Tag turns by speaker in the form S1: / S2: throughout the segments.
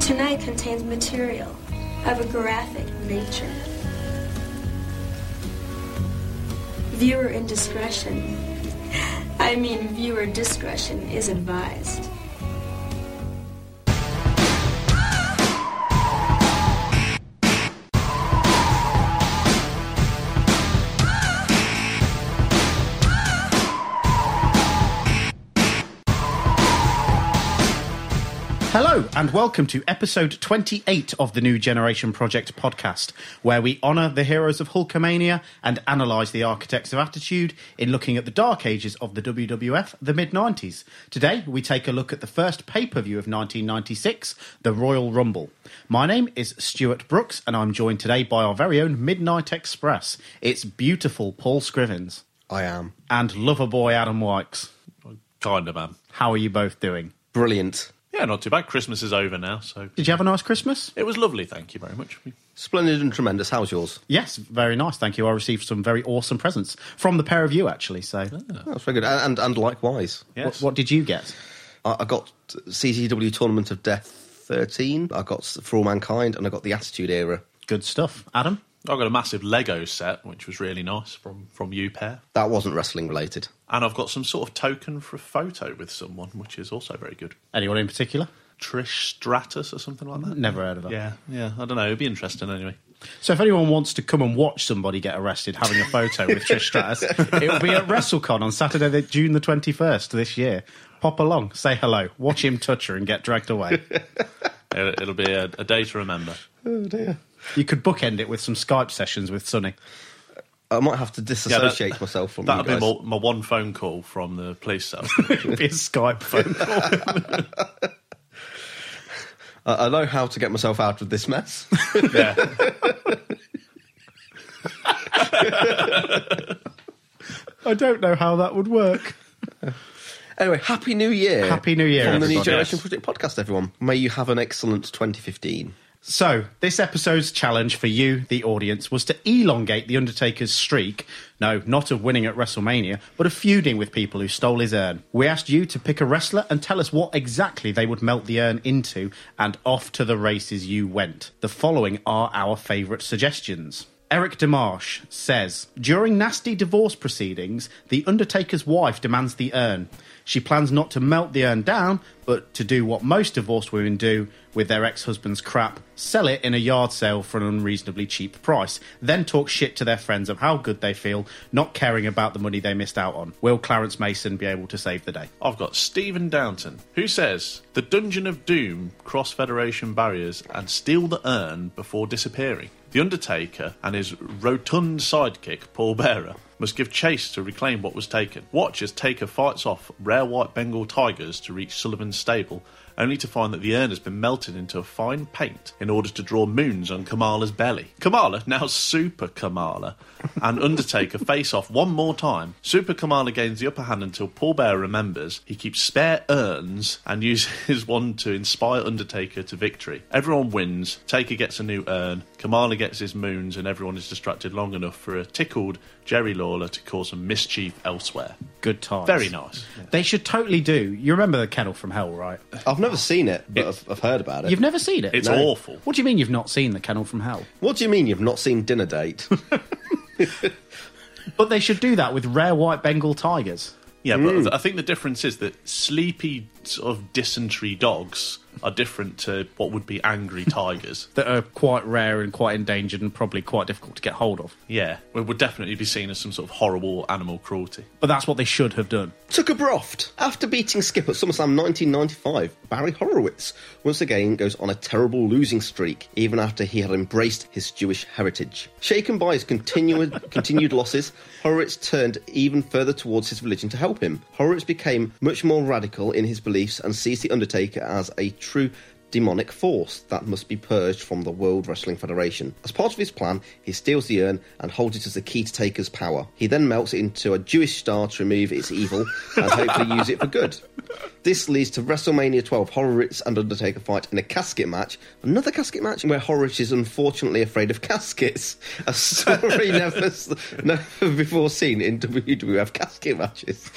S1: Tonight contains material of a graphic nature. Viewer indiscretion, I mean viewer discretion, is advised.
S2: Hello, and welcome to episode 28 of the New Generation Project podcast, where we honour the heroes of Hulkamania and analyse the architects of attitude in looking at the dark ages of the WWF, the mid 90s. Today, we take a look at the first pay per view of 1996, the Royal Rumble. My name is Stuart Brooks, and I'm joined today by our very own Midnight Express. It's beautiful Paul Scrivens
S3: I am.
S2: and lover boy Adam Wykes.
S4: Kinda, man.
S2: How are you both doing?
S3: Brilliant.
S4: Yeah, not too bad. Christmas is over now, so
S2: Did you have a nice Christmas?
S4: it was lovely. Thank you very much. We-
S3: Splendid and tremendous. How's yours?
S2: Yes, very nice. Thank you. I received some very awesome presents from the pair of you, actually. So,
S3: Oh, That's very good. And, and, and likewise.
S4: Yes.
S2: what, what did you get?
S3: I, I got CCW Tournament of Death 13. I got For All Mankind and I got the Attitude Era.
S2: Good stuff, Adam.
S4: I got a massive Lego set, which was really nice from from you pair,
S3: That wasn't wrestling related.
S4: and I've got some sort of token for a photo with someone, which is also very good.
S2: Anyone in particular?
S4: Trish Stratus or something like that.
S2: Never heard of that.
S4: Yeah, yeah. I don't know. It'd be interesting anyway.
S2: So, if anyone wants to come and watch somebody get arrested having a photo with Trish Stratus, it will be at WrestleCon on Saturday, the, June the twenty first this year. Pop along, say hello, watch him touch her, and get dragged away.
S3: Oh,
S4: It'll, it'll be a, a day to remember.
S2: You could bookend it with some Skype sessions with Sonny.
S3: I might have to
S4: Yeah, that-
S3: disassociate myself from
S4: That'll
S3: you
S4: be
S3: guys.
S4: my, my one phone call from the police cell.
S2: It'd be a Skype phone call.
S3: I, I know how to get myself out of this mess.
S4: yeah.
S2: I don't know how that would work.
S3: anyway, Happy New Year.
S2: Happy New Year,
S3: From the New
S2: everybody.
S3: Generation
S4: Yes.
S3: Project podcast, everyone. May you have an excellent 2015.
S2: So, this episode's challenge for you, the audience, was to elongate The Undertaker's streak. No, not of winning at WrestleMania, but of feuding with people who stole his urn. We asked you to pick a wrestler and tell us what exactly they would melt the urn into, and off to the races you went. The following are our favourite suggestions. Eric Demarche says During nasty divorce proceedings, The Undertaker's wife demands the urn. She plans not to melt the urn down, but to do what most divorced women do with their ex husband's crap sell it in a yard sale for an unreasonably cheap price, then talk shit to their friends of how good they feel, not caring about the money they missed out on. Will Clarence Mason be able to save the day?
S4: I've got Stephen Downton, who says the Dungeon of Doom cross Federation barriers and steal the urn before disappearing. The Undertaker and his rotund sidekick Paul Bearer must give chase to reclaim what was taken. Watch as Taker fights off rare white Bengal tigers to reach Sullivan's stable, only to find that the urn has been melted into a fine paint in order to draw moons on Kamala's belly. Kamala, now Super Kamala, and Undertaker face off one more time. Super Kamala gains the upper hand until Paul Bear remembers he keeps spare urns and uses one to inspire Undertaker to victory. Everyone wins, Taker gets a new urn, Kamala gets his moons, and everyone is distracted long enough for a tickled Jerry Lawler to cause some mischief elsewhere.
S2: Good times.
S4: Very nice.
S2: They should totally do. You remember the kennel from hell, right?
S3: I've never seen it, but
S4: It-
S3: I've, I've heard about it.
S2: You've never seen it?
S4: It's awful.
S2: What do you mean you've not seen the kennel from hell?
S3: What do you mean you've not seen Dinner Date?
S2: But they should do that with rare white Bengal tigers.
S4: Yeah, but I th- I think the difference is that sleepy sort of dysentery dogs are different to what would be angry tigers.
S2: that are quite rare and quite endangered and probably quite difficult to get hold of.
S4: yeah, it would definitely be seen as some sort of horrible animal cruelty.
S2: But that's what they should have done.
S3: took a broft. After beating Skip at SummerSlam 1995, Barry Horowitz once again goes on a terrible losing streak, even after he had embraced his Jewish heritage. Shaken by his continued, continued losses, Horowitz turned even further towards his religion to help him. Horowitz became much more radical in his beliefs and sees The Undertaker as a true demonic force that must be purged from the World Wrestling Federation. As part of his plan, he steals the urn and holds it as the key to Taker's power. He then melts it into a Jewish star to remove its evil and hopefully use it for good. This leads to WrestleMania 12 Horowitz and Undertaker fight in a casket match, another casket match where Horowitz is unfortunately afraid of caskets, a story never, never before seen in WWF casket matches.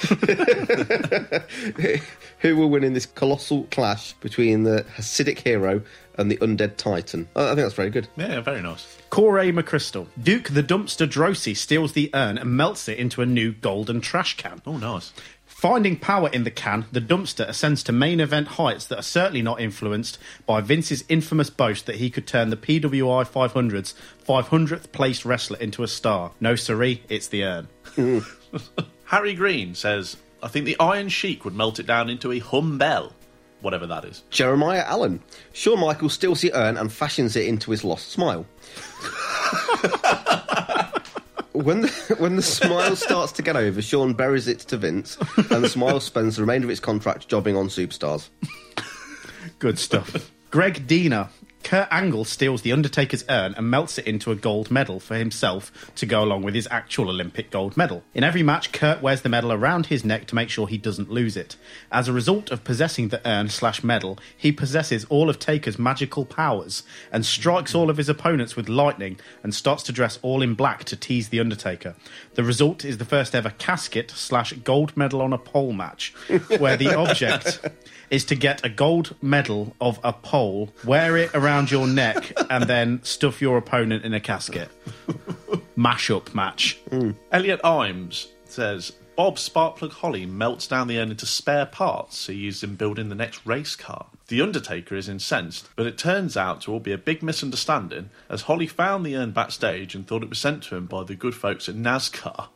S3: Who will win in this colossal clash between the Hasidic Vedic Hero and the Undead Titan. Uh, I I think that's very good.
S4: Yeah, very nice.
S2: Corey McChrystal. Duke the Dumpster Drosy steals the urn and melts it into a new golden trash can.
S4: Oh, nice.
S2: Finding power in the can, the dumpster ascends to main event heights that are certainly not influenced by Vince's infamous boast that he could turn the PWI 500's 500th place wrestler into a star. No, siree, it's the urn.
S4: Harry Green says, I think the Iron Sheik would melt it down into a humbell, whatever that is.
S3: Jeremiah Allen. Shawn Michaels steals the urn and fashions it into his lost smile. when the, when the smile starts to get over, Sean buries it to Vince, and the smile spends the remainder of its contract jobbing on superstars.
S2: Good stuff. Greg Diener. Kurt Angle steals the Undertaker's urn and melts it into a gold medal for himself to go along with his actual Olympic gold medal. In every match, Kurt wears the medal around his neck to make sure he doesn't lose it. As a result of possessing the urn slash medal, he possesses all of Taker's magical powers and strikes all of his opponents with lightning and starts to dress all in black to tease the Undertaker. The result is the first ever casket slash gold medal on a pole match, where the object is to get a gold medal of a pole, wear it around your neck, and then stuff your opponent in a casket. Mash-up match. Oh,
S4: Elliot Imes says, Bob Sparkplug Holly melts down the urn into spare parts he used in building the next race car. The Undertaker is incensed, but it turns out to all be a big misunderstanding as Holly found the urn backstage and thought it was sent to him by the good folks at NASCAR.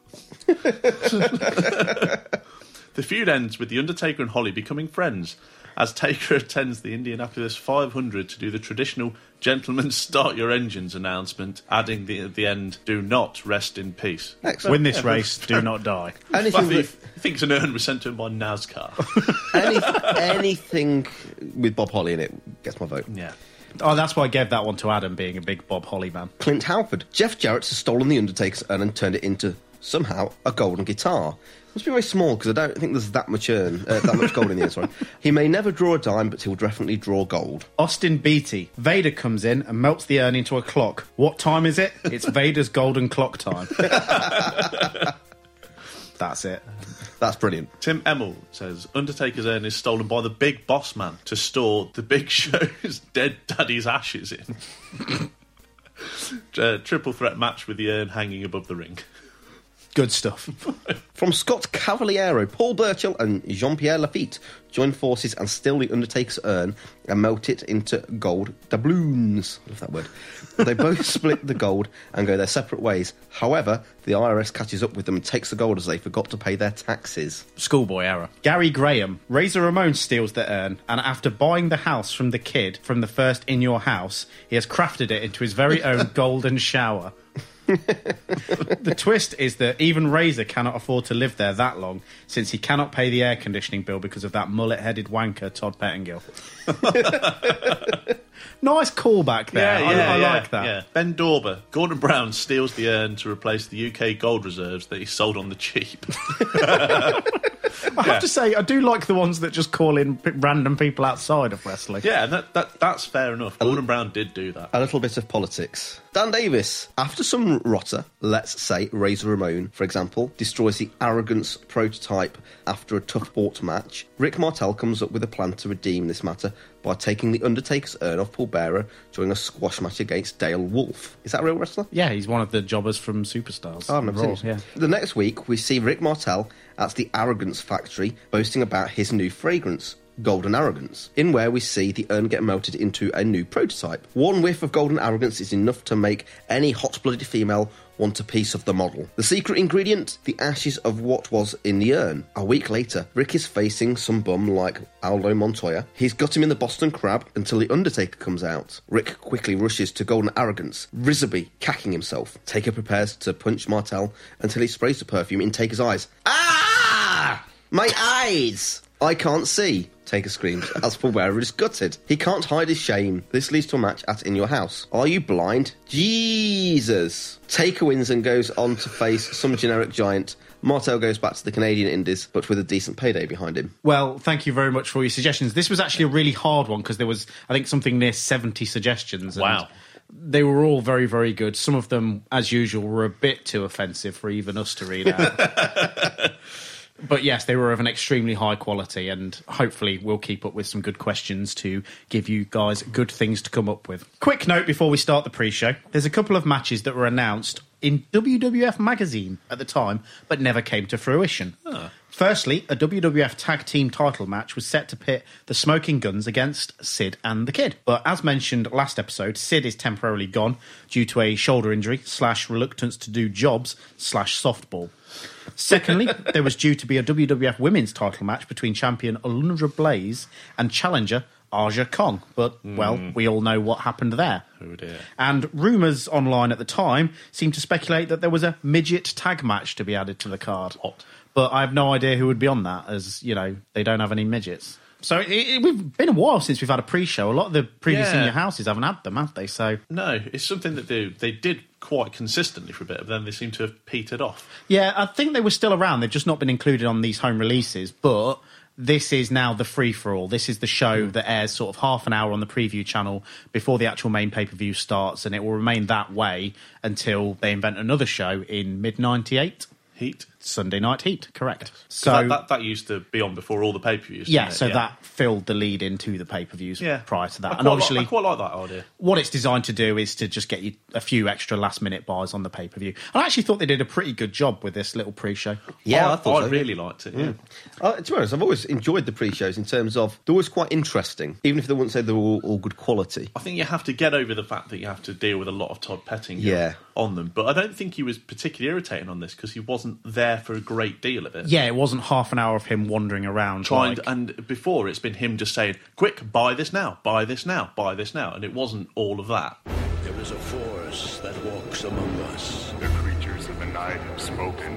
S4: the feud ends with The Undertaker and Holly becoming friends as Taker attends the Indianapolis 500 to do the traditional gentlemen start your engines announcement, adding the, at the end, do not rest in peace.
S2: Win this race, do not die.
S3: Anything,
S4: Buffy
S3: with,
S4: thinks an urn was sent to him by NASCAR.
S3: any, anything with Bob Holly in it gets my vote.
S4: yeah.
S2: Oh, that's why I gave that one to Adam, being a big Bob Holly man.
S3: Clint Halford. Jeff Jarrett has stolen the Undertaker's urn and turned it into somehow a golden guitar. It must be very small because I don't think there's that much urn, uh, that much gold in the urn. Sorry. He may never draw a dime, but he'll definitely draw gold.
S2: Austin Beatty. Vader comes in and melts the urn into a clock. What time is it? It's Vader's golden clock time. that's it.
S3: That's brilliant.
S4: Tim Emmel says Undertaker's urn is stolen by the Big Boss Man to store the Big Show's dead daddy's ashes in. Uh, triple threat match with the urn hanging above the ring.
S2: Good stuff.
S3: From Scott Cavaliero, Paul Burchill and Jean-Pierre Lafitte join forces and steal the Undertaker's urn and melt it into gold doubloons. I love that word. They both split the gold and go their separate ways. However, the IRS catches up with them and takes the gold as they forgot to pay their taxes.
S2: Schoolboy error. Gary Graham. Razor Ramon steals the urn, and after buying the house from the kid from the first In Your House, he has crafted it into his very own golden shower. the twist is that even Razor cannot afford to live there that long since he cannot pay the air conditioning bill because of that mullet headed wanker, Todd Pettingill. nice callback there. I, I like that.
S4: yeah. Ben Dorber, Gordon Brown steals the urn to replace the UK gold reserves that he sold on the cheap.
S2: I have to say, I do like the ones that just call in p- random people outside of wrestling.
S4: yeah, and that, that that's fair enough. Gordon Brown did do that.
S3: A little bit of politics. Dan Davis. After some rotter, let's say Razor Ramon, for example, destroys the arrogance prototype after a tough bought match, Rick Martel comes up with a plan to redeem this matter by taking the Undertaker's urn off Paul Bearer during a squash match against Dale Wolf. Is that a real wrestler?
S2: Yeah, he's one of the jobbers from Superstars.
S3: Oh, I've never seen
S2: Raw,
S3: it.
S2: yeah.
S3: The next week, we see Rick Martel at the Arrogance Factory boasting about his new fragrance, Golden Arrogance, in where we see the urn get melted into a new prototype. One whiff of Golden Arrogance is enough to make any hot blooded female want a piece of the model. The secret ingredient? The ashes of what was in the urn. A week later, Rick is facing some bum like Aldo Montoya. He's got him in the Boston Crab until The Undertaker comes out. Rick quickly rushes to Golden Arrogance, Rizaby cacking himself. Taker prepares to punch Martel until he sprays the perfume in Taker's eyes. Ah! My eyes! I can't see. Taker screams as Paul Bearer is gutted. He can't hide his shame. This leads to a match at In Your House. Are you blind? Jesus! Taker wins and goes on to face some generic giant. Martel goes back to the Canadian Indies, but with a decent payday behind him.
S2: Well, thank you very much for all your suggestions. This was actually a really hard one because there was, I think, something near 70 suggestions. and
S4: Wow.
S2: They were all very, very good. Some of them, as usual, were a bit too offensive for even us to read out. But yes, they were of an extremely high quality, and hopefully, we'll keep up with some good questions to give you guys good things to come up with. Quick note before we start the pre show there's a couple of matches that were announced in WWF Magazine at the time, but never came to fruition.
S4: Ah.
S2: Firstly, a WWF Tag Team title match was set to pit the Smoking Guns against Sid and the Kid. But as mentioned last episode, Sid is temporarily gone due to a shoulder injury slash reluctance to do jobs slash softball. Secondly, there was due to be a WWF Women's title match between champion Alundra Blaze and challenger Arja Kong, but well, we all know what happened there.
S4: Oh, dear.
S2: And rumours online at the time seemed to speculate that there was a midget tag match to be added to the card. But I have no idea who would be on that, as you know, they don't have any midgets. So it, it, we've been a while since we've had a pre-show. A lot of the previous
S4: Yeah.
S2: in your houses haven't had them, have they? So
S4: No, it's something that they they did quite consistently for a bit, but then they seem to have petered off.
S2: Yeah, I think they were still around. They've just not been included on these home releases, but this is now the free for all. This is the
S4: Hmm.
S2: show that airs sort of half an hour on the preview channel before the actual main pay per view starts, and it will remain that way until they invent another show in mid 98.
S4: Heat.
S2: Sunday Night Heat, correct.
S4: So
S2: So,
S4: that, that, that used to be on before all the pay per views.
S2: yeah, so that filled the lead into the pay per views
S4: yeah.
S2: prior to
S4: I
S2: that.
S4: quite
S2: And obviously,
S4: like, I quite like that idea.
S2: what it's designed to do is to just get you a few extra last minute buys on the pay per view. I actually thought they did a pretty good job with this little pre show.
S3: Yeah, I,
S4: I,
S3: thought so.
S4: really liked it. Yeah.
S3: Uh, to be honest, I've always enjoyed the pre-shows in terms of they're always quite interesting, even if they wouldn't say they're all, all good quality.
S4: I think you have to get over the fact that you have to deal with a lot of Todd Petting
S3: Yeah.
S4: on them, but I don't think he was particularly irritating on this because he wasn't there for a great deal of it.
S2: Yeah, it wasn't half an hour of him wandering around.
S4: Trying,
S2: like-
S4: and before it's been him just saying, "Quick, buy this now, buy this now, buy this now," and it wasn't all of that.
S5: There is a force that walks among us.
S6: The creatures of the night have spoken,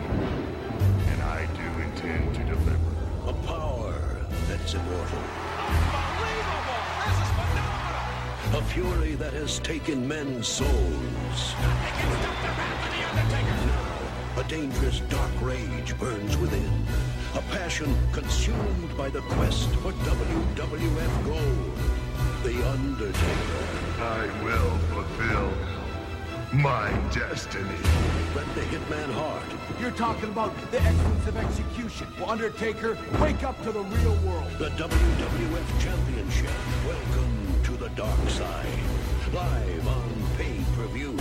S6: and I do intend to deliver.
S5: A power that's immortal. A fury that has taken men's souls. A dangerous dark rage burns within. A passion consumed by the quest for WWF gold. The Undertaker.
S6: I will fulfill my destiny.
S5: Let the Hitman Heart.
S7: You're talking about the excellence of execution. Well, Undertaker, wake up to the real world.
S5: The WWF Championship. Welcome to the dark side. Live on pay-per-view.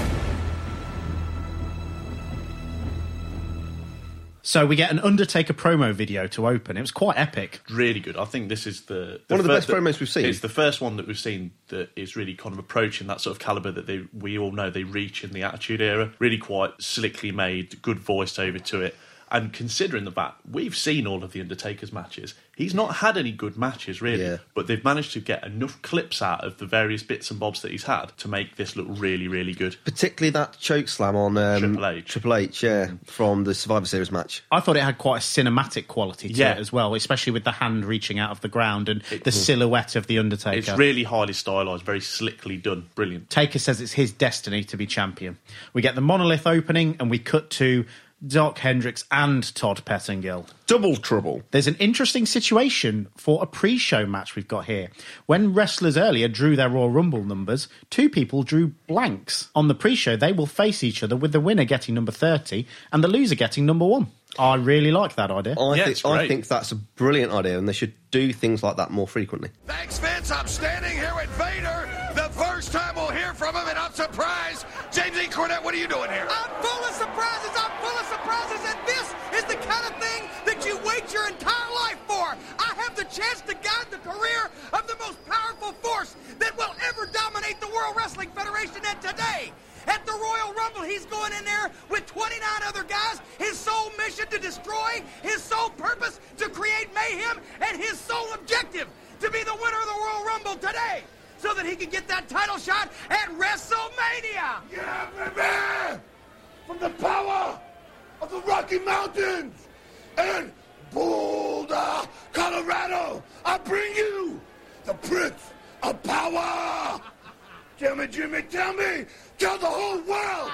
S2: so we get an Undertaker promo video to open. It was quite epic.
S4: really good. I think this is the,
S3: One of the
S4: fir-
S3: best promos we've seen.
S4: It's the first one that we've seen that is really kind of approaching that sort of caliber that they we all know they reach in the Attitude Era. Really quite slickly made, good voiceover to it. And considering the fact we've seen all of the Undertaker's matches, he's not had any good matches really.
S3: Yeah.
S4: But they've managed to get enough clips out of the various bits and bobs that he's had to make this look really, really good.
S3: Particularly that choke slam on um,
S4: Triple H.
S3: Triple H, yeah, from the Survivor Series match.
S2: I thought it had quite a cinematic quality to
S4: Yeah.
S2: it as well, especially with the hand reaching out of the ground and the silhouette of the Undertaker.
S4: It's really highly stylized, very slickly done, brilliant.
S2: Taker says it's his destiny to be champion. We get the monolith opening and we cut to Doc Hendricks and Todd Pettingill.
S3: Double trouble.
S2: There's an interesting situation for a pre show match we've got here. When wrestlers earlier drew their Royal Rumble numbers, two people drew blanks. On the pre show, they will face each other with the winner getting number 30 and the loser getting number one. I really like that idea.
S3: I,
S4: Yeah,
S3: think,
S4: it's
S3: I
S4: great.
S3: think that's a brilliant idea, and they should do things like that more frequently.
S8: Thanks, Vince. I'm standing here with Vader. The first time we'll hear from him, and I'm surprised. James E. Cornett, what are you doing here?
S9: I'm full of surprises. I'm full of surprises, and this is the kind of thing that you wait your entire life for. I have the chance to guide the career of the most powerful force that will ever dominate the World Wrestling Federation. And today, at the Royal Rumble, he's going in there with 29 other guys. His sole mission to destroy, his sole purpose to create mayhem, and his sole objective to be the winner of the Royal Rumble today. So that he can get that title shot at WrestleMania!
S6: Get up in there from the power of the Rocky Mountains and Boulder, Colorado. I bring you the Prince of Power. Tell me, Jimmy, tell me, tell the whole world.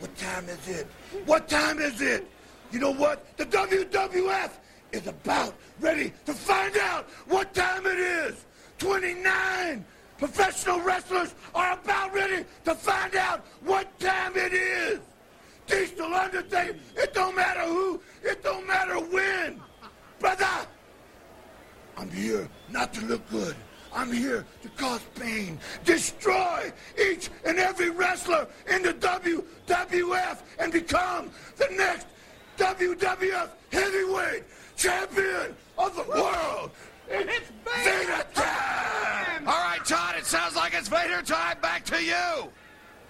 S6: What time is it? What time is it? You know what? The WWF is about ready to find out what time it is. 29 professional wrestlers are about ready to find out what time it is. Diesel Undertaker, it don't matter who, it don't matter when. brother! I'm here not to look good. I'm here to cause pain, destroy each and every wrestler in the WWF, and become the next WWF heavyweight champion of the world.
S9: It's
S6: Vader time!
S8: All right, Todd, it sounds like it's Vader time. Back to you.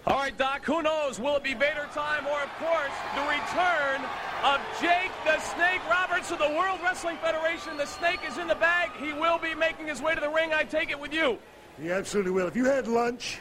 S10: All right, Doc, who knows? Will it be Vader time or, of course, the return of Jake the Snake Roberts of the World Wrestling Federation? The snake is in the bag. He will be making his way to the ring. I take it with you.
S6: He absolutely will. If you had lunch,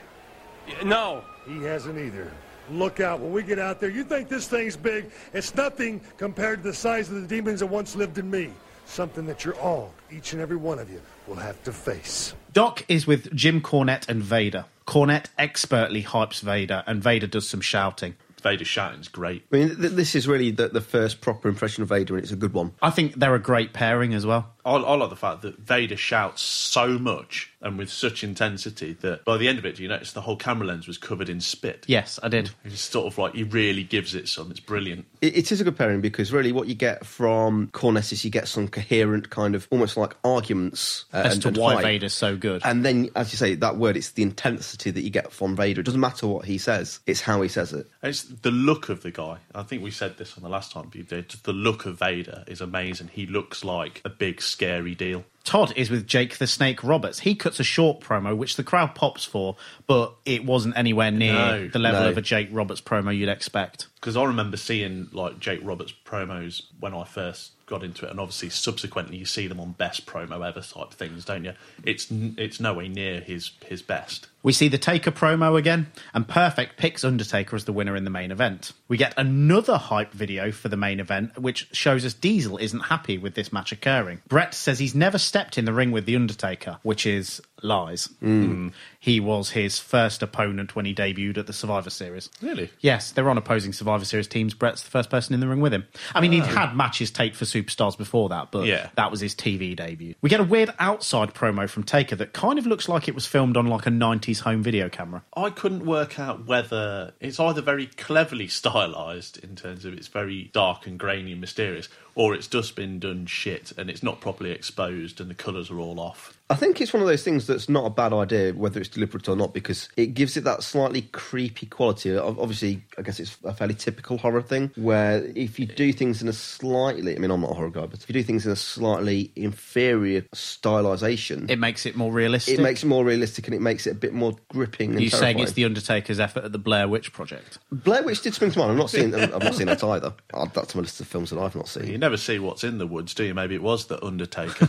S10: Y- No.
S6: he hasn't either. Look out when we get out there. You think this thing's big? It's nothing compared to the size of the demons that once lived in me. Something that you're all, each and every one of you, will have to face.
S2: Doc is with Jim Cornette and Vader. Cornette expertly hypes Vader, and Vader does some shouting.
S4: Vader shouting's great.
S3: I mean, th- this is really the, the first proper impression of Vader, and it's a good one.
S2: I think they're a great pairing as well.
S4: I, I like the fact that Vader shouts so much and with such intensity that by the end of it, you notice the whole camera lens was covered in spit.
S2: Yes, I did.
S4: It's sort of like he really gives it some. It's brilliant.
S3: It, it is a good pairing because really what you get from Cornette is you get some coherent kind of almost like arguments uh,
S2: As
S3: and-
S2: to
S3: and
S2: why Vader's so good.
S3: And then, as you say, that word, it's the intensity that you get from Vader. It doesn't matter what he says, it's how he says it.
S4: And It's the look of the guy. I think we said this on the last time you did. The look of Vader is amazing. He looks like a big, scary deal.
S2: Todd is with Jake the Snake Roberts. He cuts a short promo, which the crowd pops for, but it wasn't anywhere near
S4: No,
S2: the level
S3: no.
S2: of a Jake Roberts promo you'd expect.
S4: Because I remember seeing like Jake Roberts promos when I first got into it, and obviously subsequently you see them on best promo ever type things, don't you? It's n- it's nowhere near his his best.
S2: We see the Taker promo again, and Perfect picks Undertaker as the winner in the main event. We get another hype video for the main event, which shows us Diesel isn't happy with this match occurring. Brett says he's never stepped in the ring with The Undertaker, which is lies.
S4: Mm.
S2: Hmm. He was his first opponent when he debuted at the Survivor Series.
S4: Really?
S2: Yes, they're on opposing Survivor Series teams. Brett's the first person in the ring with him. I mean, he'd had matches taped for superstars before that, but
S4: Oh. Yeah.
S2: that was his TV debut. We get a weird outside promo from Taker that kind of looks like it was filmed on like a 90s home video camera.
S4: I couldn't work out whether it's either very cleverly stylized in terms of it's very dark and grainy and mysterious, or it's just been done shit and it's not properly exposed and the colours are all off.
S3: I think it's one of those things that's not a bad idea, whether it's deliberate or not, because it gives it that slightly creepy quality. Ob- Obviously, I guess it's a fairly typical horror thing where if you do things in a slightly, I mean, I'm not a horror guy, but if you do things in a slightly inferior stylization,
S2: It
S3: it,
S2: makes it more realistic.
S3: makes Hmm. it more realistic and it makes it a bit more gripping. And
S2: you saying it's
S3: terrifying.
S2: the Undertaker's effort at the Blair Witch Project.
S3: Blair Witch did spring to mind. I'm not seeing. I've not seen that either. I'll- That's my list of films that I've not
S4: You
S3: seen.
S4: never see what's in the woods, do you? Maybe it was the Undertaker.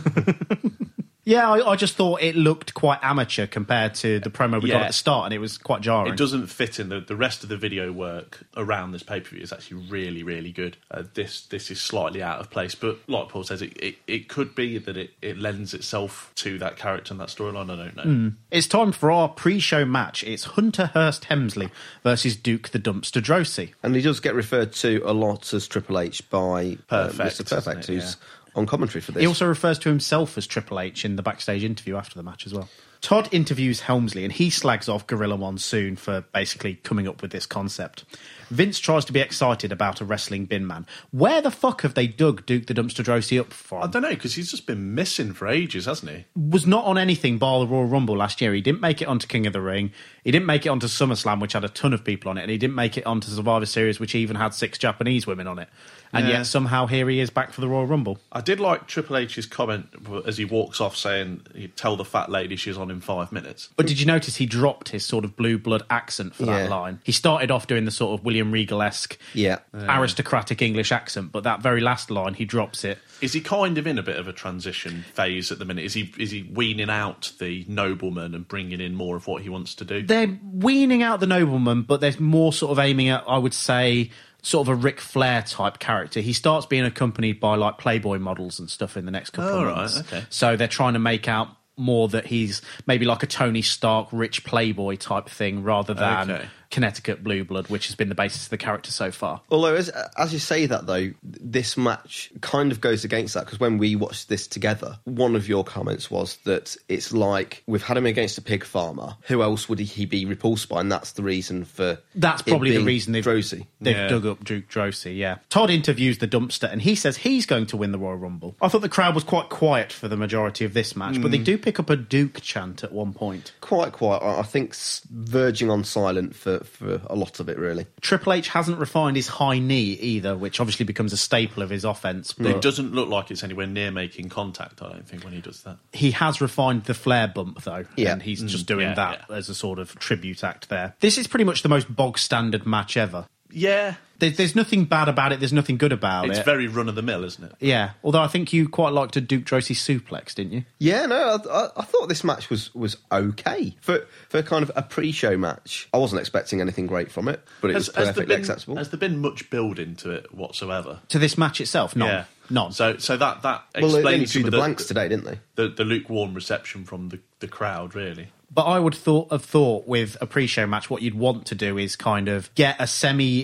S2: Yeah, I, I just thought it looked quite amateur compared to the promo we got
S4: Yeah.
S2: at the start, and it was quite jarring.
S4: it doesn't fit in the, the rest of the video work around this pay per view is actually really really good. Uh, this this is slightly out of place, but like Paul says, it, it, it could be that it, it lends itself to that character and that storyline. I don't know.
S2: Hmm. It's time for our pre-show match. It's Hunter Hurst Hemsley versus Duke the Dumpster Drosy.
S3: And he does get referred to a lot as Triple H by uh,
S4: Perfect,
S3: Mr. Perfect,
S4: isn't it?
S3: who's on commentary for this.
S2: He also refers to himself as Triple H in the backstage interview after the match as well. Todd interviews Helmsley and he slags off Gorilla Monsoon for basically coming up with this concept. Vince tries to be excited about a wrestling bin man. Where the fuck have they dug Duke the Dumpster Drosy up from?
S4: I don't know because he's just been missing for ages, hasn't he?
S2: was not on anything bar the Royal Rumble last year. He didn't make it onto King of the Ring. He didn't make it onto SummerSlam, which had a ton of people on it, and he didn't make it onto Survivor Series, which even had six Japanese women on it. And
S4: Yeah.
S2: yet somehow here he is back for the Royal Rumble.
S4: I did like Triple H's comment as he walks off saying, "You "Tell the fat lady she's on in five minutes."
S2: But did you notice he dropped his sort of blue blood accent for
S3: Yeah.
S2: that line? He started off doing the sort of William Regal esque,
S3: Yeah.
S2: aristocratic English accent, but that very last line he drops it.
S4: Is he kind of in a bit of a transition phase at the minute? Is he is he weaning out the nobleman and bringing in more of what he wants to do?
S2: They're weaning out the nobleman, but they're more sort of aiming at, I would say, sort of a Ric Flair type character. He starts being accompanied by like Playboy models and stuff in the next couple
S4: Oh,
S2: of
S4: right,
S2: months.
S4: okay.
S2: So they're trying to make out more that he's maybe like a Tony Stark, rich Playboy type thing rather than
S4: Okay.
S2: Connecticut Blue Blood, which has been the basis of the character so far.
S3: Although, as, as you say that, though, this match kind of goes against that because when we watched this together, one of your comments was that it's like we've had him against a pig farmer. Who else would he be repulsed by? And that's the reason for.
S2: That's
S3: it
S2: probably the
S3: being
S2: reason they've,
S3: Drosy.
S2: they've dug up Duke Drosy, yeah. Todd interviews the dumpster and he says he's going to win the Royal Rumble. I thought the crowd was quite quiet for the majority of this match, but they
S4: Hmm.
S3: Mm.
S2: do pick up a Duke chant at one point.
S3: Quite, quite. I I think s- verging on silent for, for a lot of it, really.
S2: Triple H hasn't refined his high knee either, which obviously becomes a staple of his offense. But
S4: It doesn't look like it's anywhere near making contact, I don't think, when he does that.
S2: he has refined the flare bump though,
S4: Yeah.
S2: and he's
S4: Mm,
S2: just doing
S4: yeah,
S2: that as a sort of tribute act there. This is pretty much the most bog standard match ever.
S4: Yeah.
S2: There's, there's nothing bad about it. There's nothing good about
S4: It's
S2: it.
S4: very run of the mill, isn't it?
S2: yeah. Although I think you quite liked a Duke Drosy suplex, didn't you?
S3: Yeah, no, I, I, I thought this match was, was okay for for kind of a pre-show match. I wasn't expecting anything great from it, but it was
S4: there
S3: perfectly
S4: been,
S3: acceptable.
S4: Has there been much build into it whatsoever?
S2: To this match itself, no,
S4: Yeah.
S2: none.
S4: So, so that that
S2: Well,
S4: explains
S2: they- they only
S4: some
S2: drew
S4: of
S2: the blanks
S3: today, didn't they?
S4: The, the lukewarm reception from the, the crowd, really.
S2: But I would thought have thought with a pre-show match, what you'd want to do is kind of get a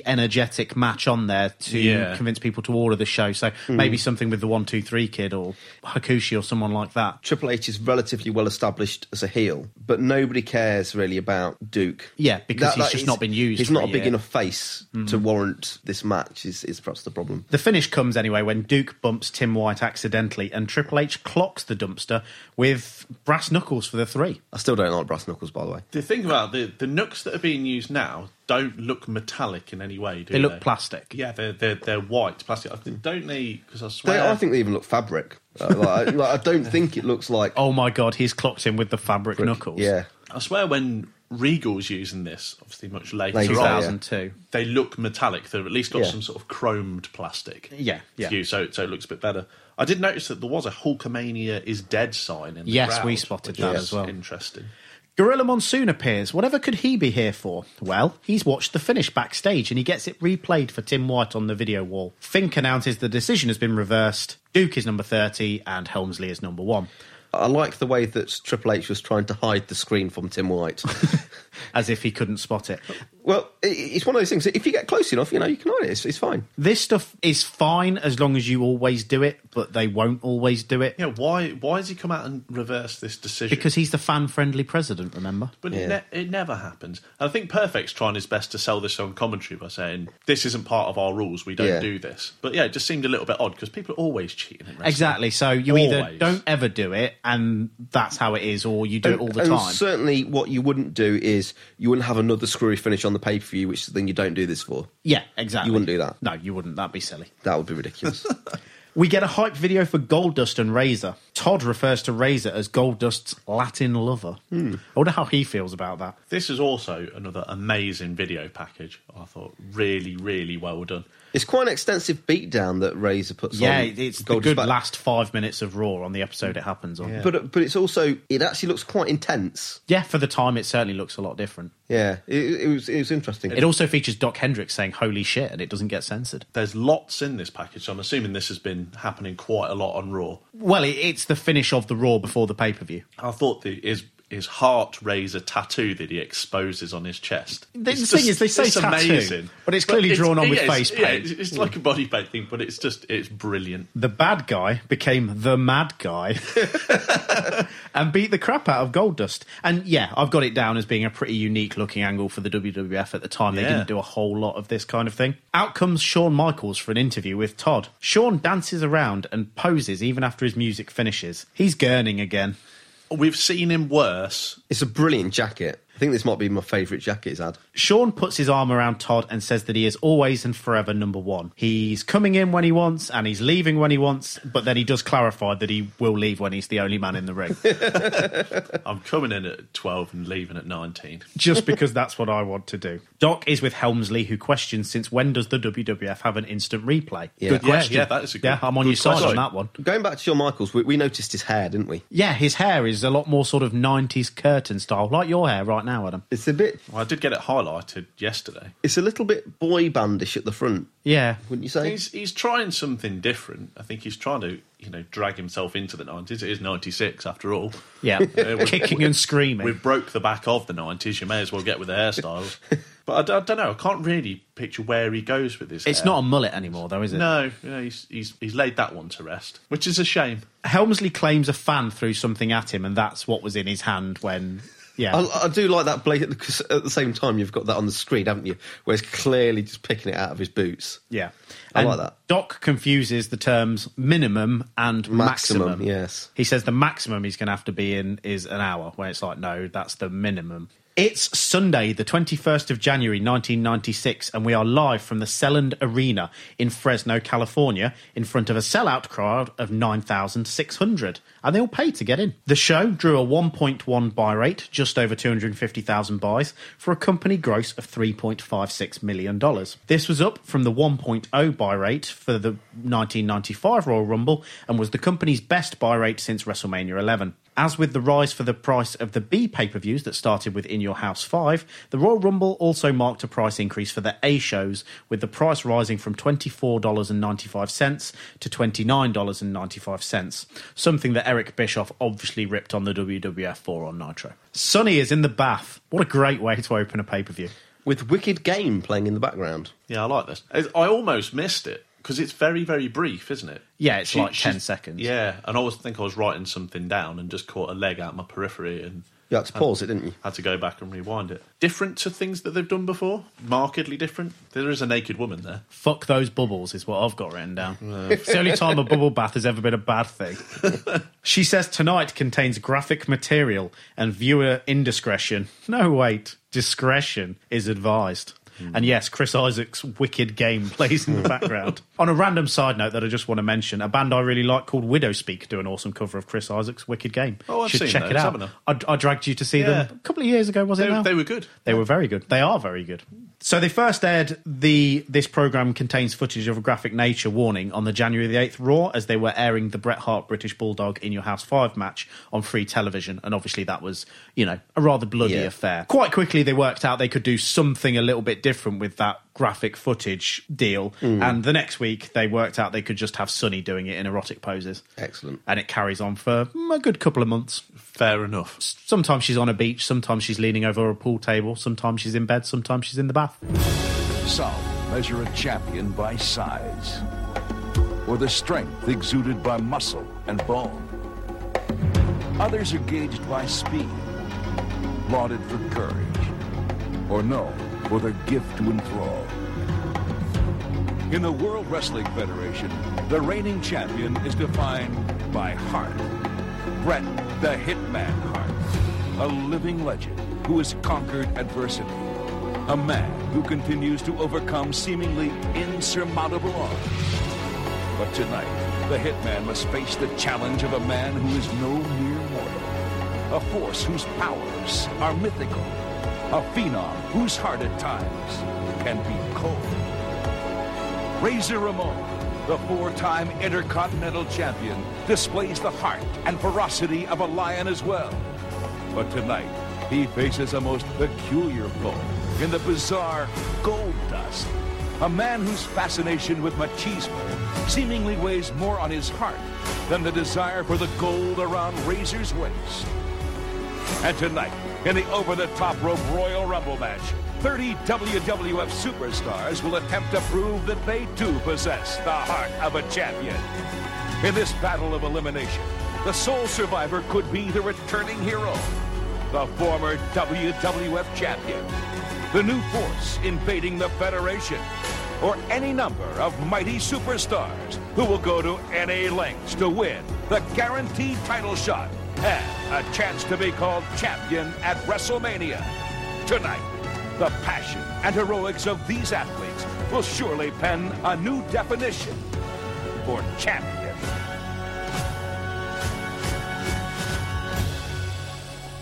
S2: semi-energetic match on there to
S4: Yeah.
S2: convince people to order the show. So
S3: Mm.
S2: maybe something with the one, two, three kid or Hakushi or someone like that.
S3: Triple H is relatively well established as a heel, but nobody cares really about Duke.
S2: Yeah, because he's just not been used
S3: He's
S2: for
S3: not
S2: a
S3: a big
S2: year. Mm.
S3: enough face to warrant this match. Is is perhaps the problem.
S2: The finish comes anyway when Duke bumps Tim White accidentally and Triple H clocks the dumpster with brass knuckles for the three.
S3: I still don't like brass knuckles, by the way.
S4: The thing about the the nooks that are being used now don't look metallic in any way, do
S2: They
S4: they?
S2: look plastic.
S4: Yeah, they're they're, they're white plastic. I think, don't they? Because I
S3: They,
S4: swear,
S3: I think they even look fabric. Uh, like, I- like, I don't think it looks like.
S2: Oh my god, he's clocked him with the fabric knuckles.
S3: Yeah,
S4: I swear when Regal's using this, obviously much later,
S2: Later,
S4: on,
S2: 2002.
S4: they look metallic. They've at least got
S2: Yeah.
S4: some sort of chromed plastic.
S2: Yeah, yeah.
S4: view, so so it looks a bit better. I did notice that there was a Hulkamania is dead sign in the
S2: Yes,
S4: crowd,
S2: we spotted
S4: which
S2: that
S4: was
S2: as well.
S4: Interesting.
S2: Gorilla Monsoon appears. Whatever could he be here for? Well, he's watched the finish backstage and he gets it replayed for Tim White on the video wall. Fink announces the decision has been reversed. Duke is number 30 and Helmsley is number one.
S3: I like the way that Triple H was trying to hide the screen from Tim White,
S2: as if he couldn't spot it.
S3: Well, i- i- it's one of those things. that If you get close enough, you know you can hide it. It's, it's fine.
S2: This stuff is fine as long as you always do it, but they won't always do it.
S4: Yeah, why why has he come out and reversed this decision?
S2: Because he's the fan friendly president, remember?
S4: But it, ne- it never happens. And I think Perfect's trying his best to sell this on commentary by saying, this isn't part of our rules, we don't
S2: Yeah.
S4: do this. But yeah, it just seemed a little bit odd because people are always cheating. In wrestling.
S2: Exactly. So you either
S4: Always.
S2: don't ever do it, and that's how it is, or you do it all the
S3: and
S2: time.
S3: certainly, what you wouldn't do is you wouldn't have another screwy finish on the pay per view, which is the thing you don't do this for.
S2: yeah, exactly.
S3: You wouldn't do that.
S2: No, you wouldn't. That'd be silly.
S3: That would be ridiculous.
S2: We get a hype video for Goldust and Razor. Todd refers to Razor as Goldust's Latin lover.
S3: Hmm.
S2: I wonder how he feels about that.
S4: This is also another amazing video package, I thought. Really, really well done.
S3: it's quite an extensive beatdown that Razor puts
S2: yeah,
S3: on.
S2: it's the
S3: Goldust
S2: good
S3: back-
S2: last five minutes of Raw on the episode it happens on.
S3: But uh, but it's also it actually looks quite intense.
S2: Yeah, for the time, it certainly looks a lot different.
S3: Yeah, it, it was it was interesting.
S2: It also features Doc Hendricks saying "Holy shit," and it doesn't get censored.
S4: There's lots in this package, so I'm assuming this has been happening quite a lot on Raw.
S2: Well, it, it's the finish of the Raw before the pay per view.
S4: I thought the, his, his heart razor tattoo that he exposes on his chest.
S2: The
S4: It's
S2: thing is, they say
S4: it's
S2: tattoo, but it's clearly drawn on with
S4: it's-
S2: face
S4: yeah,
S2: paint.
S4: it's, it's like a body paint thing, but it's just, it's brilliant.
S2: The bad guy became the mad guy and beat the crap out of Goldust. And yeah, I've got it down as being a pretty unique looking angle for the WWF at the time. They
S4: Yeah.
S2: didn't do a whole lot of this kind of thing. Out comes Shawn Michaels for an interview with Todd. Shawn dances around and poses even after his music finishes. He's gurning again.
S4: We've seen him worse.
S3: It's a brilliant jacket. I think this might be my favourite jacket he's had.
S2: Sean puts his arm around Todd and says that he is always and forever number one. He's coming in when he wants and he's leaving when he wants, but then he does clarify that he will leave when he's the only man in the ring.
S4: I'm coming in at 12 and leaving at 19.
S2: just because that's what I want to do. Doc is with Helmsley, who questions since when does the WWF have an instant replay? Good question. Yeah, I'm on your side on that one.
S3: Going back to Shawn Michaels, we, we noticed his hair, didn't we?
S2: Yeah, his hair is a lot more sort of 90s curtain style, like your hair right right now, Adam?
S3: It's a bit.
S4: Well, I did get it highlighted yesterday.
S3: It's a little bit boy bandish at the front.
S2: Yeah.
S3: Wouldn't you say?
S4: He's he's trying something different. I think he's trying to you know drag himself into the nineties. It is ninety six after all. Uh,
S2: Yeah.
S4: we-
S2: Kicking and screaming.
S4: We've broke the back of the nineties. You may as well get with the hairstyles. but I d- I, don't know. I can't really picture where he goes with this.
S2: It's not a mullet anymore, though, is it?
S4: No, you know, he's he's he's laid that one to rest, which is a shame.
S2: Helmsley claims a fan threw something at him, and that's what was in his hand when. Yeah.
S3: I, I do like that blade because at the same time you've got that on the screen, haven't you? Where it's clearly just picking it out of his boots.
S2: yeah.
S3: I
S2: And
S3: like that.
S2: Doc confuses the terms minimum and maximum.
S3: Maximum, yes.
S2: He says the maximum he's going to have to be in is an hour, where it's like, no, that's the minimum. It's Sunday, the 21st of January 1996, and we are live from the Selland Arena in Fresno, California, in front of a sellout crowd of 9,600. And they all paid to get in. The show drew a 1.1 buy rate, just over 250,000 buys, for a company gross of $3.56 million. This was up from the 1.0 buy rate for the 1995 Royal Rumble and was the company's best buy rate since WrestleMania 11. As with the rise for the price of the B pay per views that started with In Your House 5, the Royal Rumble also marked a price increase for the A shows, with the price rising from $24.95 to $29.95, something that Eric Bischoff obviously ripped on the WWF for on Nitro. Sonny is in the bath. What a great way to open a pay per view.
S3: With Wicked Game playing in the background.
S4: Yeah, I like this. I I almost missed it because it's very very brief, isn't it?
S2: Yeah, it's like 10
S4: she's-
S2: seconds.
S4: Yeah, and I always think I was writing something down and just caught a leg out my periphery and
S3: You had to pause it, didn't you?
S4: had to go back and rewind it. Different to things that they've done before, markedly different. There is a naked woman there.
S2: Fuck those bubbles is what I've got written down. it's the only time a bubble bath has ever been a bad thing. she says tonight contains graphic material and viewer indiscretion. No, wait, discretion is advised.
S4: Hmm.
S2: And yes, Chris Isaac's wicked game plays in the background. On a random side note that I just want to mention, a band I really like called Widow Speak do an awesome cover of Chris Isaac's Wicked Game.
S4: Oh, I've
S2: Should
S4: seen
S2: check it
S4: those,
S2: out.
S4: haven't
S2: I, I dragged you to see
S4: Yeah.
S2: them a couple of years ago, was it?
S4: They,
S2: now?
S4: they were good.
S2: They were very good. They are very good. So they first aired the this program contains footage of a graphic nature warning on the January the eighth Raw as they were airing the Bret Hart British Bulldog in Your House Five match on free television, and obviously that was you know a rather bloody
S3: Yeah.
S2: affair. Quite quickly they worked out they could do something a little bit different with that graphic footage deal,
S3: Mm.
S2: and the next week they worked out they could just have Sonny doing it in erotic poses.
S3: Excellent.
S2: And it carries on for mm, a good couple of months
S4: Fair enough.
S2: sometimes she's on a beach, sometimes she's leaning over a pool table, sometimes she's in bed, sometimes she's in the bath.
S7: So, measure a champion by size, or the strength exuded by muscle and bone. Others are gauged by speed, lauded for courage, or known for their gift to enthrall. In the World Wrestling Federation, the reigning champion is defined by heart. Brett the Hitman Hart, a living legend who has conquered adversity. A man who continues to overcome seemingly insurmountable odds. But tonight, the Hitman must face the challenge of a man who is no mere mortal. A force whose powers are mythical. A phenom whose heart at times can be cold. Razor Ramon, the four time Intercontinental Champion, displays the heart and ferocity of a lion as well. But tonight, he faces a most peculiar foe in the bizarre Gold Dust, a man whose fascination with machismo seemingly weighs more on his heart than the desire for the gold around Razor's waist. And tonight, in the over the top rope Royal Rumble match, 30 WWF superstars will attempt to prove that they too possess the heart of a champion. In this battle of elimination, the sole survivor could be the returning hero, the former WWF champion, the new force invading the Federation, or any number of mighty superstars who will go to any lengths to win the guaranteed title shot and a chance to be called champion at WrestleMania. Tonight, the passion and heroics of these athletes will surely pen a new definition for champion.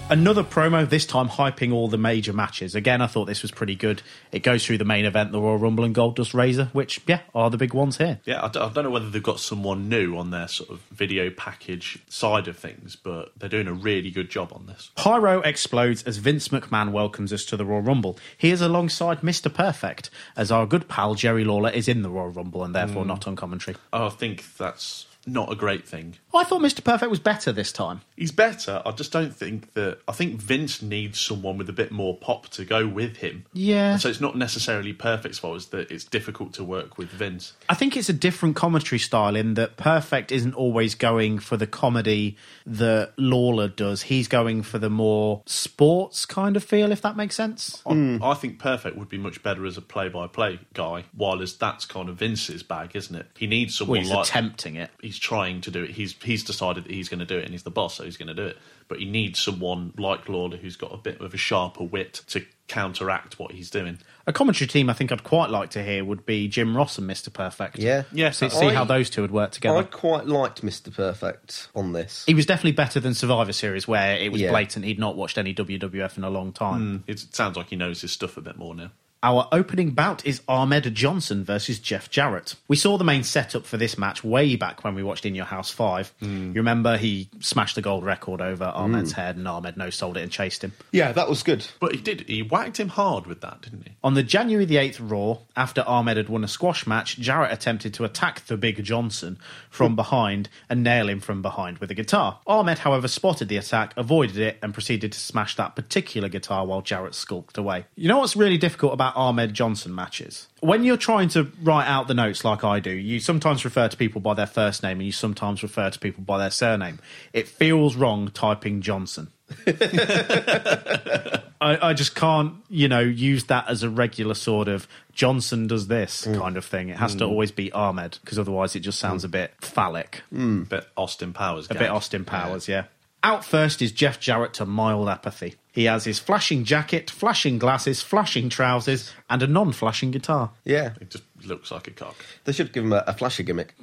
S2: Another promo, this time hyping all the major matches. Again, I thought this was pretty good. It goes through the main event, the Royal Rumble and Goldust Razor, which, yeah, are the big ones here.
S4: Yeah, I d- I don't know whether they've got someone new on their sort of video package side of things, but they're doing a really good job on this.
S2: Pyro explodes as Vince McMahon welcomes us to the Royal Rumble. He is alongside Mr. Perfect, as our good pal Jerry Lawler is in the Royal Rumble and therefore
S4: Mm.
S2: not on commentary.
S4: I think that's not a great thing.
S2: Oh, I thought Mr. Perfect was better this time.
S4: He's better. I just don't think that. I think Vince needs someone with a bit more pop to go with him.
S2: Yeah.
S4: And so it's not necessarily Perfect's fault, it's that it's difficult to work with Vince.
S2: I think it's a different commentary style in that Perfect isn't always going for the comedy that Lawler does. He's going for the more sports kind of feel, if that makes sense.
S4: I, I think Perfect would be much better as a play-by-play guy, while as that's kind of Vince's bag, isn't it? He needs someone
S2: he's
S4: like
S2: attempting it.
S4: He's trying to do it. He's he's decided that he's going to do it, and he's the boss, so he's going to do it. But he needs someone like Lawler who's got a bit of a sharper wit to counteract what he's doing.
S2: A commentary team I think I'd quite like to hear would be Jim Ross and Mr. Perfect.
S4: Yeah. Yeah,
S2: See,
S4: that's-
S2: see how
S4: I-
S2: those two would work
S3: I
S2: together.
S3: quite liked Mr. Perfect on this.
S2: He was definitely better than Survivor Series, where it was
S3: Yeah.
S2: blatant he'd not watched any WWF in a long time.
S4: Mm, it sounds like he knows his stuff a bit more now.
S2: Our opening bout is Ahmed Johnson versus Jeff Jarrett. We saw the main setup for this match way back when we watched In Your House 5. You remember he smashed the gold record over Ahmed's
S4: Mm.
S2: head and Ahmed no sold it and chased him.
S3: Yeah, that was good.
S4: But he did. He whacked him hard with that, didn't he?
S2: On the January the 8th Raw, after Ahmed had won a squash match, Jarrett attempted to attack the Big Johnson from behind and nail him from behind with a guitar. Ahmed, however, spotted the attack, avoided it, and proceeded to smash that particular guitar while Jarrett skulked away. You know what's really difficult about Ahmed Johnson matches? When you're trying to write out the notes like I do, you sometimes refer to people by their first name and you sometimes refer to people by their surname. It feels wrong typing Johnson. I, I just can't, you know, use that as a regular sort of Johnson does this kind of thing. It has to
S4: Mm.
S2: always be Ahmed because otherwise it just sounds a bit phallic.
S3: Hmm.
S4: Mm. Bit Austin Powers.
S2: A
S4: gag.
S2: bit Austin Powers, yeah. Out first is Jeff Jarrett to mild apathy. He has his flashing jacket, flashing glasses, flashing trousers, and a non flashing guitar.
S3: Yeah.
S4: It just looks like a cock.
S3: They should give him a, a flasher gimmick.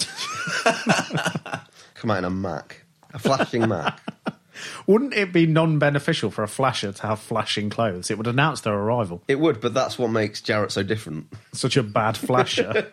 S3: Come out in a Mac. A flashing Mac.
S2: Wouldn't it be non beneficial for a flasher to have flashing clothes? It would announce their arrival.
S3: It would, but that's what makes Jarrett so different.
S2: Such a bad flasher.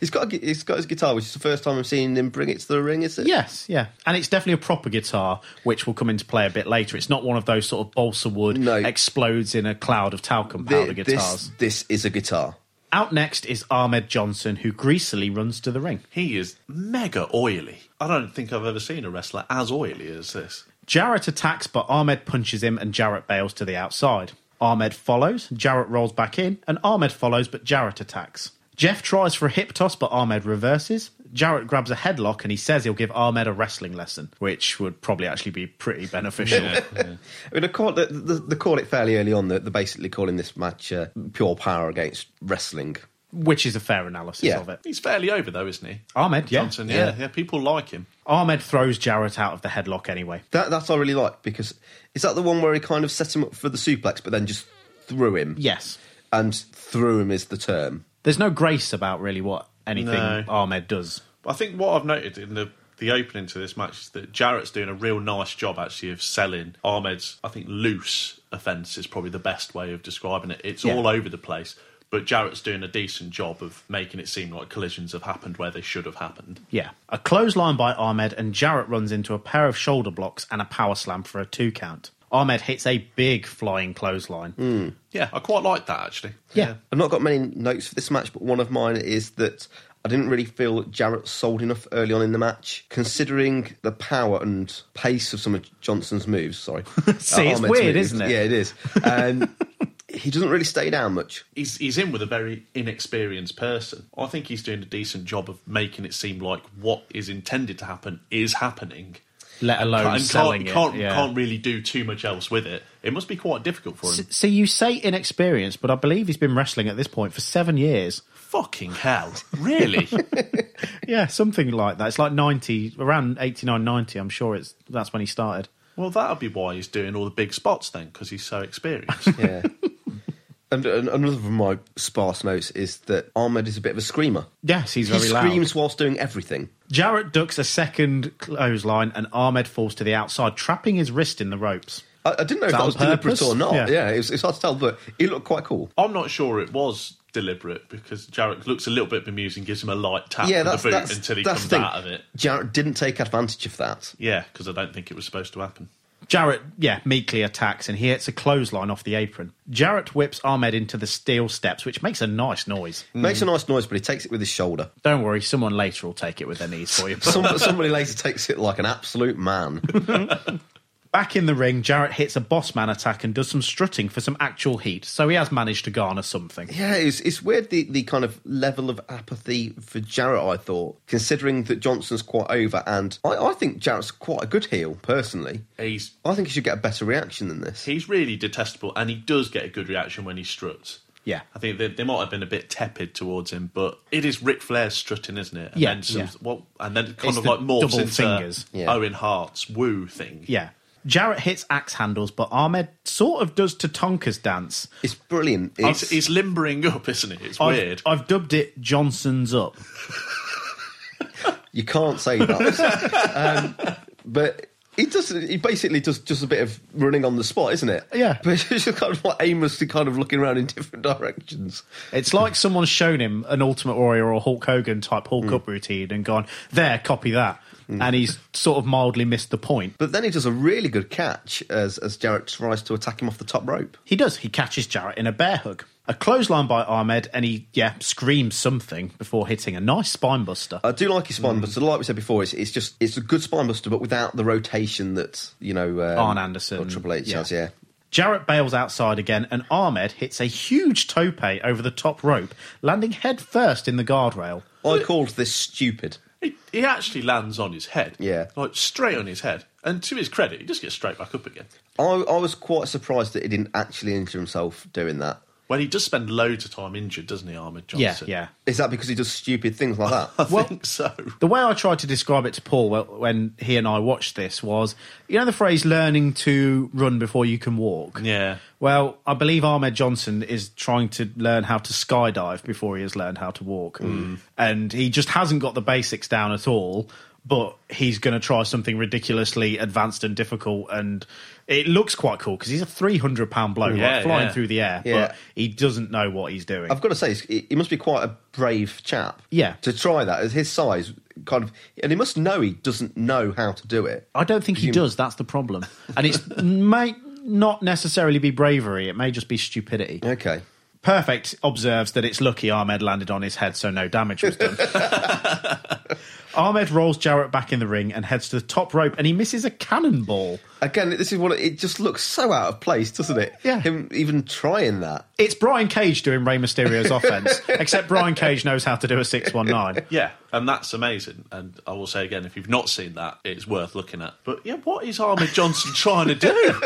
S3: he's got a gu- he's got his guitar, which is the first time I've seen him bring it to the ring, is it?
S2: Yes, yeah. And it's definitely a proper guitar, which will come into play a bit later. It's not one of those sort of balsa wood explodes in a cloud of talcum
S3: Thi-
S2: powder
S3: this
S2: guitars.
S3: this is a guitar.
S2: Out next is Ahmed Johnson, who greasily runs to the ring.
S4: He is mega oily. I don't think I've ever seen a wrestler as oily as this.
S2: Jarrett attacks, but Ahmed punches him and Jarrett bails to the outside. Ahmed follows, Jarrett rolls back in, and Ahmed follows, but Jarrett attacks. Jeff tries for a hip toss, but Ahmed reverses. Jarrett grabs a headlock and he says he'll give Ahmed a wrestling lesson, which would probably actually be pretty beneficial.
S3: I mean, they call, they, they, they call it fairly early on. They're they're basically calling this match uh, pure power against wrestling.
S2: Which is a fair analysis
S3: Yeah.
S2: of it.
S4: He's fairly over though, isn't he?
S2: Ahmed, yeah.
S4: Johnson, yeah, yeah, people like him.
S2: Ahmed throws Jarrett out of the headlock anyway.
S3: That that I really like because is that the one where he kind of set him up for the suplex, but then just threw him.
S2: Yes,
S3: and threw him is the term.
S2: There's no grace about really what anything
S4: No.
S2: Ahmed does.
S4: I think what I've noted in the the opening to this match is that Jarrett's doing a real nice job actually of selling Ahmed's. I think loose offence is probably the best way of describing it. It's
S2: Yeah.
S4: all over the place, but Jarrett's doing a decent job of making it seem like collisions have happened where they should have happened.
S2: Yeah. A clothesline by Ahmed, and Jarrett runs into a pair of shoulder blocks and a power slam for a two count. Ahmed hits a big flying clothesline.
S4: Mm.
S3: Hmm.
S4: Yeah, I quite like that actually.
S2: Yeah.
S3: I've not got many notes for this match, but one of mine is that I didn't really feel that Jarrett sold enough early on in the match, considering the power and pace of some of Johnson's moves. Sorry,
S2: See, it's
S3: Ahmed's
S2: weird, isn't it?
S3: Yeah, it is. And he doesn't really stay down much.
S4: He's he's in with a very inexperienced person. I think he's doing a decent job of making it seem like what is intended to happen is happening.
S2: Let alone
S4: and
S2: selling
S4: can't,
S2: it,
S4: Can't,
S2: yeah.
S4: can't really do too much else with it. It must be quite difficult for him.
S2: S- So you say inexperienced, but I believe he's been wrestling at this point for seven years.
S4: Fucking hell. Really?
S2: yeah, something like that. It's like 90, around 89, 90, I'm sure it's that's when he started.
S4: well, that'll be why he's doing all the big spots then, because he's so experienced.
S3: Yeah. And, and another of my sparse notes is that Ahmed is a bit of a screamer.
S2: Yes, he's very
S3: he
S2: loud.
S3: screams whilst doing everything.
S2: Jarrett ducks a second clothesline and Ahmed falls to the outside, trapping his wrist in the ropes.
S3: I, I didn't know if
S2: Is that
S3: that was
S2: on purpose?
S3: deliberate or not.
S2: Yeah.
S3: Yeah, it was, it's hard to tell, but he looked quite cool.
S4: I'm not sure it was deliberate because Jarrett looks a little bit bemused and gives him a light tap
S3: yeah,
S4: with
S3: that's
S4: the boot
S3: that's,
S4: until he
S3: that's
S4: comes
S3: the thing.
S4: out of it.
S3: Jarrett didn't take advantage of that.
S4: Yeah, because I don't think it was supposed to happen.
S2: Jarrett, yeah, meekly attacks and he hits a clothesline off the apron. Jarrett whips Ahmed into the steel steps, which makes a nice noise.
S3: Mm.
S4: Hmm.
S3: Makes a nice noise, but he takes it with his shoulder.
S2: Don't worry, someone later will take it with their knees for you.
S3: Some, somebody later takes it like an absolute man.
S2: Back in the ring, Jarrett hits a boss man attack and does some strutting for some actual heat, so he has managed to garner something.
S3: Yeah, it's, it's weird the, the kind of level of apathy for Jarrett, I thought, considering that Johnson's quite over. And I, I think Jarrett's quite a good heel, personally.
S4: He's
S3: I think he should get a better reaction than this.
S4: he's really detestable, and he does get a good reaction when he struts.
S2: Yeah.
S4: I think they, they might have been a bit tepid towards him, but it is Ric Flair strutting, isn't it? And
S2: Yeah,
S4: Then some,
S2: yeah.
S4: Well, and then it kind
S2: It's
S4: of
S2: the
S4: like morphs
S2: double
S4: into
S2: fingers.
S3: Yeah.
S4: Owen Hart's woo thing.
S2: Yeah. Jarrett hits axe handles, but Ahmed sort of does Tatonka's dance.
S3: It's brilliant. It's,
S4: It's, it's limbering up, isn't it? It's
S2: I've-
S4: weird.
S2: I've dubbed it Johnson's Up.
S3: you can't say that. um, but it does. It basically does just a bit of running on the spot, isn't it?
S2: Yeah.
S3: But it's just kind of like aimlessly kind of looking around in different directions.
S2: It's like someone's shown him an Ultimate Warrior or Hulk Hogan type
S3: Hmm.
S2: Hulk Up routine and gone, there, copy that. And he's sort of mildly missed the point.
S3: But then he does a really good catch as as Jarrett tries to attack him off the top rope.
S2: He does. He catches Jarrett in a bear hug. A clothesline by Ahmed, and he, yeah, screams something before hitting a nice spine buster.
S3: I do like his
S2: Mm.
S3: spine buster. Like we said before, it's, it's just it's a good spine buster, but without the rotation that you know um,
S2: Arn Anderson,
S3: or Triple H
S2: yeah.
S3: has. Yeah,
S2: Jarrett bails outside again, and Ahmed hits a huge tope over the top rope, landing head first in the guardrail.
S3: I called this stupid.
S4: He, he actually lands on his head.
S3: Yeah.
S4: Like straight on his head. And to his credit, he just gets straight back up again.
S3: I, I was quite surprised that he didn't actually injure himself doing that.
S4: When he does spend loads of time injured, doesn't he, Armored
S2: Yeah,
S4: Johnson?
S2: yeah.
S3: Is that because he does stupid things like that?
S4: I think so.
S2: The way I tried to describe it to Paul wh- when he and I watched this was, you know, the phrase "learning to run before you can walk."
S4: Yeah.
S2: Well, I believe Ahmed Johnson is trying to learn how to skydive before he has learned how to walk,
S4: Hmm.
S2: and he just hasn't got the basics down at all. But he's going to try something ridiculously advanced and difficult, and it looks quite cool because he's a three hundred pound bloke like,
S4: Yeah,
S2: flying
S4: yeah.
S2: through the air,
S3: Yeah.
S2: but he doesn't know what he's doing.
S3: I've got to say, it's- he he must be quite a brave chap.
S2: Yeah.
S3: To try that at his size, kind of, and he must know he doesn't know how to do it.
S2: I don't think he does. That's the problem, and it might not necessarily be bravery. It may just be stupidity.
S3: Okay.
S2: Perfect observes that it's lucky Ahmed landed on his head, so no damage was done. Ahmed rolls Jarrett back in the ring and heads to the top rope, and he misses a cannonball.
S3: Again, this is what it just looks so out of place, doesn't it?
S2: Yeah.
S3: Him even trying that.
S2: It's Brian Cage doing Rey Mysterio's offense, except Brian Cage knows how to do a six one nine.
S4: Yeah, and that's amazing. And I will say again, if you've not seen that, it's worth looking at. But yeah, what is Armored Johnson trying to do?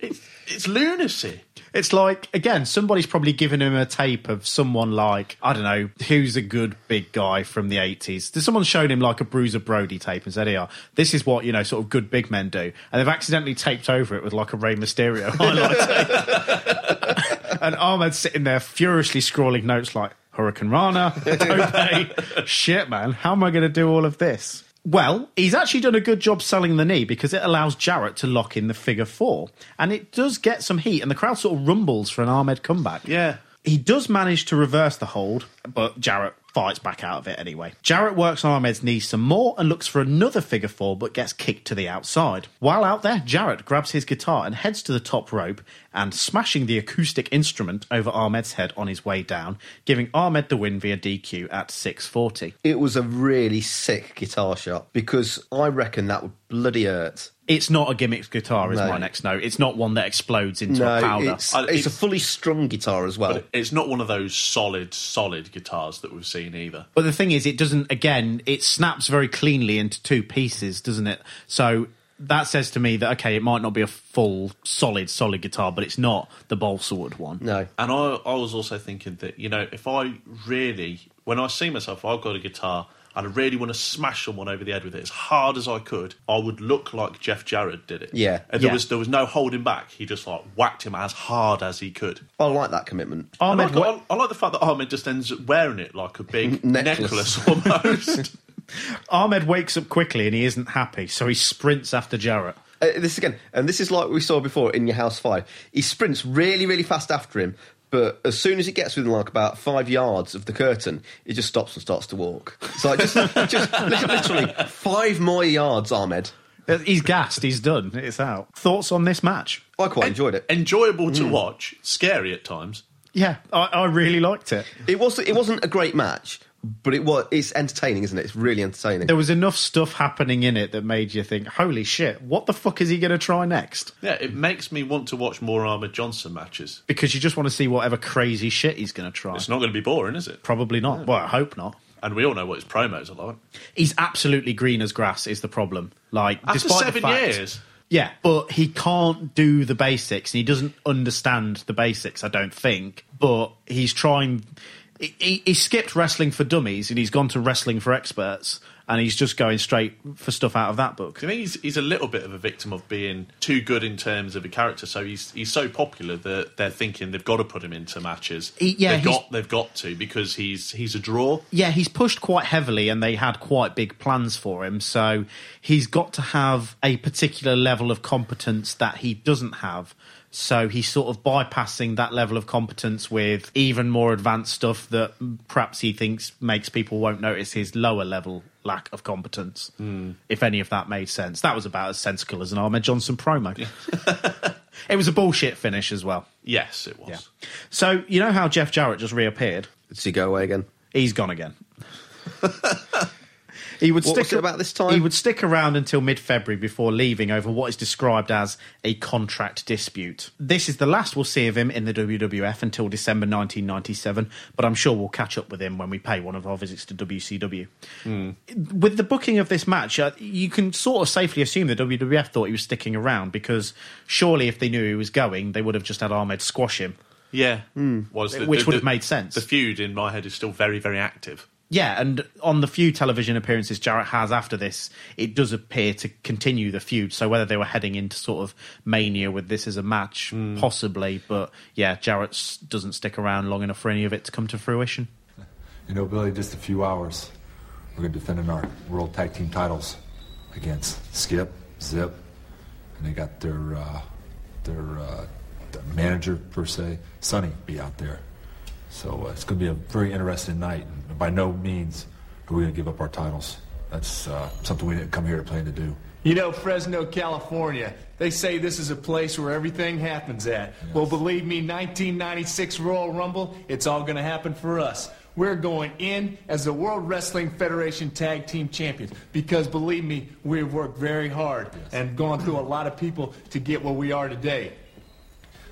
S4: it's, it's lunacy.
S2: It's like again, somebody's probably given him a tape of someone like I don't know who's a good big guy from the eighties. Someone's shown him like a Bruiser Brody tape and said, "Here, this is what you know, sort of good big men do," and they've accidentally taped over it with like a Rey Mysterio highlight tape. and Ahmed's sitting there furiously scrawling notes like Hurricane Rana, Tope, shit, man, how am I going to do all of this? Well, he's actually done a good job selling the knee because it allows Jarrett to lock in the figure four. And it does get some heat, and the crowd sort of rumbles for an Ahmed comeback.
S4: Yeah.
S2: He does manage to reverse the hold, but Jarrett fights back out of it anyway. Jarrett works on Ahmed's knee some more and looks for another figure four, but gets kicked to the outside. While out there, Jarrett grabs his guitar and heads to the top rope and smashing the acoustic instrument over Ahmed's head on his way down, giving Ahmed the win via DQ at 640.
S3: It was a really sick guitar shot because I reckon that would bloody hurt.
S2: It's not a gimmick guitar, is
S3: No.
S2: my next note. It's not one that explodes into a
S3: No,
S2: powder.
S3: it's,
S4: I-
S3: it's a
S4: it's-
S3: fully strung guitar as well.
S4: But it's not one of those solid, solid guitars that we've seen either.
S2: But the thing is, it doesn't. Again, it snaps very cleanly into two pieces, doesn't it? So that says to me that okay, it might not be a full, solid, solid guitar, but it's not the balsa wood one.
S3: no.
S4: And I, I was also thinking that, you know, if I really, when I see myself, I've got a guitar, and I really want to smash someone over the head with it as hard as I could, I would look like Jeff Jarrett did it.
S3: Yeah.
S4: And there
S3: Yeah.
S4: was there was no holding back. He just like whacked him as hard as he could.
S3: I like that commitment.
S4: I like, I, I like the fact that Ahmed just ends up wearing it like a big necklace. almost.
S2: Ahmed wakes up quickly and he isn't happy, so he sprints after Jarrett.
S3: Uh, this again, and this is like we saw before in Your House Fire. He sprints really, really fast after him, but as soon as he gets within like about five yards of the curtain, he just stops and starts to walk. It's like just, just lit- literally five more yards, Ahmed.
S2: Uh, He's gassed. He's done. It's out. Thoughts on this match?
S3: I quite enjoyed it.
S4: Enjoyable to watch, scary at times.
S2: Yeah, I, I really liked it.
S3: It was it wasn't a great match, but it was it's entertaining, isn't it? It's really entertaining.
S2: There was enough stuff happening in it that made you think, "Holy shit! What the fuck is he going to try next?"
S4: Yeah, it makes me want to watch more Ahmed Johnson matches.
S2: Because you just want to see whatever crazy shit he's going to try.
S4: It's not going to be boring, is it?
S2: Probably not. Well, I hope not.
S4: And we all know what his promos are like.
S2: He's absolutely green as grass. Is the problem? Like
S4: After
S2: despite the
S4: seven
S2: fact-
S4: years.
S2: Yeah, but he can't do the basics and he doesn't understand the basics, I don't think. But he's trying. He, he, he skipped wrestling for dummies and he's gone to wrestling for experts and he's just going straight for stuff out of that book.
S4: I think he's, he's a little bit of a victim of being too good in terms of a character. So he's he's so popular that they're thinking they've got to put him into matches.
S2: He- yeah,
S4: they've
S2: he's-
S4: got they've got to because he's he's a draw.
S2: Yeah, he's pushed quite heavily and they had quite big plans for him. So he's got to have a particular level of competence that he doesn't have. So he's sort of bypassing that level of competence with even more advanced stuff that perhaps he thinks makes people won't notice his lower level lack of competence.
S4: Hmm. Mm.
S2: If any of that made sense. That was about as sensical as an Ahmed Johnson promo. it was a bullshit finish as well.
S4: Yes, it was.
S2: Yeah. So you know how Jeff Jarrett just reappeared?
S3: Does he go away again?
S2: He's gone again. he would
S3: What
S2: stick
S3: was it about this time?
S2: He would stick around until mid-February before leaving over what is described as a contract dispute. This is the last we'll see of him in the WWF until December 1997, but I'm sure we'll catch up with him when we pay one of our visits to WCW. With the booking of this match, uh, you can sort of safely assume the WWF thought he was sticking around because surely if they knew he was going, they would have just had Ahmed squash him.
S4: Yeah, was the-
S2: Which
S4: the-
S2: would have
S4: the-
S2: made sense.
S4: The feud in my head is still very very active.
S2: Yeah, and on the few television appearances Jarrett has after this, it does appear to continue the feud. So whether they were heading into sort of mania with this as a match, possibly, but yeah, Jarrett s- doesn't stick around long enough for any of it to come to fruition.
S11: You know, Billy, just a few hours, we're going to be defending our World Tag Team titles against Skip, Zip, and they got their uh, their, uh, their manager per se, Sonny, be out there. So uh, it's going to be a very interesting night. And by no means are we going to give up our titles. That's uh, something we didn't come here to plan to do.
S12: You know, Fresno, California, they say this is a place where everything happens at. Well, believe me, 1996 Royal Rumble, it's all going to happen for us. We're going in as the World Wrestling Federation Tag Team Champions because, believe me, we've worked very hard and gone through a lot of people to get where we are today.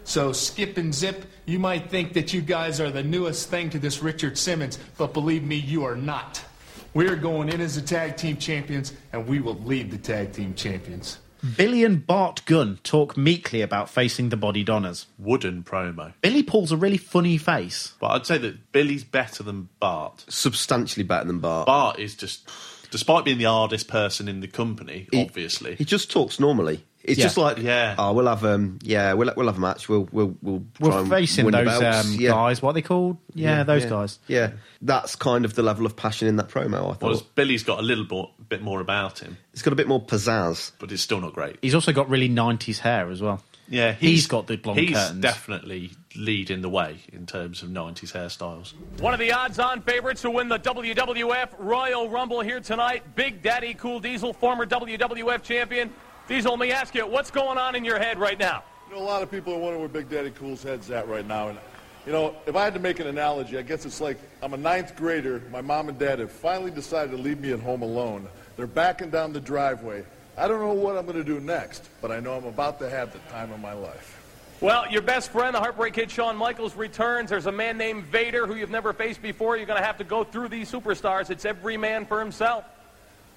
S12: So, Skip and Zip, you might think that you guys are the newest thing to this Richard Simmons, but believe me, you are not. We are going in as the tag team champions, and we will lead the tag team champions.
S2: Billy and Bart Gunn talk meekly about facing the Body Donners.
S4: Wooden promo,
S2: Billy pulls a really funny face.
S4: but I'd say that Billy's better than Bart.
S3: Substantially better than Bart.
S4: Bart is just, despite being the hardest person in the company, obviously.
S3: He just talks normally. It's
S2: Yeah.
S3: just like,
S4: Yeah.
S3: oh, we'll have, um, yeah, we'll we'll have a match. We'll we'll we'll try
S2: We're
S3: and
S2: facing
S3: win the
S2: those
S3: belts."
S2: um,
S3: Yeah.
S2: guys. What are they called? Yeah, those
S3: yeah.
S2: guys.
S3: Yeah, that's kind of the level of passion in that promo. I thought
S4: Whereas Billy's got a little bo- bit more about him,
S3: it's got a bit more pizzazz.
S4: but it's still not great.
S2: He's also got really 90s hair as well.
S4: Yeah,
S2: he's got the blonde
S4: He's
S2: curtains.
S4: definitely leading the way in terms of '90s hairstyles.
S10: One of the odds-on favorites to win the WWF Royal Rumble here tonight, Big Daddy Cool Diesel, former WWF champion. Diesel, let me ask you, what's going on in your head right now?
S6: You know, a lot of people are wondering where Big Daddy Cool's head's at right now. And, you know, if I had to make an analogy, I guess it's like I'm a ninth grader. My mom and dad have finally decided to leave me at home alone. They're backing down the driveway. I don't know what I'm going to do next, but I know I'm about to have the time of my life.
S10: Well, your best friend, the Heartbreak Kid Shawn Michaels, returns. There's a man named Vader who you've never faced before. You're going to have to go through these superstars. It's every man for himself.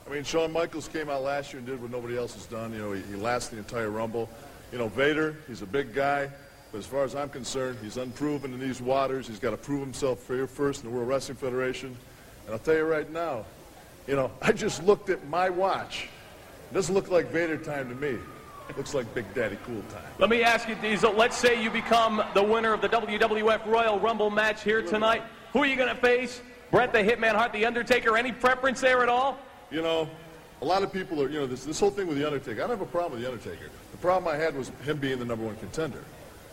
S6: I mean, Shawn Michaels came out last year and did what nobody else has done. You know, he, he lasted the entire Rumble. You know, Vader, he's a big guy, but as far as I'm concerned, he's unproven in these waters. He's got to prove himself here first in the World Wrestling Federation. And I'll tell you right now,
S13: You know, I just looked at my watch. It doesn't look like Vader time to me. It looks like Big Daddy Cool time.
S10: Let me ask you, Diesel. Let's say you become the winner of the WWF Royal Rumble match here tonight. Who are you going to face? Bret the Hitman Hart, The Undertaker? Any preference there at all?
S13: You know, a lot of people are, you know, this, this whole thing with The Undertaker, I don't have a problem with The Undertaker. The problem I had was him being the number one contender.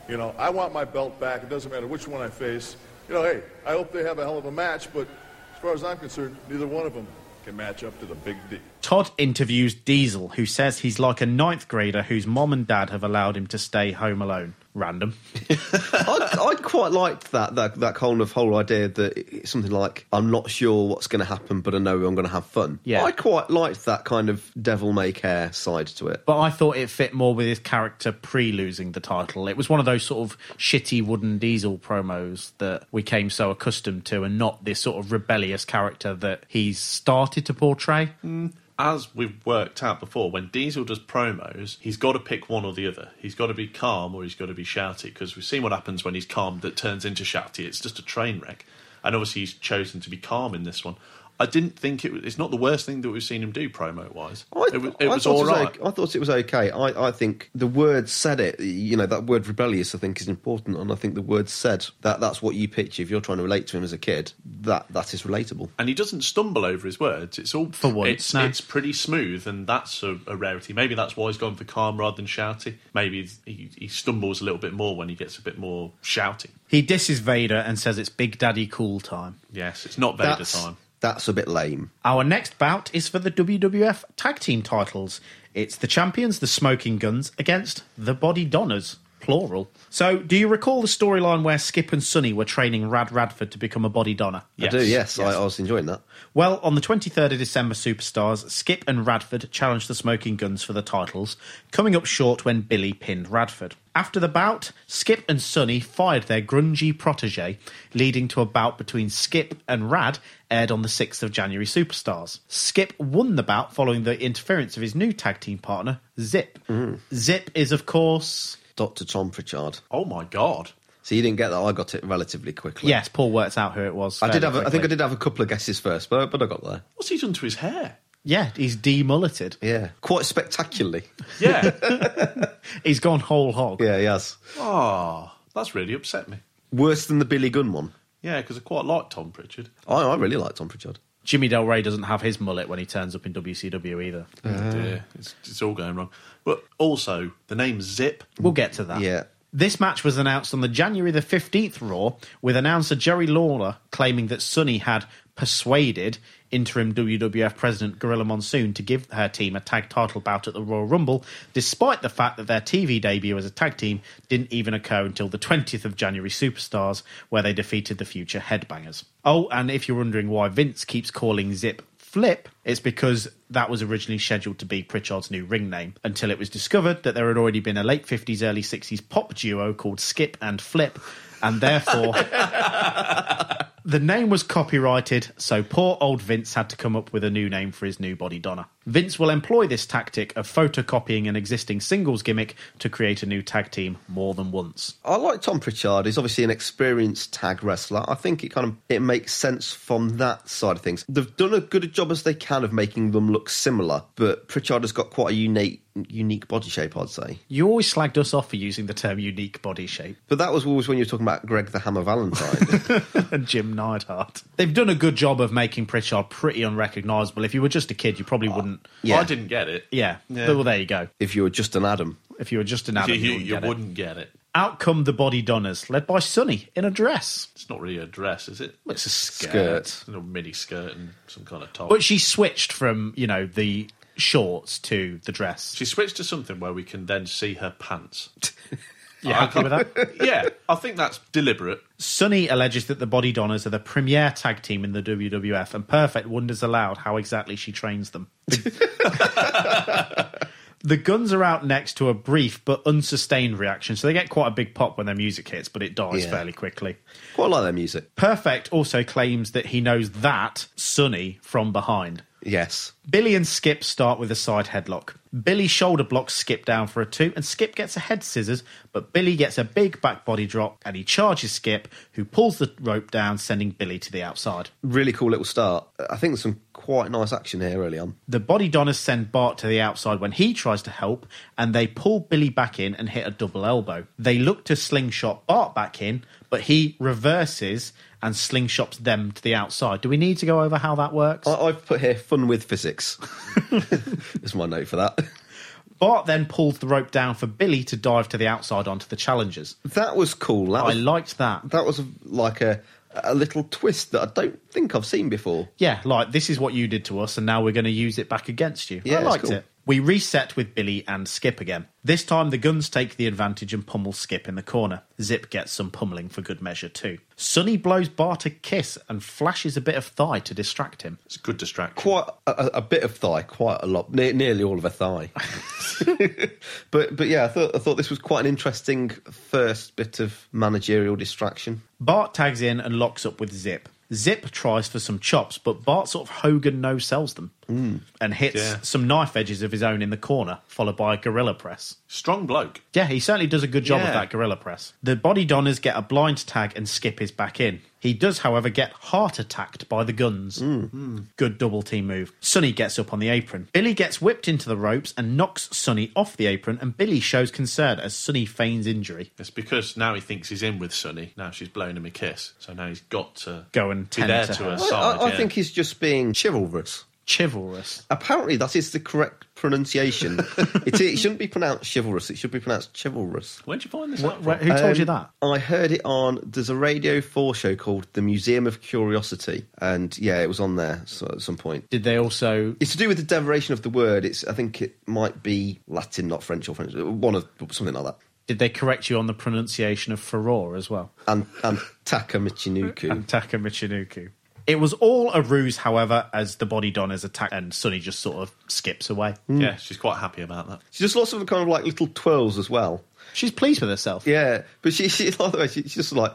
S13: You know, I want my belt back. It doesn't matter which one I face. You know, hey, I hope they have a hell of a match, but as far as I'm concerned, neither one of them can match up to the Big D.
S2: Todd interviews Diesel, who says he's like a ninth grader whose mom and dad have allowed him to stay home alone. Random.
S3: I quite liked that that that kind of whole idea that it's something like I'm not sure what's going to happen, but I know I'm going to have fun.
S2: Yeah.
S3: I quite liked that kind of devil may care side to it.
S2: But I thought it fit more with his character pre losing the title. It was one of those sort of shitty wooden diesel promos that we came so accustomed to, and not this sort of rebellious character that he's started to portray.
S4: Mm, As we've worked out before, when Diesel does promos, he's got to pick one or the other. He's got to be calm or he's got to be shouty because we've seen what happens when he's calm that turns into shouty. It's just a train wreck. And obviously, he's chosen to be calm in this one. I didn't think it was, it's not the worst thing that we've seen him do promo wise. It was, it
S3: I
S4: was
S3: thought
S4: all
S3: it was
S4: right.
S3: o- I thought it was okay. I, I think the word said it. You know that word rebellious. I think is important, and I think the word said that that's what you picture if you're trying to relate to him as a kid. That that is relatable.
S4: and he doesn't stumble over his words. It's all
S2: for once,
S4: It's,
S2: no.
S4: it's pretty smooth, and that's a, a rarity. Maybe that's why he's gone for calm rather than shouty. Maybe he, he stumbles a little bit more when he gets a bit more shouty.
S2: He disses Vader and says it's Big Daddy cool time.
S4: Yes, it's not Vader
S2: That's-
S4: time.
S3: That's a bit lame.
S2: Our next bout is for the WWF tag team titles. It's the champions, the Smoking Guns, against the Body Donners, plural. So, do you recall the storyline where Skip and Sonny were training Rad Radford to become a Body Donner?
S3: I do. Yes, I, I was enjoying that.
S2: Well, on the 23rd of December, Superstars, Skip and Radford challenged the Smoking Guns for the titles, coming up short when Billy pinned Radford. After the bout, Skip and Sonny fired their grungy protege, leading to a bout between Skip and Rad, aired on the 6th of January Superstars. Skip won the bout following the interference of his new tag team partner, Zip. Zip is, of course.
S3: Mm. Doctor Tom Pritchard.
S4: Oh my god!
S3: So you didn't get that. I got it relatively quickly.
S2: Yes, Paul works out who it was.
S3: I did have.
S2: fairly
S3: A, I think I
S2: quickly.
S3: did have a couple of guesses first, but but I got there.
S4: What's he done to his hair?
S2: Yeah, he's demulleted.
S3: Yeah, quite spectacularly.
S2: he's gone whole hog.
S3: Yeah, he has.
S4: Oh, that's really upset me.
S3: Worse than the Billy Gunn one.
S4: Yeah, because I quite like Tom Pritchard.
S3: I, I really like Tom Pritchard.
S2: Jimmy Del Rey doesn't have his mullet when he turns up in WCW either.
S3: Uh,
S4: Oh dear. It's, it's all going wrong. But also, the name Zip.
S2: We'll get to that.
S3: Yeah.
S2: This match was announced on the January the 15th Raw, with announcer Jerry Lawler claiming that Sonny had persuaded interim WWF president Gorilla Monsoon to give her team a tag title bout at the Royal Rumble, despite the fact that their TV debut as a tag team didn't even occur until the 20th of January Superstars, where they defeated the future Headbangers. Oh, and if you're wondering why Vince keeps calling Zip flip, it's because that was originally scheduled to be Pritchard's new ring name until it was discovered that there had already been a late 50s, early 60s pop duo called Skip and Flip, and therefore the name was copyrighted, so poor old Vince had to come up with a new name for his new body donor. Vince will employ this tactic of photocopying an existing singles gimmick to create a new tag team more than once.
S3: I like Tom Pritchard. He's obviously an experienced tag wrestler. I think it kind of it makes sense from that side of things. They've done as good a job as they can of making them look similar, but Pritchard has got quite a unique unique body shape, I'd say.
S2: You always slagged us off for using the term unique body shape.
S3: But that was always when you were talking about Greg the Hammer Valentine.
S2: and Jim Neidhart. They've done a good job of making Pritchard pretty unrecognisable. If you were just a kid, you probably wouldn't.
S4: Ah, I didn't get it.
S2: Yeah.
S4: Yeah.
S2: Well, there you go.
S3: If you were just an Adam.
S2: If you were just an Adam,
S4: you,
S2: you,
S4: you
S2: wouldn't. get it.
S4: wouldn't get it.
S2: Out come the Body Donners, led by Sonny in a dress.
S4: It's not really a dress, is it?
S2: It's a
S4: skirt.
S2: skirt.
S4: A little mini skirt and some kind of top.
S2: But she switched from, you know, the shorts to the dress.
S4: She switched to something where we can then see her pants.
S2: You happy with that?
S4: yeah, I think that's deliberate.
S2: Sonny alleges that the Body Donners are the premier tag team in the WWF, and Perfect wonders aloud how exactly she trains them. the guns are out next to a brief but unsustained reaction, so they get quite a big pop when their music hits, but it dies
S3: Yeah.
S2: fairly quickly.
S3: Quite like their music.
S2: Perfect also claims that he knows that Sonny from behind.
S3: Yes.
S2: Billy and Skip start with a side headlock. Billy shoulder blocks Skip down for a two, and Skip gets a head scissors, but Billy gets a big back body drop and he charges Skip, who pulls the rope down, sending Billy to the outside.
S3: Really cool little start. I think there's some quite nice action here early on.
S2: The body donners send Bart to the outside when he tries to help, and they pull Billy back in and hit a double elbow. They look to slingshot Bart back in, but he reverses and slingshots them to the outside. Do we need to go over how that works?
S3: I, I've put here fun with physics. That's my note for that.
S2: Bart then pulls the rope down for Billy to dive to the outside onto the challengers.
S3: That was cool. That
S2: I
S3: was-
S2: liked that.
S3: That was like a a little twist that I don't think I've seen before.
S2: Yeah, like this is what you did to us, and now we're going to use it back against you.
S3: Yeah,
S2: I
S3: it's
S2: liked
S3: cool.
S2: it. We reset with Billy and Skip again. This time, the guns take the advantage and pummel Skip in the corner. Zip gets some pummeling for good measure, too. Sonny blows Bart a kiss and flashes a bit of thigh to distract him.
S4: It's good distraction.
S3: Quite a, a- a bit of thigh, quite a lot, ne- nearly all of a thigh. but but yeah, I thought I thought this was quite an interesting first bit of managerial distraction.
S2: Bart tags in and locks up with Zip. Zip tries for some chops, but Bart sort of Hogan no sells them and hits
S4: Yeah.
S2: some knife edges of his own in the corner, followed by a gorilla press.
S4: Strong bloke.
S2: Yeah, he certainly does a good job of
S4: Yeah.
S2: that gorilla press. The body donners get a blind tag and Skip is back in. He does, however, get heart attacked by the guns. Good double team move. Sonny gets up on the apron. Billy gets whipped into the ropes and knocks Sonny off the apron, and Billy shows concern as Sonny feigns injury.
S4: It's because now he thinks he's in with Sonny. Now she's blown him a kiss. So now he's got to
S2: Go and
S4: be
S2: tend
S4: there
S2: to
S4: to
S2: her.
S4: her
S2: I-
S4: side.
S3: I, I
S4: yeah.
S3: think he's just being chivalrous.
S2: Chivalrous.
S3: Apparently, that is the correct pronunciation. it, it shouldn't be pronounced chivalrous. It should be pronounced chivalrous.
S4: Where'd you find this
S2: Wh-
S4: out? from?
S2: wh- who told
S3: Um,
S2: you that?
S3: I heard it on. There's a Radio Four show called The Museum of Curiosity, and yeah, it was on there so at some point.
S2: Did they also?
S3: It's to do with the derivation of the word. It's I think it might be Latin, not French or French, one of something like that.
S2: Did they correct you on the pronunciation of Furore as well?
S3: And and Takamichinuku.
S2: Taka Michinuku. It was all a ruse, however, as the body donners attack and Sonny just sort of skips away.
S4: Yeah, she's quite happy about that.
S3: She just lots of kind of like little twirls as well.
S2: She's pleased with herself.
S3: Yeah, but she she by the way, she she just like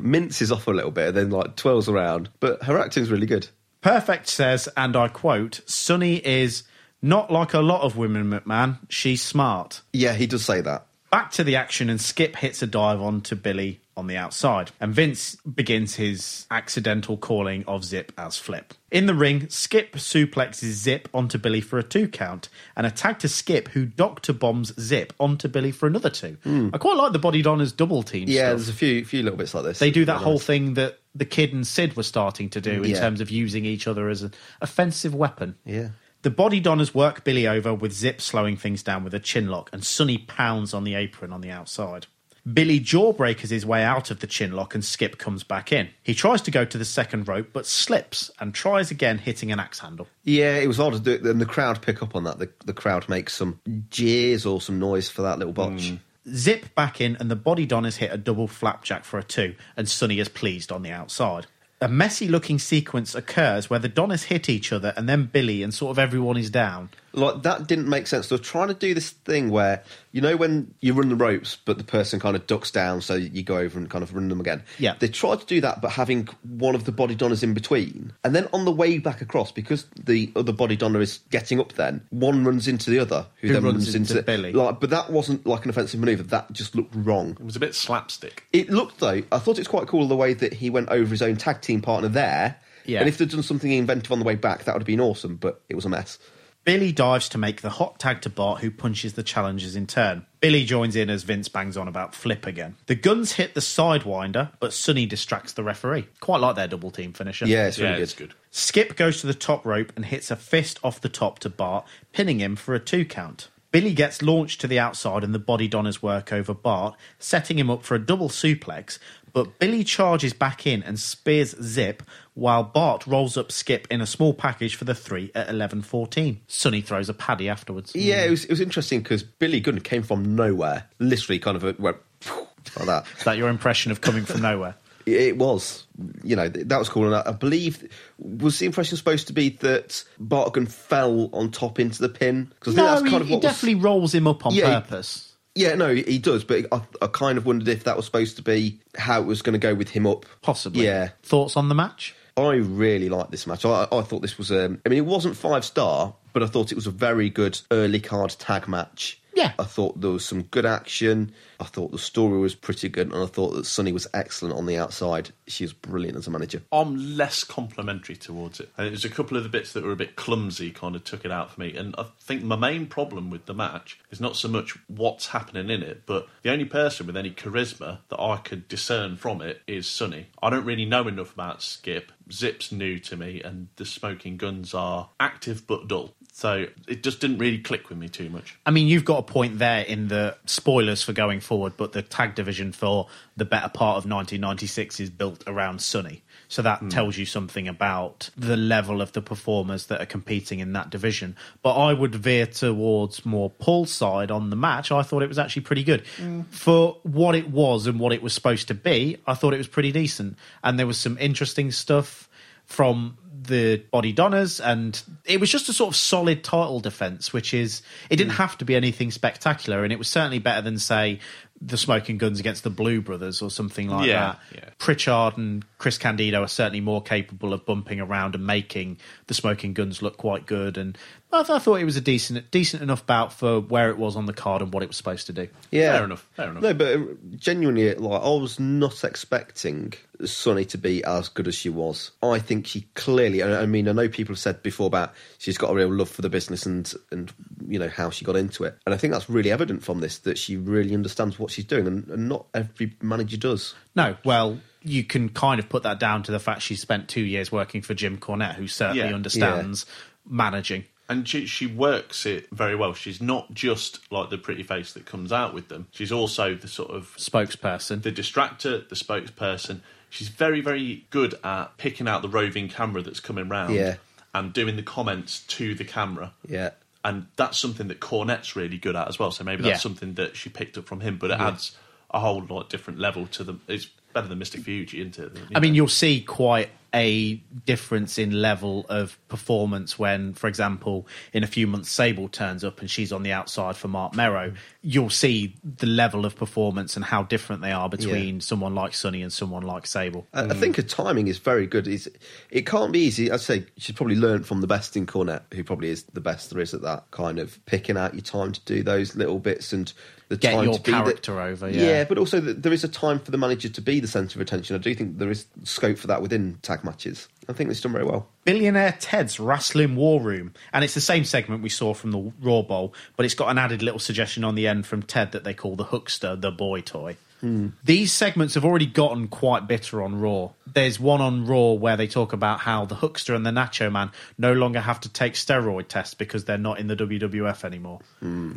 S3: minces off a little bit and then like twirls around. But her acting's really good.
S2: Perfect says, and I quote, Sunny is not like a lot of women, McMahon. She's smart.
S3: Yeah, he does say that.
S2: Back to the action, and Skip hits a dive on to Billy on the outside. And Vince begins his accidental calling of Zip as Flip. In the ring, Skip suplexes Zip onto Billy for a two count, and a tag to Skip, who doctor bombs Zip onto Billy for another two. I quite like the Body Donners double team
S3: Hmm. Yeah,
S2: stuff.
S3: there's a few few little bits like this.
S2: They do that
S3: Really
S2: whole
S3: nice.
S2: thing that the kid and Sid were starting to do in
S3: Yeah.
S2: terms of using each other as an offensive weapon.
S3: Yeah.
S2: The body donners work Billy over with Zip slowing things down with a chin lock, and Sonny pounds on the apron on the outside. Billy jawbreakers his way out of the chin lock, and Skip comes back in. He tries to go to the second rope, but slips and tries again, hitting an axe handle.
S3: Yeah, it was odd to do it. And the crowd pick up on that. The, the crowd makes some jeers or some noise for that little botch.
S2: Zip back in, and the body donners hit a double flapjack for a two, and Sonny is pleased on the outside. A messy looking sequence occurs where the donners hit each other, and then Billy and sort of everyone is down.
S3: Like, that didn't make sense. They were trying to do this thing where, you know, when you run the ropes, but the person kind of ducks down, so you go over and kind of run them again.
S2: Yeah.
S3: They tried to do that, but having one of the body donners in between. And then on the way back across, because the other body donor is getting up then, one runs into the other, who,
S2: Who
S3: then
S2: runs
S3: runs,
S2: into
S3: into, the-
S2: Billy.
S3: Like, but that wasn't like an offensive maneuver. That just looked wrong.
S4: It was a bit slapstick.
S3: It looked though. I thought it's quite cool the way that he went over his own tag team partner there.
S2: Yeah.
S3: And if they'd done something inventive on the way back, that would have been awesome. But it was a mess.
S2: Billy dives to make the hot tag to Bart, who punches the challengers in turn. Billy joins in as Vince bangs on about Flip again. The guns hit the sidewinder, but Sonny distracts the referee. Quite like their double team finisher.
S3: Yeah, it's really
S4: yeah,
S3: good.
S4: it's good.
S2: Skip goes to the top rope and hits a fist off the top to Bart, pinning him for a two count. Billy gets launched to the outside and the body donners work over Bart, setting him up for a double suplex, but Billy charges back in and spears Zip while Bart rolls up Skip in a small package for the three at 11.14. Sonny throws a paddy afterwards.
S3: Yeah, it was, it was interesting because Billy Gunn came from nowhere. Literally, kind of went like that.
S2: Is that your impression of coming from nowhere?
S3: It was, you know, th- that was cool. And I, I believe was the impression supposed to be that Bart Gunn fell on top into the pin because
S2: no,
S3: that's
S2: he,
S3: kind of
S2: he
S3: what was-
S2: definitely rolls him up on
S3: Yeah, he-
S2: purpose.
S3: Yeah, no, he does. But I, I kind of wondered if that was supposed to be how it was going to go with him up.
S2: Possibly.
S3: Yeah.
S2: Thoughts on the match?
S3: I really liked this match. I, I thought this was, um, I mean, it wasn't five star, but I thought it was a very good early card tag match.
S2: Yeah.
S3: I thought there was some good action. I thought the story was pretty good, and I thought that Sunny was excellent on the outside. She was brilliant as a manager.
S4: I'm less complimentary towards it. And it was a couple of the bits that were a bit clumsy, kind of took it out for me. And I think my main problem with the match is not so much what's happening in it, but the only person with any charisma that I could discern from it is Sonny. I don't really know enough about Skip. Zip's new to me, and the smoking guns are active but dull. So it just didn't really click with me too much.
S2: I mean, you've got a point there in the spoilers for going forward, but the tag division for the better part of 1996 is built around Sunny. So that tells you something about the level of the performers that are competing in that division. But I would veer towards more Paul's side on the match. I thought it was actually pretty good.
S14: Mm.
S2: For what it was and what it was supposed to be, I thought it was pretty decent. And there was some interesting stuff from the body donners and it was just a sort of solid title defense which is it
S4: Mm.
S2: didn't have to be anything spectacular and it was certainly better than say the smoking guns against the blue brothers or something like
S4: Yeah,
S2: that pritchard and chris candido are certainly more capable of bumping around and making the smoking guns look quite good and i, th- I thought it was a decent decent enough bout for where it was on the card and what it was supposed to do
S3: Yeah,
S4: Fair enough.
S3: No, but uh, genuinely, like I was not expecting Sonny to be as good as she was. I think she clearly. I I mean, I know people have said before about she's got a real love for the business and and you know how she got into it, and I think that's really evident from this that she really understands what she's doing, and, and not every manager does.
S2: No, well, you can kind of put that down to the fact she spent two years working for Jim Cornette, who certainly
S4: Yeah.
S2: understands managing.
S4: And she, she works it very well. She's not just like the pretty face that comes out with them. She's also the sort of
S2: spokesperson,
S4: the distractor, the spokesperson. She's very, very good at picking out the roving camera that's coming round
S3: Yeah.
S4: and doing the comments to the camera.
S3: Yeah.
S4: And that's something that Cornette's really good at as well. So maybe that's
S2: Yeah.
S4: something that she picked up from him, but it
S2: Yeah.
S4: adds a whole lot different level to them. It's better than Mr. Fuji, isn't it?
S2: I mean, you'll see quite a difference in level of performance when, for example, in a few months, Sable turns up and she's on the outside for Mark Merrow. You'll see the level of performance and how different they are between someone like Sonny and someone like Sable.
S3: I, I think her timing is very good. It's, it can't be easy. I'd say she's probably learned from the best in Cornet, who probably is the best there is at that kind of picking out your time to do those little bits and the
S2: Get
S3: time
S2: your
S3: to be the-
S2: character over, yeah.
S3: but also th there is a time for the manager to be the centre of attention. I do think there is scope for that within tag matches. I think it's done very well.
S2: Billionaire Ted's Wrestling War Room. And it's the same segment we saw from the Raw Bowl, but it's got an added little suggestion on the end from Ted that they call the hookster the boy toy.
S15: Hmm.
S2: These segments have already gotten quite bitter on Raw. There's one on Raw where they talk about how the hookster and the Nacho Man no longer have to take steroid tests because they're not in the WWF anymore.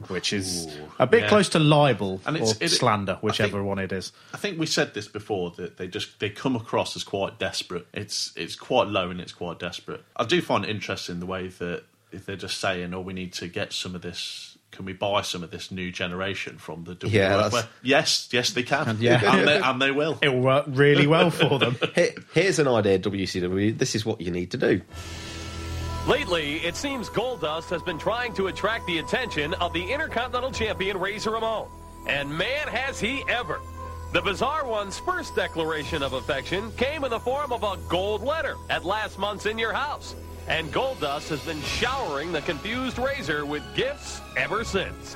S2: Which is a bit
S4: Yeah.
S2: close to libel
S4: And
S2: or
S4: it's- it-
S2: slander,
S4: I
S2: whichever one it is.
S4: I think we said this before that they just they come across as quite desperate. It's it's quite low and it's quite desperate. I do find it interesting the way that if they're just saying, "Oh, we need to get some of this." Can we buy some of this new generation from the WWF?
S3: Yeah, that's-
S4: Well, yes, yes, they can.
S3: Yeah.
S4: and, they, and they will.
S2: It'll work really well for them.
S3: Here- here's an idea, WCW. This is what you need to do.
S10: Lately, it seems Goldust has been trying to attract the attention of the Intercontinental Champion Razor Ramon. And man, has he ever! The Bizarre One's first declaration of affection came in the form of a gold letter at last month's In Your House. And Goldust has been showering the confused Razor with gifts ever since.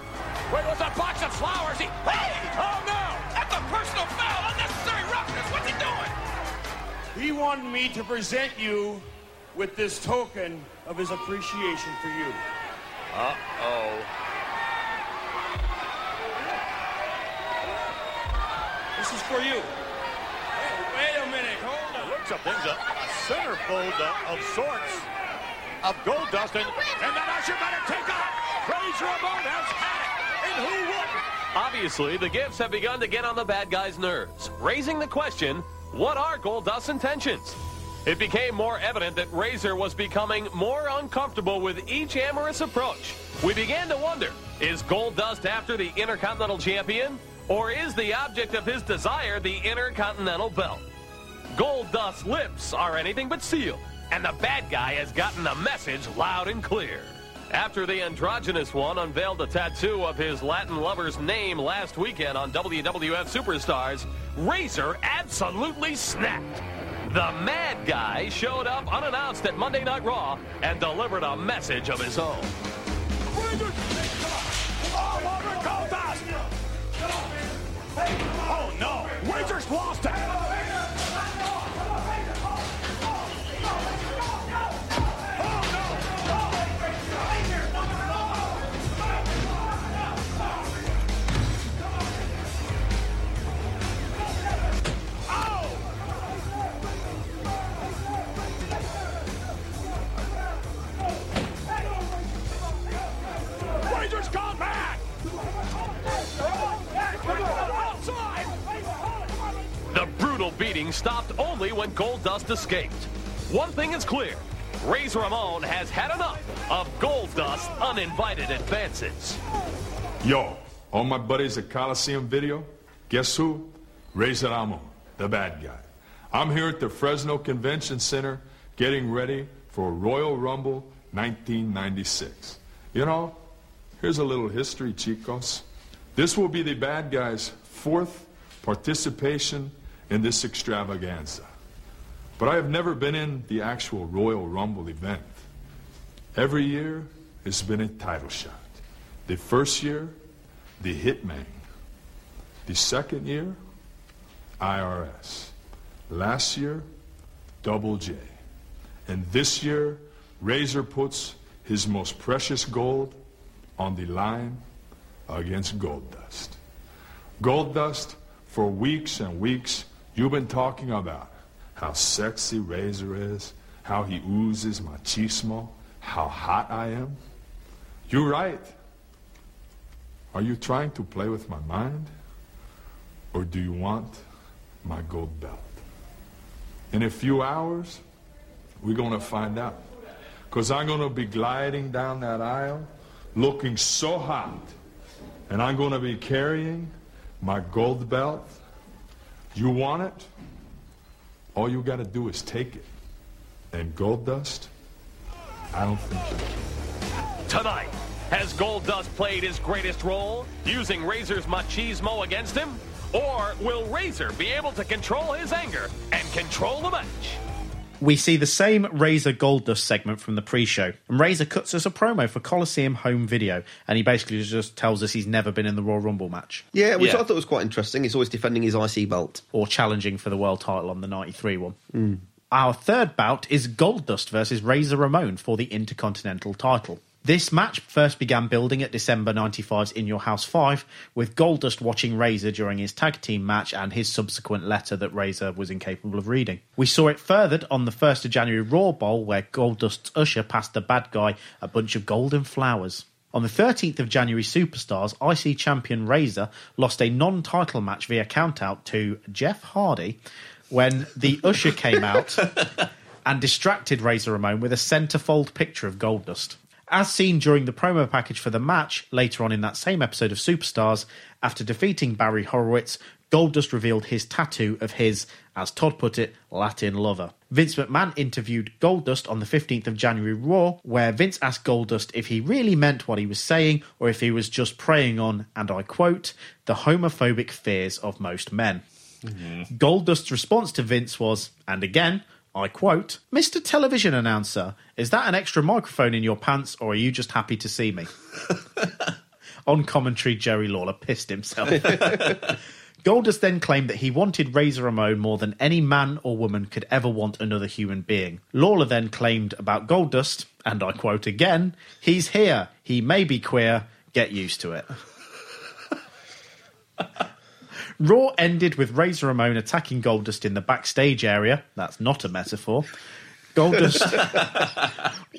S9: Wait, what's that box of flowers? He, hey! Oh no! That's a personal foul! Unnecessary roughness! What's he doing?
S16: He wanted me to present you with this token of his appreciation for you.
S10: Uh oh.
S16: This is for you.
S8: Wait a minute, hold on. Looks up, there's a, a centerfold uh, of sorts of gold dust, and, and that usher better take on. Razor Ramon has had it, and who wouldn't?
S10: Obviously, the gifts have begun to get on the bad guy's nerves, raising the question what are Goldust's intentions? It became more evident that Razor was becoming more uncomfortable with each amorous approach. We began to wonder is Goldust after the Intercontinental Champion, or is the object of his desire the Intercontinental Belt? Goldust's lips are anything but sealed, and the bad guy has gotten the message loud and clear. After the androgynous one unveiled the tattoo of his Latin lover's name last weekend on WWF Superstars, Razor absolutely snapped. The Mad Guy showed up unannounced at Monday Night Raw and delivered a message of his own.
S9: Oh no, we just lost it. Rangers gone back!
S10: The brutal beating stopped only when Goldust escaped. One thing is clear Razor Ramon has had enough of Goldust's uninvited advances.
S14: Yo, all my buddies at Coliseum Video, guess who? Razor Ramon, the bad guy. I'm here at the Fresno Convention Center getting ready for Royal Rumble 1996. You know, here's a little history, chicos. This will be the bad guy's fourth participation in this extravaganza. But I have never been in the actual Royal Rumble event. Every year, it's been a title shot. The first year, the Hitman. The second year, IRS. Last year, Double J. And this year, Razor puts his most precious gold on the line against Gold Dust. Gold Dust, for weeks and weeks, you've been talking about how sexy Razor is, how he oozes machismo, how hot I am. You're right. Are you trying to play with my mind? Or do you want my gold belt? In a few hours, we're going to find out. Because I'm going to be gliding down that aisle looking so hot, and I'm going to be carrying my gold belt. You want it? All you got to do is take it. And gold dust? I don't think you can.
S10: Tonight, has Goldust played his greatest role, using Razor's machismo against him? Or will Razor be able to control his anger and control the match?
S2: We see the same Razor Goldust segment from the pre-show, and Razor cuts us a promo for Coliseum Home Video, and he basically just tells us he's never been in the Royal Rumble match.
S3: Yeah, which I thought was quite interesting. He's always defending his IC belt.
S2: Or challenging for the world title on the 93 one. Our third bout is Goldust versus Razor Ramon for the Intercontinental title. This match first began building at December 95's In Your House 5, with Goldust watching Razor during his tag team match and his subsequent letter that Razor was incapable of reading. We saw it furthered on the 1st of January Raw Bowl, where Goldust's usher passed the bad guy a bunch of golden flowers. On the 13th of January Superstars, IC champion Razor lost a non title match via countout to Jeff Hardy when the usher came out and distracted Razor Ramon with a centerfold picture of Goldust. As seen during the promo package for the match later on in that same episode of Superstars, after defeating Barry Horowitz, Goldust revealed his tattoo of his, as Todd put it, Latin lover. Vince McMahon interviewed Goldust on the 15th of January Raw, where Vince asked Goldust if he really meant what he was saying or if he was just preying on, and I quote, the homophobic fears of most men. Goldust's response to Vince was, and again, I quote, Mr. Television Announcer, is that an extra microphone in your pants or are you just happy to see me? On commentary, Jerry Lawler pissed himself. Goldust then claimed that he wanted Razor Ramon more than any man or woman could ever want another human being. Lawler then claimed about Goldust, and I quote again, he's here. He may be queer. Get used to it. Raw ended with Razor Ramon attacking Goldust in the backstage area. That's not a metaphor. Goldust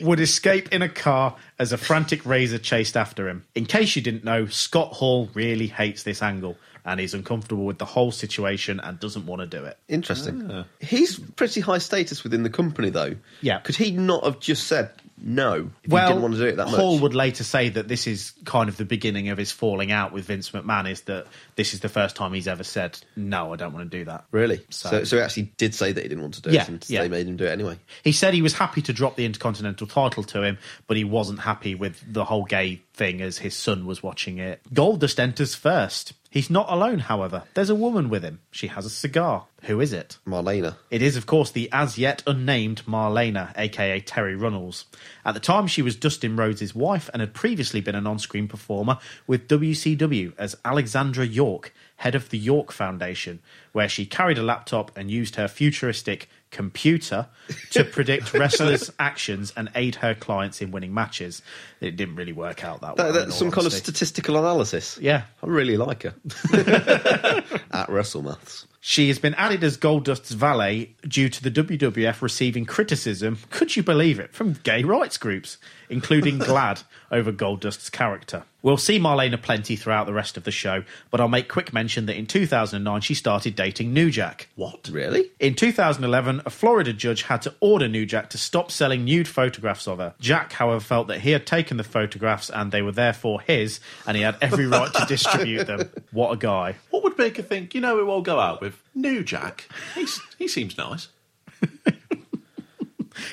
S2: would escape in a car as a frantic Razor chased after him. In case you didn't know, Scott Hall really hates this angle and is uncomfortable with the whole situation and doesn't want to do it.
S3: Interesting. He's pretty high status within the company, though.
S2: Yeah.
S3: Could he not have just said no if he didn't want to do it that much?
S2: Hall would later say that this is kind of the beginning of his falling out with Vince McMahon. Is that this is the first time he's ever said no, I don't want to do that.
S3: Really?
S2: So-
S3: So, so, he actually did say that he didn't want to do
S2: Yeah,
S3: it, and
S2: yeah.
S3: they made him do it anyway.
S2: He said he was happy to drop the Intercontinental title to him, but he wasn't happy with the whole gay thing as his son was watching it. Goldust enters first. He's not alone, however. There's a woman with him. She has a cigar. Who is it?
S3: Marlena.
S2: It is, of course, the as yet unnamed Marlena, aka Terry Runnels. At the time, she was Dustin Rhodes' wife and had previously been an on screen performer with WCW as Alexandra York, head of the York Foundation, where she carried a laptop and used her futuristic computer to predict wrestlers' actions and aid her clients in winning matches. It didn't really work out that, well.
S3: That,
S2: in
S3: that's
S2: all
S3: some kind of
S2: honesty.
S3: statistical analysis.
S2: Yeah.
S3: I really like her. At WrestleMaths.
S2: She has been added as Goldust's valet due to the WWF receiving criticism, could you believe it, from gay rights groups, including Glad over Goldust's character. We'll see Marlena plenty throughout the rest of the show, but I'll make quick mention that in 2009 she started dating New Jack. What?
S3: Really?
S2: In 2011, a Florida judge had to order New Jack to stop selling nude photographs of her. Jack, however, felt that he had taken the photographs and they were therefore his, and he had every right to distribute them. What a guy.
S4: What would make her think, you know who I'll go out with? New Jack. He's, he seems nice.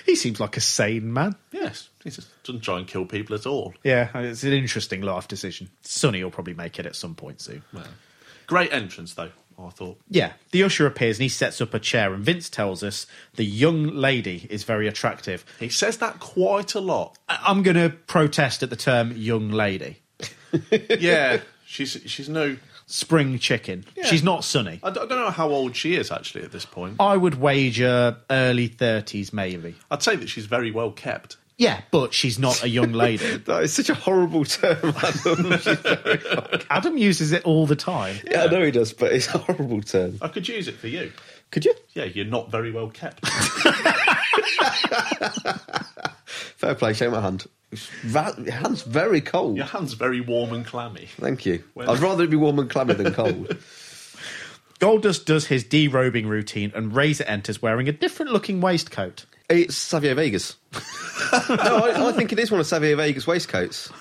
S2: He seems like a sane man.
S4: Yes. He just doesn't try and kill people at all.
S2: Yeah, it's an interesting life decision. Sonny will probably make it at some point soon.
S4: Great entrance, though, I thought.
S2: Yeah, the usher appears and he sets up a chair, and Vince tells us the young lady is very attractive.
S4: He says that quite a lot.
S2: I'm going to protest at the term young lady.
S4: yeah, she's she's no
S2: spring chicken.
S4: Yeah.
S2: She's not Sunny.
S4: I d- I don't know how old she is, actually, at this point.
S2: I would wager early 30s, maybe.
S4: I'd say that she's very well kept.
S2: Yeah, but she's not a young lady.
S3: that is such a horrible term, Adam.
S2: Adam uses it all the time.
S3: Yeah, I know he does, but it's a horrible term.
S4: I could use it for you.
S3: Could you?
S4: Yeah, you're not very well kept.
S3: Fair play, show my hand. Va- your hand's very cold.
S4: Your hand's very warm and clammy.
S3: Thank you.
S4: Well-
S3: I'd rather it be warm and clammy than cold.
S2: Goldust does his derobing routine, and Razor enters wearing a different looking waistcoat.
S3: It's Savio Vegas. no, I, I think it is one of Savio Vega's waistcoats.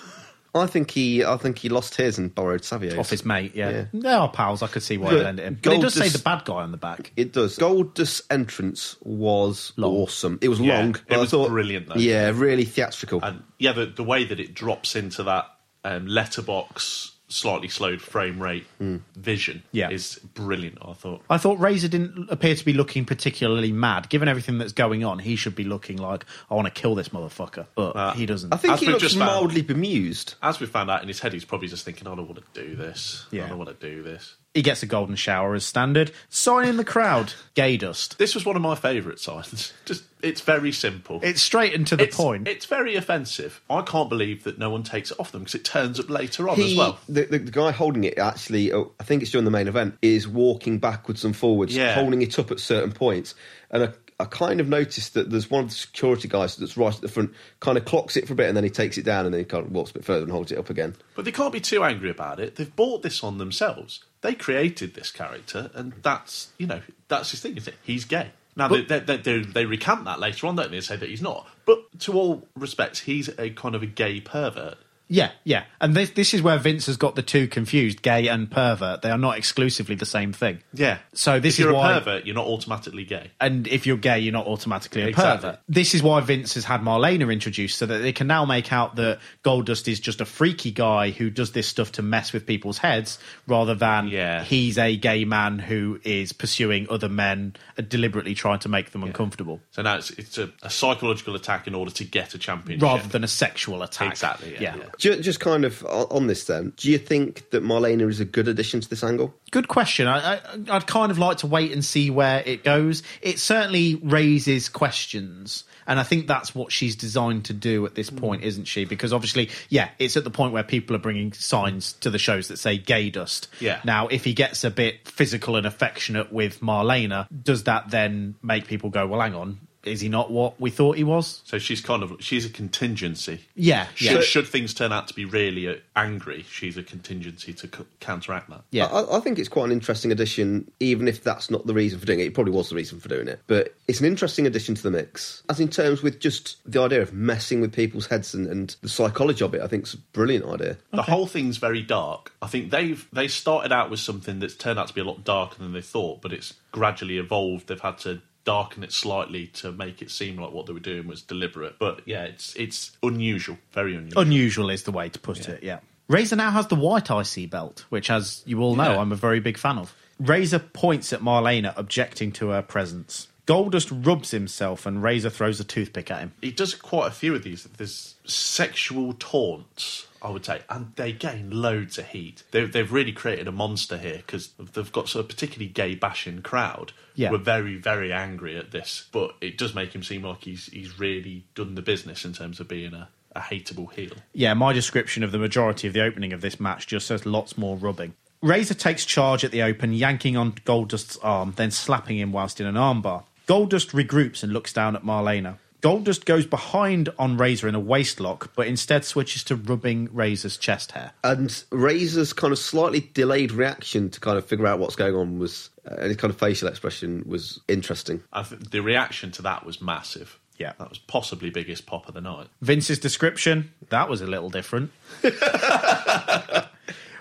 S3: I think he, I think he lost his and borrowed Savio's.
S2: Off his mate, yeah. They are pals, I could see why
S3: But
S2: they lend it him. But it does say
S3: Goldust-
S2: the bad guy on the back.
S3: It does. Goldust's entrance was awesome. It was
S4: Yeah,
S3: long.
S4: it
S3: but I
S4: was
S3: thought-
S4: brilliant, though.
S3: Yeah, really theatrical.
S4: And yeah, the, the way that it drops into that um, letterbox, slightly slowed frame rate
S3: Hmm.
S4: vision
S2: Yeah.
S4: is brilliant, I thought.
S2: I thought Razor didn't appear to be looking particularly mad. Given everything that's going on, he should be looking like, I want to kill this motherfucker. But he doesn't.
S4: Uh, I think As he we've looks just found. mildly
S3: bemused.
S4: As we found out in his head, he's probably just thinking, I don't want to do this.
S2: Yeah.
S4: I don't want to do this.
S2: He gets a golden shower as standard. Sign in the crowd. Gay dust.
S4: This was one of my favourite signs. Just It's very simple.
S2: It's straight and to the point.
S4: It's very offensive. I can't believe that no one takes it off them because it turns up later on
S3: he,
S4: as well.
S3: The, the, the guy holding it actually, oh, I think it's during the main event, is walking backwards and forwards,
S4: Yeah.
S3: holding it up at certain points. And I, I kind of noticed that there's one of the security guys that's right at the front, kind of clocks it for a bit, and then he takes it down and then he kind of walks a bit further and holds it up again.
S4: But they can't be too angry about it. They've bought this on themselves. They created this character, and that's you know that's his thing. Is it? He's gay. Now they, they, they, they, they recant that later on, don't they? They say that he's not. But to all respects, he's a kind of a gay pervert.
S2: Yeah, yeah. And this, this is where Vince has got the two confused gay and pervert. They are not exclusively the same thing.
S4: Yeah.
S2: So this
S4: if you're
S2: is why.
S4: a pervert, you're not automatically gay.
S2: and if you're gay, you're not automatically a
S4: Exactly.
S2: pervert. This is why Vince has had Marlena introduced so that they can now make out that Goldust is just a freaky guy who does this stuff to mess with people's heads rather than he's a gay man who is pursuing other men and deliberately trying to make them uncomfortable
S4: So now it's it's a, a psychological attack in order to get a championship.
S2: rather than a sexual attack.
S4: Exactly, yeah, yeah.
S3: Ju- Just kind of o- on this then, do you think that Marlena is a good addition to this angle?
S2: Good question. I, I, I'd kind of like to wait and see where it goes. It certainly raises questions, and I think that's what she's designed to do at this
S4: Hmm.
S2: point, isn't she? Because obviously, yeah, it's at the point where people are bringing signs to the shows that say "gay dust."
S4: Yeah.
S2: Now, if he gets a bit physical and affectionate with Marlena, does that then make people go, "Well, hang on, is he not what we thought he was?"
S4: So she's kind of she's a contingency.
S2: Yeah,
S4: Should,
S2: yeah.
S4: should things turn out to be really uh, angry, she's a contingency to c- counteract that.
S3: I, I- I think it's quite an interesting addition, even if that's not the reason for doing it. It probably was the reason for doing it, but it's an interesting addition to the mix. As in terms with just the idea of messing with people's heads and, and the psychology of it, I think it's a brilliant idea.
S4: The whole thing's very dark. I think they've they started out with something that's turned out to be a lot darker than they thought, but it's gradually evolved. They've had to darken it slightly to make it seem like what they were doing was deliberate. But yeah, it's it's unusual, very unusual.
S2: Unusual is the way to put it. Yeah. Razor now has the white IC belt, which, as you all know,
S4: Yeah.
S2: I'm a very big fan of. Razor points at Marlena, objecting to her presence. Goldust rubs himself and Razor throws a toothpick at him.
S4: He does quite a few of these. There's sexual taunts, I would say, and they gain loads of heat. They, they've really created a monster here because they've got sort of particularly gay bashing crowd.
S2: Yeah.
S4: were very very angry at this, but it does make him seem like he's he's really done the business in terms of being a, a hateable heel.
S2: Yeah, my description of the majority of the opening of this match just says lots more rubbing. Razor takes charge at the open, yanking on Goldust's arm, then slapping him whilst in an armbar. Goldust regroups and looks down at Marlena. Goldust goes behind on Razor in a waist lock, but instead switches to rubbing Razor's chest hair.
S3: And Razor's kind of slightly delayed reaction to kind of figure out what's going on was, uh, and his kind of facial expression was interesting.
S4: I think the reaction to that was massive.
S2: Yeah,
S4: that was possibly biggest pop of the night.
S2: Vince's description, that was a little different.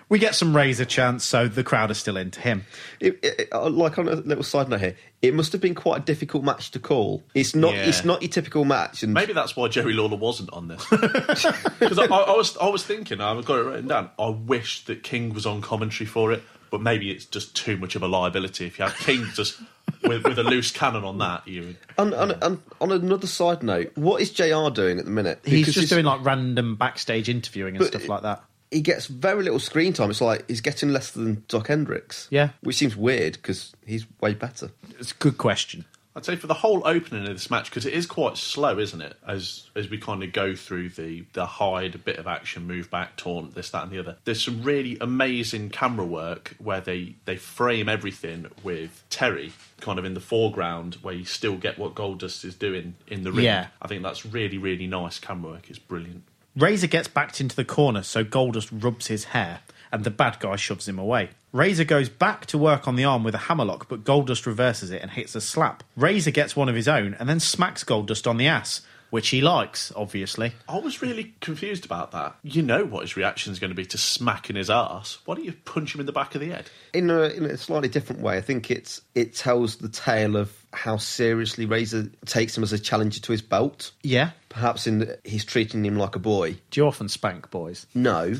S2: we get some Razor chants, so the crowd are still into him.
S3: It, it, uh, like on a little side note here, it must have been quite a difficult match to call. It's not.
S4: Yeah.
S3: It's not your typical match. And
S4: Maybe that's why Jerry Lawler wasn't on this. Because I, I was I was thinking, I've got it written down. I wish that King was on commentary for it, but maybe it's just too much of a liability if you have King just with, with a loose cannon on that. You
S3: on, on, on, on another side note, what is Jr. doing at the minute?
S2: He's just doing like random backstage interviewing and
S3: But-
S2: stuff like that.
S3: He gets very little screen time. It's like he's getting less than Doc Hendricks.
S2: Yeah.
S3: which seems weird because he's way better.
S2: It's a good question.
S4: I'd say for the whole opening of this match because it is quite slow, isn't it? As as we kind of go through the the hide bit of action, move back, taunt, this, that, and the other. There's some really amazing camera work where they they frame everything with Terry kind of in the foreground, where you still get what Goldust is doing in the ring.
S2: Yeah.
S4: I think that's really really nice camera work. It's brilliant.
S2: Razor gets backed into the corner, so Goldust rubs his hair, and the bad guy shoves him away. Razor goes back to work on the arm with a hammerlock, but Goldust reverses it and hits a slap. Razor gets one of his own and then smacks Goldust on the ass, which he likes, obviously.
S4: I was really confused about that. You know what his reaction is going to be to smacking his ass. Why don't you punch him in the back of the head?
S3: in a, in a slightly different way. I think it's it tells the tale of how seriously Razor takes him as a challenger to his belt.
S2: Yeah.
S3: Perhaps in that he's treating him like a boy.
S2: Do you often spank boys?
S3: No.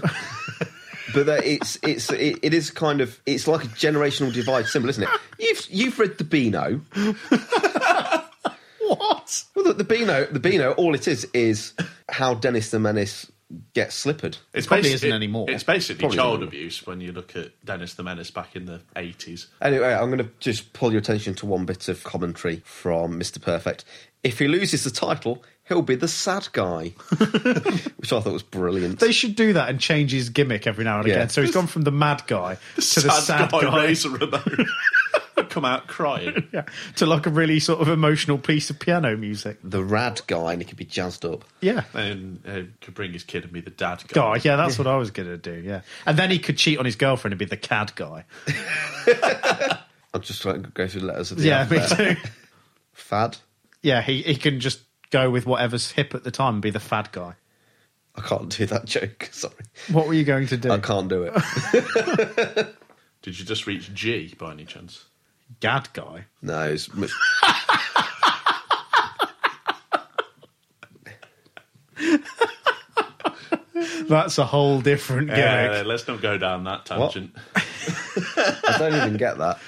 S3: but that it's it's it, it is kind of it's like a generational divide symbol, isn't it? You've you've read the Beano.
S2: what?
S3: Well, the, the Beano, the Beano. All it is is how Dennis the Menace gets slippered.
S4: basi- it- It's basically
S3: Probably isn't
S4: child
S3: anymore.
S4: abuse when you look at Dennis the Menace back in the 80s.
S3: Anyway, I'm going to just pull your attention to one bit of commentary from Mr. Perfect. If he loses the title, he'll be the sad guy, which I thought was brilliant.
S2: They should do that and change his gimmick every now and
S3: Yeah.
S2: again. So he's gone from the mad guy to the sad guy,
S4: Razor Ramon. Come out crying.
S2: yeah, to like a really sort of emotional piece of piano music.
S3: The rad guy, and he could be jazzed up.
S2: Yeah.
S4: And uh, could bring his kid and be the dad guy.
S2: Guy, yeah, that's what I was going to do, yeah. And then he could cheat on his girlfriend and be the cad guy.
S3: I'm just trying to go through the letters of the
S2: Yeah, me
S3: alphabet.
S2: too.
S3: Fad.
S2: Yeah, he, he can just go with whatever's hip at the time and be the fad guy.
S3: I can't do that joke. Sorry.
S2: What were you going to do? I
S3: can't do it.
S4: Did you just reach G by any chance?
S2: Gad guy.
S3: No, it's much...
S2: That's a whole different gimmick.
S4: Yeah, Uh, let's not go down that tangent.
S3: I don't even get that.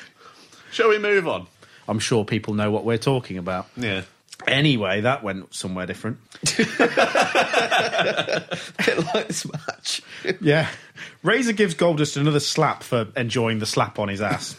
S4: Shall we move on?
S2: I'm sure people know what we're talking about.
S4: Yeah.
S2: Anyway, that went somewhere different.
S3: like this match.
S2: yeah. Razor gives Goldust another slap for enjoying the slap on his ass.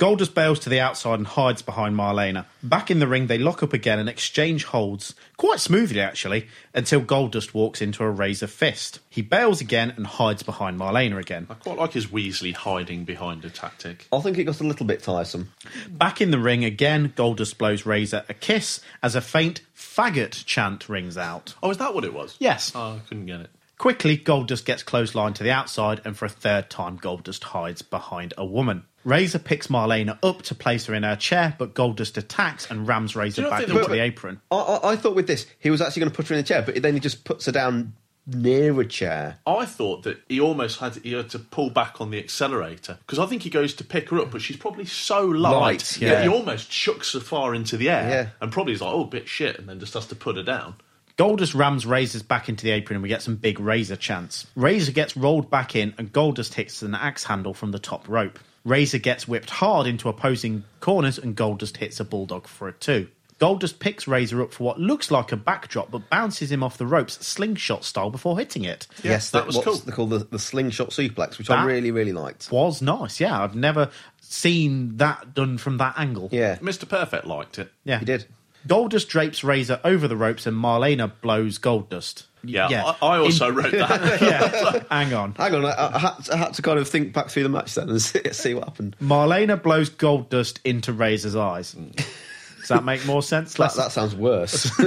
S2: Goldust bails to the outside and hides behind Marlena. Back in the ring, they lock up again and exchange holds, quite smoothly actually, until Goldust walks into a Razor fist. He bails again and hides behind Marlena again.
S4: I quite like his Weasley hiding behind a tactic.
S3: I think it got a little bit tiresome.
S2: Back in the ring again, Goldust blows Razor a kiss as a faint faggot chant rings out.
S4: Oh, is that what it was?
S2: Yes.
S4: Oh, I couldn't get it.
S2: Quickly, Goldust gets clotheslined to the outside, and for a third time, Goldust hides behind a woman. Razor picks Marlena up to place her in her chair, but Goldust attacks and rams Razor back into the apron.
S3: I, I, I thought with this, he was actually going to put her in a chair, but then he just puts her down near a chair.
S4: I thought that he almost had he had to pull back on the accelerator because I think he goes to pick her up, but she's probably so light,
S3: Light,
S4: that
S3: yeah.
S4: he almost chucks her far into the air,
S2: Yeah.
S4: and probably is like, "Oh, bit shit," and then just has to put her down.
S2: Goldust rams Razor's back into the apron, and we get some big Razor chants. Razor gets rolled back in, and Goldust hits an axe handle from the top rope. Razor gets whipped hard into opposing corners and Goldust hits a bulldog for a two. Goldust picks Razor up for what looks like a backdrop but bounces him off the ropes slingshot style before hitting it.
S3: yes, that was cool. They call the, the slingshot suplex, which I
S2: That
S3: really, really liked.
S2: Was nice, yeah. I've never seen that done from that angle.
S3: Yeah.
S4: Mr. Perfect liked it.
S2: Yeah. He did. Goldust drapes Razor over the ropes and Marlena blows Goldust.
S4: Yeah, I, I also
S2: In-
S4: wrote that.
S2: yeah. Hang on.
S3: Hang on, I, I, had to, I had to kind of think back through the match then and see, see what happened.
S2: Marlena blows gold dust into Razor's eyes. Does that make more sense?
S3: That, that sounds worse.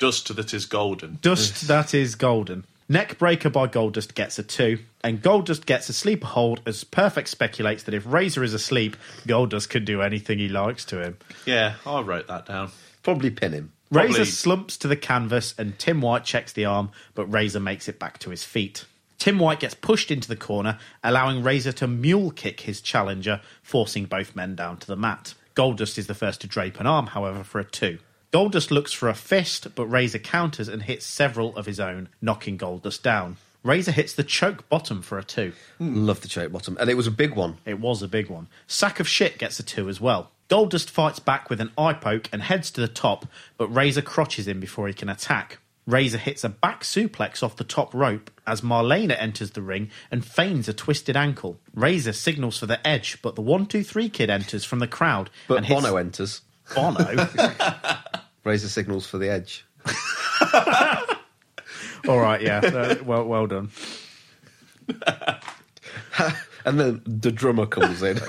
S4: Dust that is golden.
S2: Dust that is golden. Neckbreaker by Goldust gets a two, and Goldust gets a sleeper hold as Perfect speculates that if Razor is asleep, Goldust can do anything he likes to him.
S4: Yeah, I wrote that down.
S3: Probably pin him.
S2: Razor slumps to the canvas, and Tim White checks the arm, but Razor makes it back to his feet. Tim White gets pushed into the corner, allowing Razor to mule kick his challenger, forcing both men down to the mat. Goldust is the first to drape an arm, however, for a two. Goldust looks for a fist, but Razor counters and hits several of his own, knocking Goldust down. Razor hits the choke bottom for a two.
S3: Love the choke bottom, and it was a big one.
S2: It was a big one. Sack of shit gets a two as well. Goldust fights back with an eye poke and heads to the top, but Razor crotches him before he can attack. Razor hits a back suplex off the top rope as Marlena enters the ring and feigns a twisted ankle. Razor signals for the edge, but the 123 kid enters from the crowd.
S3: But
S2: and hits-
S3: Bono enters.
S2: Bono?
S3: Razor signals for the edge.
S2: All right, yeah. Uh, well, well done.
S3: and then the drummer comes in.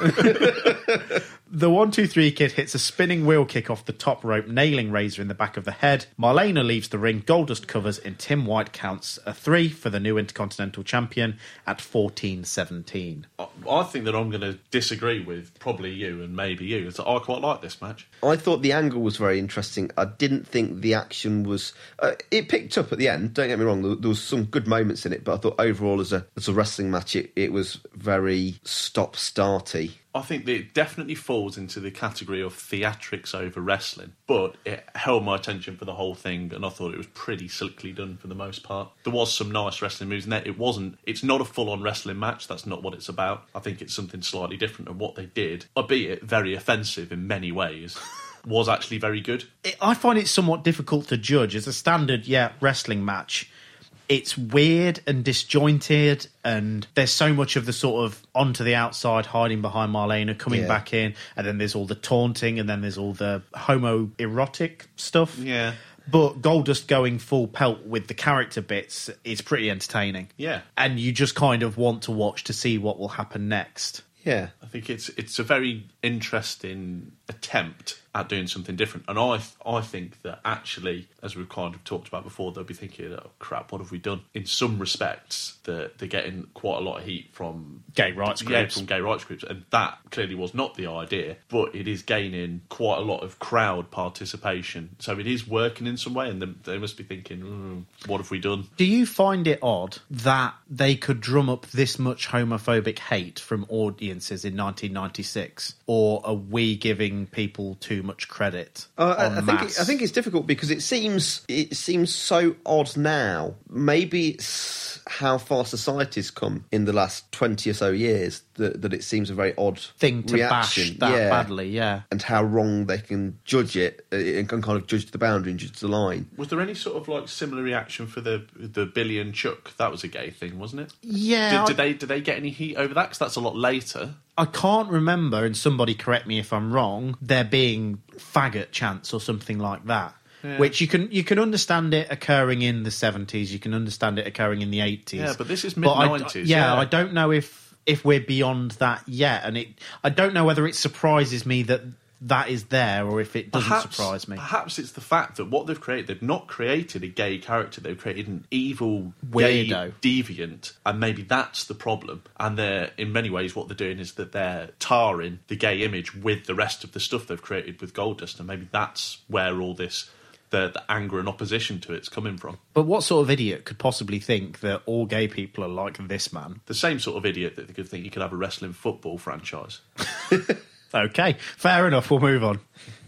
S2: The one, two, three kid hits a spinning wheel kick off the top rope, nailing Razor in the back of the head. Marlena leaves the ring, Goldust covers, and Tim White counts a three for the new Intercontinental Champion at 14 17.
S3: Oh,
S4: I think that I'm going to disagree with probably you and maybe you. Is that I quite like this match.
S3: I thought the angle was very interesting. I didn't think the action was. Uh, it picked up at the end. Don't get me wrong. There, there was some good moments in it, but I thought overall, as a as a wrestling match, it, it was very stop starty.
S4: I think that it definitely falls into the category of theatrics over wrestling, but it held my attention for the whole thing, and I thought it was pretty slickly done for the most part. There was some nice wrestling moves in there. It wasn't. It's not a full-on wrestling match. That's not what it's about. I think it's something slightly different than what they did, albeit very offensive in many ways. was actually very good.
S2: It, I find it somewhat difficult to judge as a standard, yeah, wrestling match. It's weird and disjointed, and there's so much of the sort of onto the outside, hiding behind Marlena, coming
S4: Yeah.
S2: back in, and then there's all the taunting, and then there's all the homoerotic stuff.
S4: Yeah.
S2: But Goldust going full pelt with the character bits is pretty entertaining.
S4: Yeah.
S2: And you just kind of want to watch to see what will happen next.
S3: Yeah.
S4: I think it's it's a very interesting attempt at doing something different, and I I think that actually, as we've kind of talked about before, they'll be thinking, "Oh crap, what have we done?" In some respects, that they're getting quite a lot of heat from
S2: gay rights
S4: yeah,
S2: groups.
S4: from gay rights groups, and that clearly was not the idea, but it is gaining quite a lot of crowd participation, so it is working in some way, and they, they must be thinking, mm, "What have we
S3: Um,
S4: done?"
S2: Do you find it odd that they could drum up this much homophobic hate from audiences in 1996? Or are we giving people too much credit?
S3: Uh, I-
S2: en
S3: I think
S2: masse?
S3: it, I think it's difficult because it seems it seems so odd now. Maybe it's how far society's come in the last twenty or so years that, that it seems a very odd
S2: Thing to
S3: reaction.
S2: bash that
S3: Yeah.
S2: badly, yeah.
S3: and how wrong they can judge it uh, and can kind of judge the boundary and judge the line.
S4: Was there any sort of like similar reaction for the the Billy and Chuck? That was a gay thing, wasn't it?
S2: Yeah,
S4: Did, did they did they get any heat over that? Because that's a lot later.
S2: I can't remember, and somebody correct me if I'm wrong, there being faggot chants or something like that.
S4: Yeah.
S2: Which you can you can understand it occurring in the seventies, you can understand it occurring in the eighties.
S4: Yeah, but this is
S2: I-
S4: mid-nineties,
S2: yeah,
S4: yeah.
S2: I don't know if if we're beyond that yet, and it I don't know whether it surprises me that that is there or if it doesn't surprise me.
S4: Perhaps it's the fact that what they've created, they've not created a gay character. They've created an evil,
S2: Weirdo.
S4: gay deviant, and maybe that's the problem. And they're in many ways what they're doing is that they're tarring the gay image with the rest of the stuff they've created with Goldust, and maybe that's where all this the, the anger and opposition to it's coming from.
S2: But what sort of idiot could possibly think that all gay people are like this man?
S4: The same sort of idiot that could think you could have a wrestling football franchise.
S2: Okay, fair enough, we'll move on.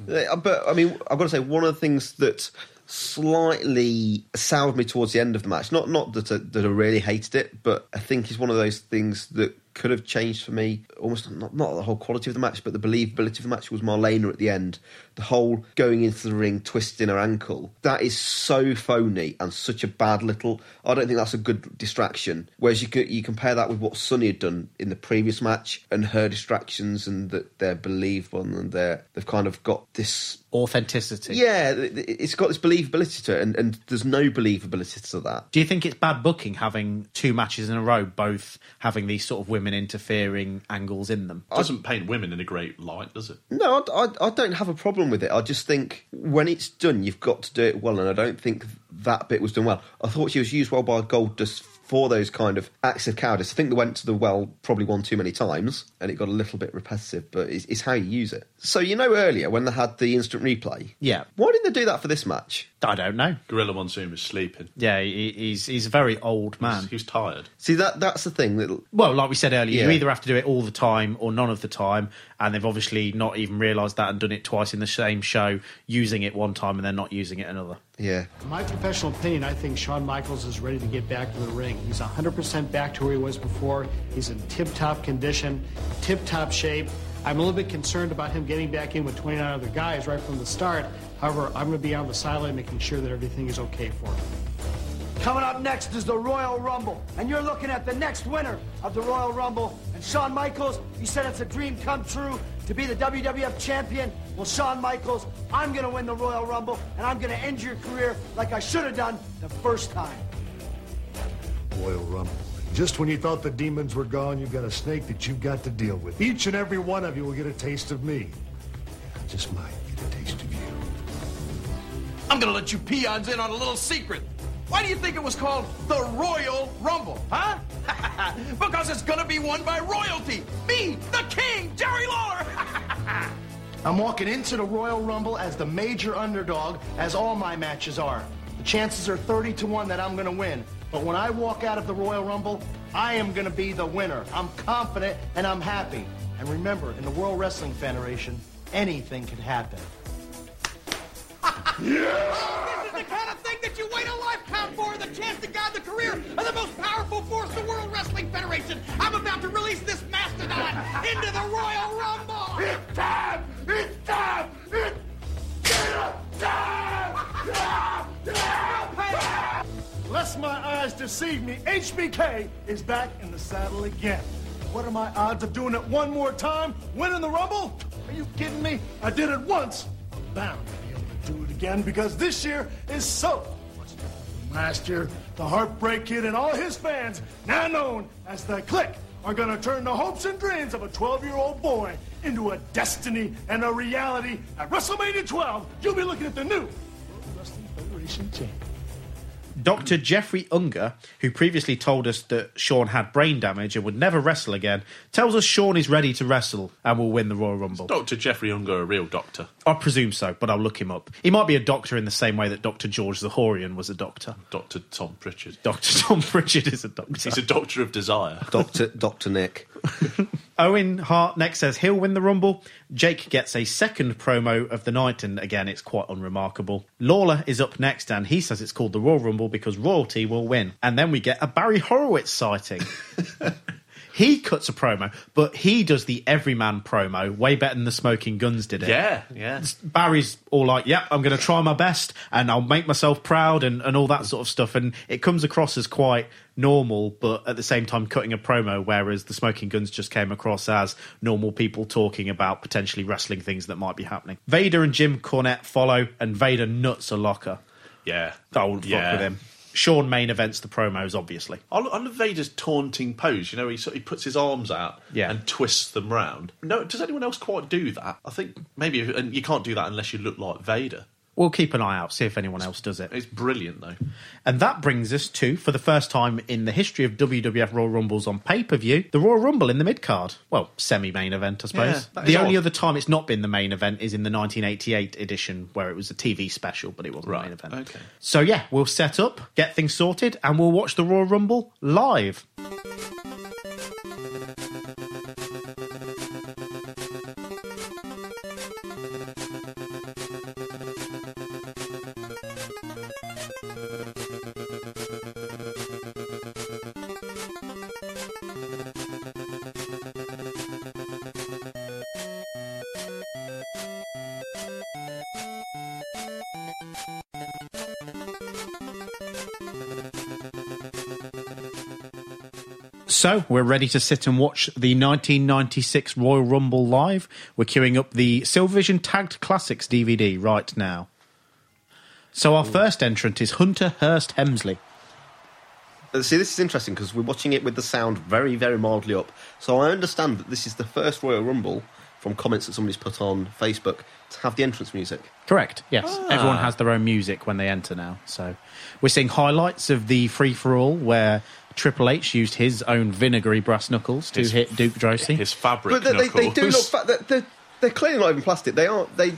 S3: Uh, But I mean, I've got to say one of the things that slightly soured me towards the end of the match. Not not that I, that I really hated it, but I think is one of those things that could have changed for me, almost not, not the whole quality of the match, but the believability of the match was Marlena at the end. The whole going into the ring, twisting her ankle. That is so phony and such a bad little. I don't think that's a good distraction. Whereas you could, you compare that with what Sunny had done in the previous match and her distractions and that they're believable and they're, they've kind of got this
S2: Authenticity.
S3: yeah, th- th- it's got this believability to it, and, and there's no believability to that.
S2: Do you think it's bad booking having two matches in a row, both having these sort of women interfering angles in them?
S4: Doesn't paint women in a great light, does it?
S3: No, I, I- I don't have a problem with it. I just think when it's done, you've got to do it well, and I don't think that bit was done well. I thought she was used well by Gold Dust for those kind of acts of cowardice. I think they went to the well probably one too many times, and it got a little bit repetitive, but it's, it's how you use it. So, you know, earlier when they had the instant replay,
S2: Yeah.
S3: why didn't they do that for this match?
S2: I don't know.
S4: Gorilla Monsoon was sleeping.
S2: Yeah, he, he's he's a very old man.
S4: He's, tired.
S3: See that that's the thing that
S2: Well, like we said earlier, you
S3: Yeah.
S2: either have to do it all the time or none of the time, and they've obviously not even realised that and done it twice in the same show, using it one time and then not using it another.
S3: Yeah.
S17: In my professional opinion, I think Shawn Michaels is ready to get back to the ring. He's 100% back to where he was before. He's in tip top condition, tip top shape. I'm a little bit concerned about him getting back in with 29 other guys right from the start. However, I'm going to be on the sideline making sure that everything is okay for him.
S18: Coming up next is the Royal Rumble, and you're looking at the next winner of the Royal Rumble. And Shawn Michaels, you said it's a dream come true to be the WWF champion. Well, Shawn Michaels, I'm going to win the Royal Rumble, and I'm going to end your career like I should have done the first time.
S15: Royal Rumble. Just when you thought the demons were gone, you've got a snake that you've got to deal with. Each and every one of you will get a taste of me. I just might get a taste of you.
S19: I'm gonna let you peons in on a little secret. Why do you think it was called the Royal Rumble, huh? because it's gonna be won by royalty. Me, the King, Jerry Lawler.
S15: I'm walking into the Royal Rumble as the major underdog, as all my matches are. The chances are 30 to 1 that I'm going to win. But when I walk out of the Royal Rumble, I am going to be the winner. I'm confident and I'm happy. And remember, in the World Wrestling Federation, anything can happen.
S9: This is the kind of thing that you wait a lifetime for, the chance to guide the career of the most powerful force, the World Wrestling Federation. I'm about to release this mastodon into the Royal Rumble. It's time! It's time! It's
S15: Lest my eyes deceive me, HBK is back in the saddle again. What are my odds of doing it one more time? Winning the Rumble? Are you kidding me? I did it once. I'm bound to be able to do it again because this year is so much different from last year. The Heartbreak Kid and all his fans, now known as the Click, are going to turn the hopes and dreams of a 12-year-old boy into a destiny and a reality. At WrestleMania 12, you'll be looking at the new World Wrestling Federation champion.
S2: Dr. Jeffrey Unger, who previously told us that Sean had brain damage and would never wrestle again, tells us Sean is ready to wrestle and will win the Royal Rumble.
S4: Dr. Jeffrey Unger, a real doctor.
S2: I presume so, but I'll look him up. He might be a doctor in the same way that Dr. George Zahorian was a doctor.
S4: Dr. Tom Pritchard.
S2: Dr. Tom Pritchard is a doctor.
S4: He's a doctor of desire.
S3: Doctor Doctor Nick.
S2: Owen Hart next says he'll win the Rumble. Jake gets a second promo of the night, and again, it's quite unremarkable. Lawler is up next, and he says it's called the Royal Rumble because royalty will win. And then we get a Barry Horowitz sighting. he cuts a promo, but he does the everyman promo way better than the Smoking Guns did it.
S4: Yeah, yeah.
S2: Barry's all like, yep, I'm going to try my best and I'll make myself proud and, and all that sort of stuff. And it comes across as quite normal, but at the same time, cutting a promo, whereas the Smoking Guns just came across as normal people talking about potentially wrestling things that might be happening. Vader and Jim Cornette follow, and Vader nuts a locker.
S4: Yeah.
S2: I wouldn't
S4: Yeah.
S2: fuck with him. Sean main events the promos, obviously.
S4: I lo- I love Vader's taunting pose. You know, he sort he puts his arms out
S2: Yeah.
S4: and twists them round. No, does anyone else quite do that? I think maybe, and you can't do that unless you look like Vader.
S2: We'll keep an eye out, see if anyone else does it.
S4: It's brilliant though.
S2: And that brings us to, for the first time in the history of WWF Royal Rumbles on pay per view, the Royal Rumble in the mid card. Well, semi main event, I suppose.
S4: Yeah, that is
S2: the only
S4: odd.
S2: other time it's not been the main event is in the 1988 edition where it was a TV special, but it wasn't the main event.
S4: Okay.
S2: So, yeah, we'll set up, get things sorted, and we'll watch the Royal Rumble live.
S8: Thank you.
S2: So, we're ready to sit and watch the 1996 Royal Rumble live. We're queuing up the Silvervision Tagged Classics DVD right now. So, our first entrant is Hunter Hurst Hemsley.
S3: Uh, See, this is interesting because we're watching it with the sound very, very mildly up. So I understand that this is the first Royal Rumble from comments that somebody's put on Facebook to have the entrance music.
S2: Correct. Yes.
S3: Ah.
S2: Everyone has their own music when they enter now. So we're seeing highlights of the free for all where Triple H used his own vinegary brass knuckles to
S3: His-
S2: hit Duke Drosy. His
S4: fabric
S3: But they, they, they do look. Fa- they're, they're, they're clearly not even plastic. They are. They.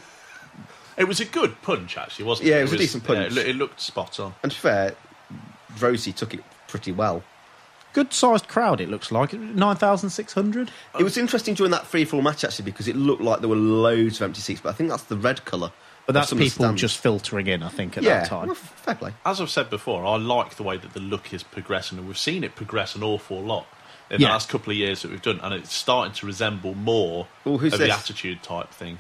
S4: It was a good punch, actually, wasn't it?
S3: Yeah, it was a decent
S4: yeah, it
S3: punch.
S4: loo- it looked spot on.
S3: And to be fair, Rosie took it pretty well.
S2: Good sized crowd, it looks like. 9,600?
S3: It was interesting during that free fall match, actually, because it looked like there were loads of empty seats, but I think that's the red colour.
S2: But
S3: of
S2: that's
S3: some of the
S2: people
S3: stands.
S2: just filtering in, I think, at
S3: yeah,
S2: that time.
S3: well, fair play.
S4: As I've said before, I like the way that the look is progressing, and we've seen it progress an awful lot in the
S2: Yeah.
S4: last couple of years that we've done, and it's starting to resemble more
S3: Ooh,
S4: of
S3: who's
S4: the
S3: this?
S4: attitude type thing.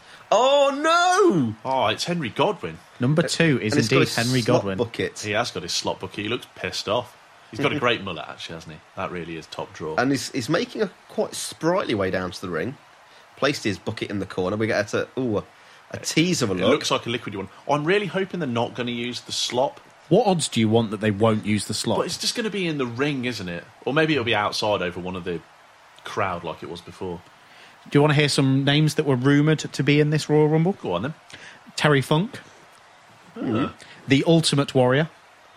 S3: Oh
S4: no! Oh, it's Henry Godwin.
S2: Number two is
S4: And he's got
S2: indeed
S4: his
S2: Henry
S4: slot
S2: Godwin.
S4: He has got his slot bucket. He looks pissed off. He's got a great mullet, actually, hasn't he? That really is top draw.
S3: And he's, he's making a quite sprightly way down to the ring, placed his bucket in the corner. We get a, ooh, a, a tease of a
S4: it
S3: look.
S4: looks like a liquidy one. I'm really hoping they're not going to use the slop.
S2: What odds do you want that they won't use the slot?
S4: But it's just going to be in the ring, isn't it? Or maybe it'll be outside over one of the crowd like it was before.
S2: Do you want to hear some names that were rumoured to be in this Royal Rumble? Go
S4: on then.
S2: Terry Funk,
S4: Uh,
S2: the Ultimate Warrior.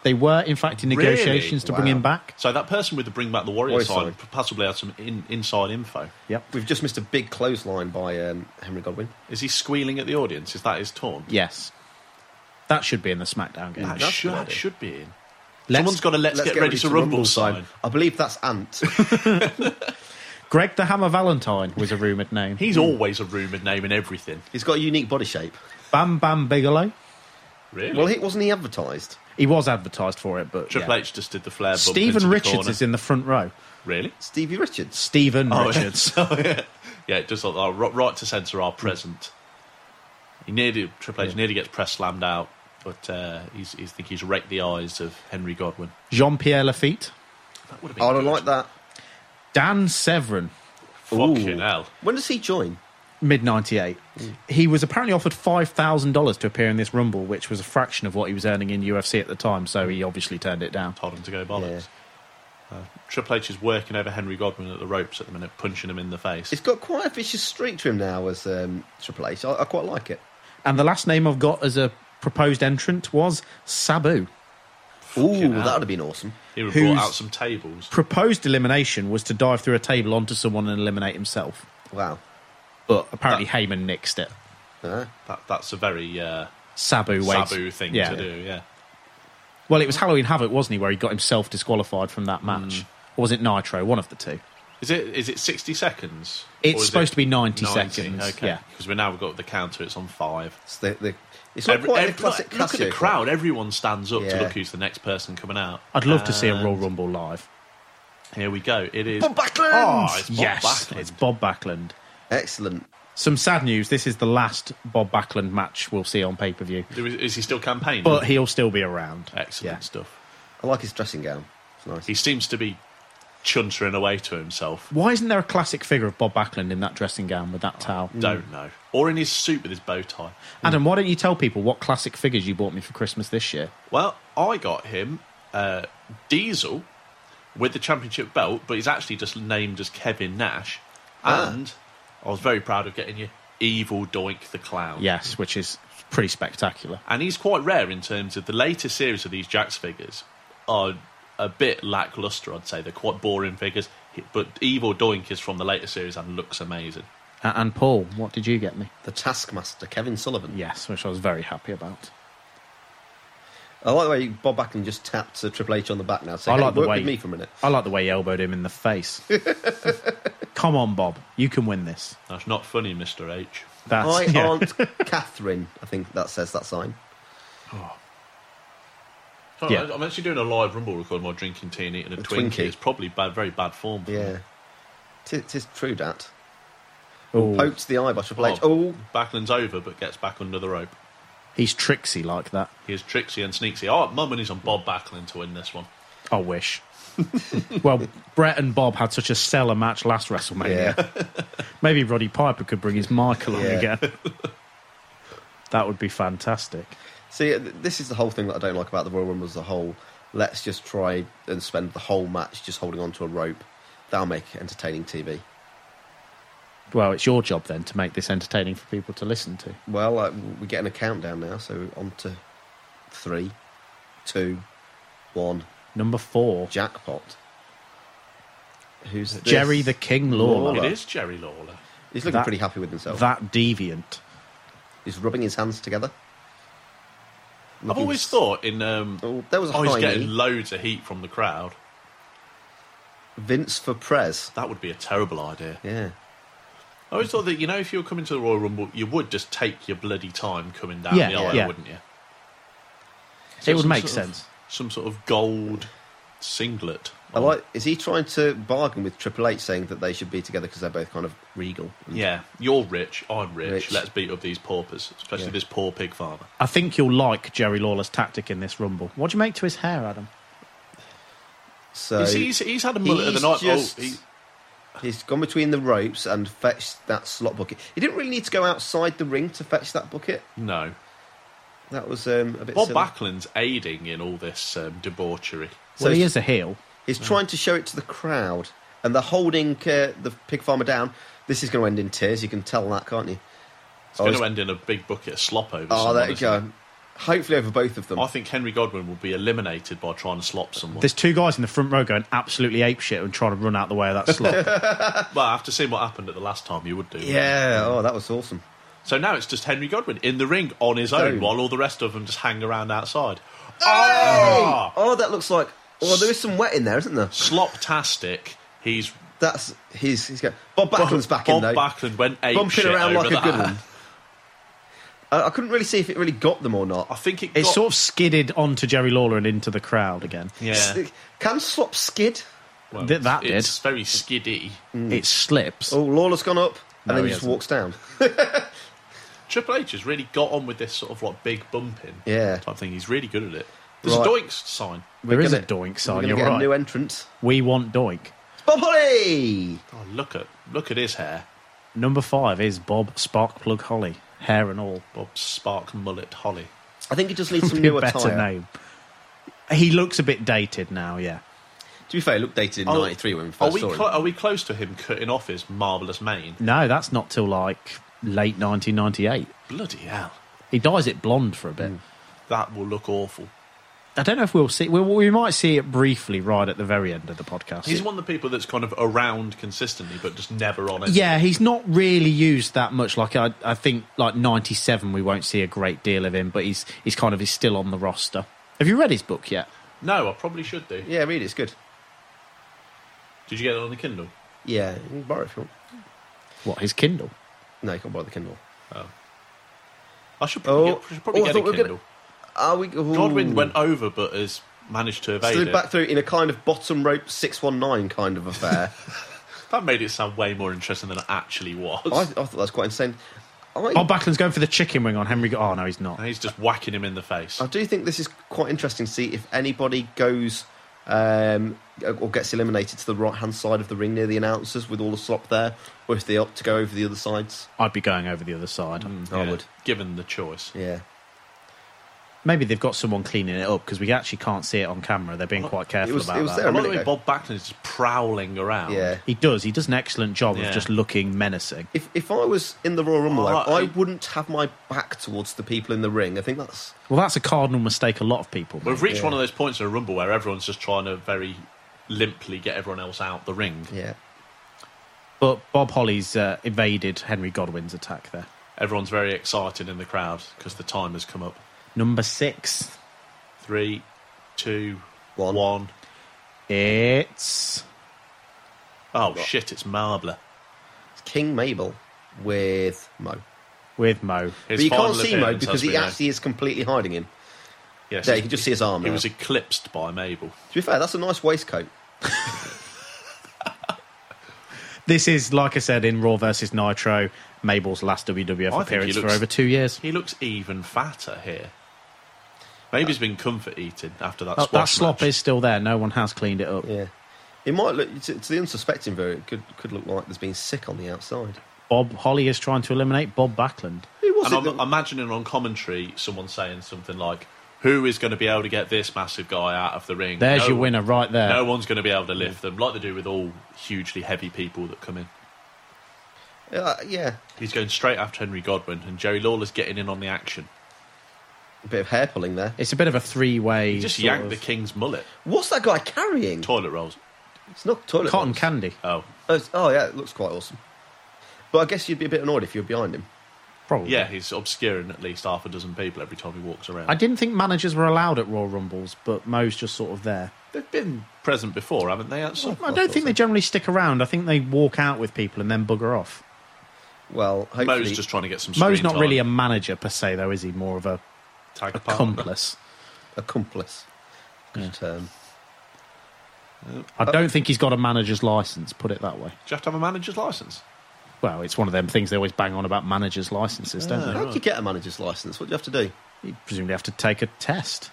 S2: They were, in fact, in negotiations
S4: really?
S2: to bring him back.
S4: So that person with the bring back the warrior,
S2: Warrior
S4: side possibly had some in, inside info.
S2: Yep.
S3: We've just missed a big clothesline by um, Henry Godwin.
S4: Is he squealing at the audience? Is that his taunt?
S2: Yes. That should be in the SmackDown game.
S4: That should, that should be in.
S2: Let's- Uh,
S4: Someone's got a let's, get, ready, to rumble, sign.
S3: I believe that's Ant.
S2: Greg the Hammer Valentine was a rumoured name.
S4: He's always a rumoured name in everything.
S3: He's got a unique body shape.
S2: Bam Bam Bigelow.
S4: Really?
S3: Well, he, wasn't he advertised?
S2: He was advertised for it, but.
S4: Triple
S2: yeah.
S4: H just did the flare. bump into
S2: Stephen
S4: the
S2: Richards
S4: corner.
S2: is in the front row.
S4: Really?
S3: Stevie Richards.
S2: Stephen
S4: Oh,
S2: Richards.
S4: Yeah. So, yeah. yeah, just like that. Right, right to centre our present. He nearly Triple H nearly gets press slammed out, but uh, he's, he's think he's wrecked the eyes of Henry Godwin.
S2: Jean Pierre Lafitte.
S4: That would have
S3: Oh, I don't like that.
S2: Dan Severin.
S4: Fucking hell.
S3: When does he join? Mm.
S2: Mid 98. He was apparently offered $5,000 to appear in this Rumble, which was a fraction of what he was earning in UFC at the time, so he obviously turned it down.
S4: Told him to go bollocks. Uh, Triple H is working over Henry Godwin at the ropes at the minute, punching him in the face.
S3: He's got quite a vicious streak to him now as um, Triple H. I, I quite like it.
S2: And the last name I've got as a proposed entrant was Sabu.
S3: Ooh, that would have been awesome.
S4: He would
S2: Who's-
S4: brought out some tables.
S2: Proposed elimination was to dive through a table onto someone and eliminate himself.
S3: Wow.
S2: But apparently Heyman nixed it.
S4: That, that's a very uh,
S2: Sabu way to-
S4: Sabu thing
S2: yeah.
S4: to do. Yeah,
S2: Well, it was Halloween Havoc, wasn't he, where he got himself disqualified from that
S4: Mm.
S2: match? Or was it Nitro? One of the two.
S4: is it is it sixty seconds?
S2: It's
S4: Or is
S2: supposed
S4: it
S2: to be 90 seconds,
S4: Okay,
S2: yeah.
S4: because we now we've got the counter. It's on five.
S3: It's, the, the, it's not quite the classic
S4: look, at
S3: Casio
S4: the crowd. Everyone stands up
S3: Yeah.
S4: to look who's the next person coming out.
S2: I'd love to see a
S4: And
S2: Royal Rumble live.
S4: Here we go. It is
S3: Bob Backlund!
S4: Oh, it's Bob
S2: yes,
S4: Backlund.
S2: it's Bob Backlund.
S3: Excellent.
S2: Some sad news. This is the last Bob Backlund match we'll see on pay per view,
S4: Is is he still campaigning?
S2: but he'll still be around.
S4: Excellent stuff.
S3: I like his dressing gown. It's nice.
S4: He seems to be chuntering away to himself.
S2: Why isn't there a classic figure of Bob Backlund in that dressing gown with that towel?
S4: Don't know. Or in his suit with his bow tie.
S2: Adam, why don't you tell people what classic figures you bought me for Christmas this year?
S4: Well, I got him uh, Diesel with the championship belt, but he's actually just named as Kevin Nash.
S2: Ah.
S4: And I was very proud of getting you Evil Doink the Clown.
S2: Yes, which is pretty spectacular.
S4: And he's quite rare in terms of the later series of these Jacks figures are a bit lackluster, I'd say. They're quite boring figures, but Evil Doink is from the later series and looks amazing.
S2: A- And Paul, what did you get me?
S3: The Taskmaster, Kevin Sullivan.
S2: Yes, which I was very happy about.
S3: I like the way Bob Backlund just tapped uh, Triple H on the back now. So
S2: I like the
S3: work
S2: way-
S3: with me for a minute.
S2: I like the way he elbowed him in the face. Come on, Bob, you can win this.
S4: That's not funny, Mr. H.
S2: That's
S3: I
S2: yeah.
S3: aren't Catherine. I think that says that sign.
S4: Sorry,
S3: Yeah.
S4: Oh. I'm actually doing a live Rumble recording while drinking tea and eating a,
S3: A
S4: Twinkie.
S3: Twinkie.
S4: It's probably bad, very bad form.
S3: Yeah, tis true that.
S2: Oh.
S3: Poked to the eye by Triple H.
S4: Oh, Backlund's over, but gets back under the rope.
S2: He's tricksy like that.
S4: He is tricksy and sneaksy. Oh, my money's on Bob Backlund to win this one.
S2: I wish. well, Brett and Bob had such a stellar match last WrestleMania. Maybe Roddy Piper could bring his mic along
S3: Yeah.
S2: again. that would be fantastic.
S3: See, uh, th- this is the whole thing that I don't like about the Royal Rumble as a whole. Let's just try and spend the whole match just holding onto a rope. That'll make entertaining TV.
S2: Well, it's your job then to make this entertaining for people to listen to.
S3: Well, uh, we're getting a countdown now, so on to three, two, one.
S2: Number four.
S3: Jackpot. Who's this?
S2: Jerry the King Lawler.
S3: Lawler.
S4: It is Jerry Lawler.
S3: He's looking
S2: That-
S3: pretty happy with himself.
S2: That deviant.
S3: He's rubbing his hands together.
S4: I've always thought in um,
S3: oh, there was a
S4: he's
S3: high
S4: getting
S3: knee.
S4: loads of heat from the crowd.
S3: Vince for Prez.
S4: That would be a terrible idea.
S3: Yeah.
S4: I always thought that you know if you were coming to the Royal Rumble, you would just take your bloody time coming down
S2: Yeah,
S4: the aisle,
S2: yeah.
S4: wouldn't you?
S2: It would
S4: some
S2: make
S4: sort of-
S2: sense.
S4: some sort of gold singlet.
S3: I like. Is he trying to bargain with Triple H, saying that they should be together because they're both kind of regal? and-
S4: Yeah, you're rich. I'm rich.
S3: Rich.
S4: Let's beat up these paupers, especially
S3: Yeah.
S4: this poor pig farmer.
S2: I think you'll like Jerry Lawler's tactic in this Rumble. What do you make to his hair, Adam?
S3: So
S4: He's- he's- he's had a mullet of the night- oh,
S3: Just,
S4: he-
S3: He's gone between the ropes and fetched that slot bucket. He didn't really need to go outside the ring to fetch that bucket.
S4: No,
S3: That was um, a bit.
S4: Bob
S3: silly.
S4: Backlund's aiding in all this um, debauchery.
S3: he's-
S2: a heel.
S3: He's trying to show it to the crowd, and they're holding uh, the pig farmer down. This is going to end in tears. You can tell that, can't you?
S4: It's
S3: Oh,
S4: going
S3: he's-
S4: to end in a big bucket of slop over.
S3: Oh,
S4: someone,
S3: there you
S4: isn't it?
S3: go. Hopefully, over both of them.
S4: I think Henry Godwin will be eliminated by trying to slop someone.
S2: There's two guys in the front row going absolutely apeshit and trying to run out the way of that slot.
S4: well, after seeing what happened at the last time, you would do.
S3: Yeah, oh, that was awesome.
S4: So now it's just Henry Godwin in the ring on his own,
S3: Own.
S4: while all the rest of them just hang around outside.
S3: Oh, oh, that looks like. Oh, there is some wet in there, isn't there?
S4: Sloptastic. He's
S3: that's he's he's going. Bob Backlund's back in
S4: Bob
S3: though.
S4: Backlund went ape
S3: bumping
S4: shit
S3: around
S4: over
S3: like a good
S4: that.
S3: one. Uh, I, I couldn't really see if it really got them or not. I
S4: think it.
S2: it sort of skidded onto Jerry Lawler and into the crowd again.
S3: Can swap skid?
S4: Well,
S2: Th- that did.
S4: It's very skiddy.
S2: It slips.
S3: mm. Oh, Lawler's gone up and
S4: No,
S3: then
S4: he
S3: he just
S4: hasn't.
S3: walks down.
S4: Triple H has really got on with this sort of like big bumping
S3: Yeah.
S4: type thing. He's really good at it. There's
S3: Right.
S4: a doinks sign.
S2: There
S3: We're
S2: is
S3: gonna-
S2: a doink
S3: we're
S2: sign,
S3: gonna
S2: you're
S3: get a
S2: right.
S3: new entrance.
S2: we want doink.
S3: It's Bob Holly.
S4: Oh, look at look at his hair.
S2: Number five is Bob Sparkplug Holly. Hair and all.
S4: Bob Spark Mullet Holly.
S3: I think it just needs some
S2: Be a
S3: new
S2: better
S3: attire.
S2: name. He looks a bit dated now, yeah.
S3: To be fair, it looked dated in
S4: Oh,
S3: '93 when we
S4: Are
S3: first
S4: we
S3: saw him.
S4: clo- are we close to him cutting off his marvelous mane?
S2: No, that's not till like late 1998.
S4: Bloody hell!
S2: He dyes it blonde for a
S3: Hmm.
S2: bit.
S4: That will look awful.
S2: I don't know if we'll see. We, we might see it briefly right at the very end of the podcast.
S4: He's one of the people that's kind of around consistently, but just never on it.
S2: Yeah, he's not really used that much. Like I, I think, like '97, we won't see a great deal of him, but he's he's kind of he's still on the roster. Have you read his book yet?
S4: No, I probably should do.
S3: Yeah, read it. It's good.
S4: Did you get it on the Kindle?
S3: Yeah, you can borrow it if you want.
S2: What his Kindle?
S3: No, you can't borrow the Kindle.
S4: Oh, I should probably
S3: Oh.
S4: get, should probably
S3: Oh, I
S4: get a
S3: thought we were
S4: Kindle.
S3: gonna- Are we?
S4: Godwin went over, but has managed to evade
S3: Slid
S4: it.
S3: back through in a kind of bottom rope six one nine kind of affair.
S4: That made it sound way more interesting than it actually was.
S3: I, I thought that's quite insane. I,
S2: Bob Backlund's going for the chicken wing on Henry. Go- Oh no, he's not.
S4: he's just whacking him in the face.
S3: I do think this is quite interesting to see if anybody goes um, or gets eliminated to the right hand side of the ring near the announcers with all the slop there, or if they opt to go over the other sides.
S2: I'd be going over the other side.
S3: I would.
S4: Given the choice.
S3: Yeah.
S2: Maybe they've got someone cleaning it up because we actually can't see it on camera. They're being quite careful about that.
S4: I like the way Bob Backlund is just prowling around.
S2: he does. He does an excellent job
S4: Yeah.
S2: of just looking menacing.
S3: If, if I was in the Royal Rumble,
S2: Oh,
S3: though, I,
S2: I-
S3: wouldn't have my back towards the people in the ring. I think that's.
S2: Well, that's a cardinal mistake a lot of people.
S4: We've
S2: make.
S4: reached one of those points in a rumble where everyone's just trying to very limply get everyone else out the ring.
S3: Yeah.
S2: But Bob Holly's uh, evaded Henry Godwin's attack there.
S4: Everyone's very excited in the crowd because the time has come up.
S2: Number six.
S4: Three, two,
S3: one.
S2: It's.
S4: Oh, shit, it's Marbler.
S3: It's King Mabel with Mo.
S2: With Mo.
S3: but you can't see Mo because he actually is completely hiding him.
S4: Yes,
S3: Yeah, you can just see his arm
S4: He
S3: now.
S4: was eclipsed by Mabel.
S3: To be fair, that's a nice waistcoat.
S2: This is, like I said, in Raw versus Nitro, Mabel's last WWF
S4: I think he
S2: appearance for
S4: looks-
S2: over two years.
S4: He looks even fatter here. Baby's been comfort eating after that.
S2: That, that
S4: squash
S2: slop is still there. No one has cleaned it up.
S3: Yeah. It might look to, to the unsuspecting viewer. It could could look like there's been sick on the outside.
S2: Bob Holly is trying to eliminate Bob Backlund.
S4: and I'm imagining on commentary someone saying something like, "Who is going to be able to get this massive guy out of the ring?"
S2: There's
S4: No-
S2: your winner right there.
S4: No one's going to be able to lift them, like they do with all hugely heavy people that come in.
S3: Uh, yeah,
S4: He's going straight after Henry Godwin, and Jerry Lawler's getting in on the action.
S3: a bit of hair pulling there.
S2: It's a bit of a three-way.
S4: He just
S2: sort
S4: yanked
S2: of-
S4: the king's mullet.
S3: What's that guy carrying?
S4: Toilet rolls.
S3: It's not toilet.
S2: Cotton candy.
S4: Oh.
S3: it's- Oh, yeah, it looks quite awesome. But I guess you'd be a bit annoyed if you're behind him.
S2: Probably.
S4: Yeah, he's obscuring at least half a dozen people every time he walks around.
S2: I didn't think managers were allowed at Royal Rumbles, but Mo's just sort of there.
S4: They've been present before, haven't they? That's-
S2: I don't think they generally stick around. I think they walk out with people and then bugger off.
S3: Well,
S4: Mo's just trying to get some.
S2: Mo's
S4: screen
S2: not
S4: time.
S2: really a manager per se, though, is he? More of a
S4: Tag
S2: accomplice.
S3: Accomplice. um, Good term. uh,
S2: I don't think he's got a manager's license. Put it that way.
S4: Do you have to have a manager's license?
S2: Well, it's one of them things they always bang on about managers' licenses, don't
S3: Ah,
S2: they?
S3: How do you get a manager's license? What do you have to do?
S2: You presumably have to take a test.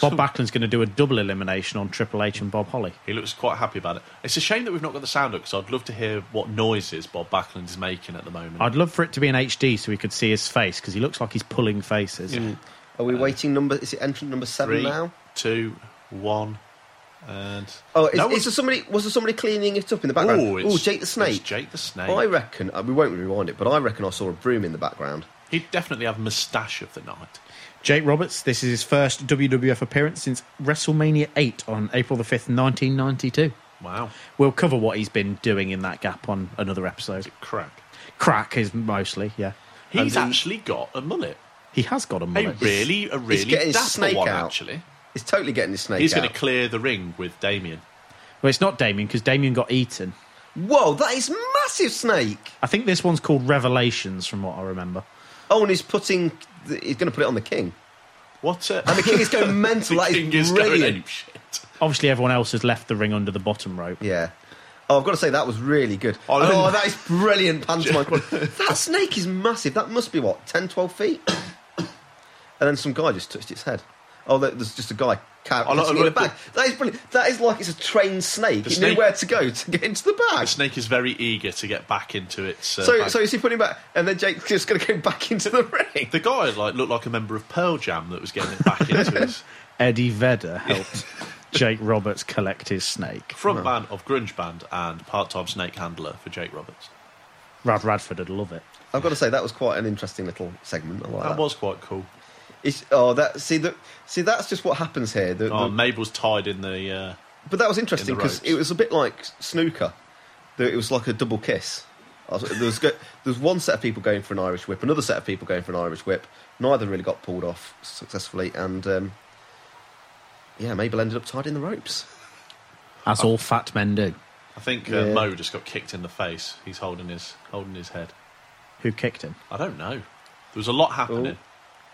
S2: Bob Backlund's going to do a double elimination on Triple H and Bob Holly.
S4: He looks quite happy about it. It's a shame that we've not got the sound up because I'd love to hear what noises Bob Backlund is making at the moment.
S2: I'd love for it to be in HD so we could see his face because he looks like he's pulling faces.
S3: Are we waiting number? Is it entrant number seven
S2: three.
S3: now?
S4: Uh, Two, one, and
S3: Oh, is,
S4: No,
S3: is there somebody? Was there somebody cleaning it up in the background?
S4: Ooh, it's-
S3: Oh, Jake the
S4: it's
S3: Snake.
S4: Jake the Snake.
S3: I reckon uh, we won't rewind it, but I reckon I saw a broom in the background.
S4: he'd definitely have moustache of the night.
S2: Jake Roberts, this is his first WWF appearance since WrestleMania 8 on April the 5th, 1992.
S4: Wow.
S2: We'll cover what he's been doing in that gap on another episode.
S4: crack?
S2: Crack is mostly, yeah.
S4: He's
S2: And he-
S4: actually got a mullet.
S2: He has got a mullet.
S4: A really, a really dapper one, actually.
S3: He's totally getting his snake
S4: He's
S3: out.
S4: going to clear the ring with Damien.
S2: Well, it's not Damien because Damien got eaten.
S3: Whoa, that is massive snake.
S2: I think this one's called Revelations, from what I remember.
S3: Oh, and he's putting. th- He's going to put it on the king.
S4: What's it?
S3: And the king is going mental.
S2: The
S3: That is
S2: king is going
S3: brilliant.
S2: ape Obviously, everyone else has left the ring under the bottom rope.
S3: Yeah. Oh, I've got to say that was really good.
S2: I know.
S3: Oh, that is brilliant pantomime. quality. that snake is massive. That must be what 10, 12 feet. and then some guy just touched its head. Oh, there- there's just a guy
S4: I
S3: carrying
S4: like-
S3: it
S4: I
S3: in a
S4: like
S3: bag. That is brilliant. That is like it's a trained snake.
S4: The
S3: it
S4: snake-
S3: knew where to go to get into the bag.
S4: The snake is very eager to get back into its. Uh,
S3: so,
S4: bag.
S3: so is he putting it back? And then Jake's just going to go back into the ring.
S4: the guy like looked like a member of Pearl Jam that was getting it back into his
S2: Eddie Vedder helped Jake Roberts collect his snake.
S4: front man of grunge band and part-time snake handler for Jake Roberts.
S2: Rad Radford would love it.
S3: I've got to say that was quite an interesting little segment. I like
S4: That
S3: that.
S4: was quite cool.
S3: It's, oh, that see that see that's just what happens here. The-
S4: Oh,
S3: the-
S4: Mabel's tied in the. Uh,
S3: But that was interesting
S4: in the
S3: because
S4: ropes.
S3: it was a bit like snooker. That It was like a double kiss. I was- There was, go, there was one set of people going for an Irish whip, another set of people going for an Irish whip. Neither really got pulled off successfully, and um, yeah, Mabel ended up tied in the ropes.
S2: As all fat men do.
S4: I think uh,
S2: Yeah.
S4: Mo just got kicked in the face. He's holding his holding his head.
S2: Who kicked him?
S4: I don't know. There was a lot happening.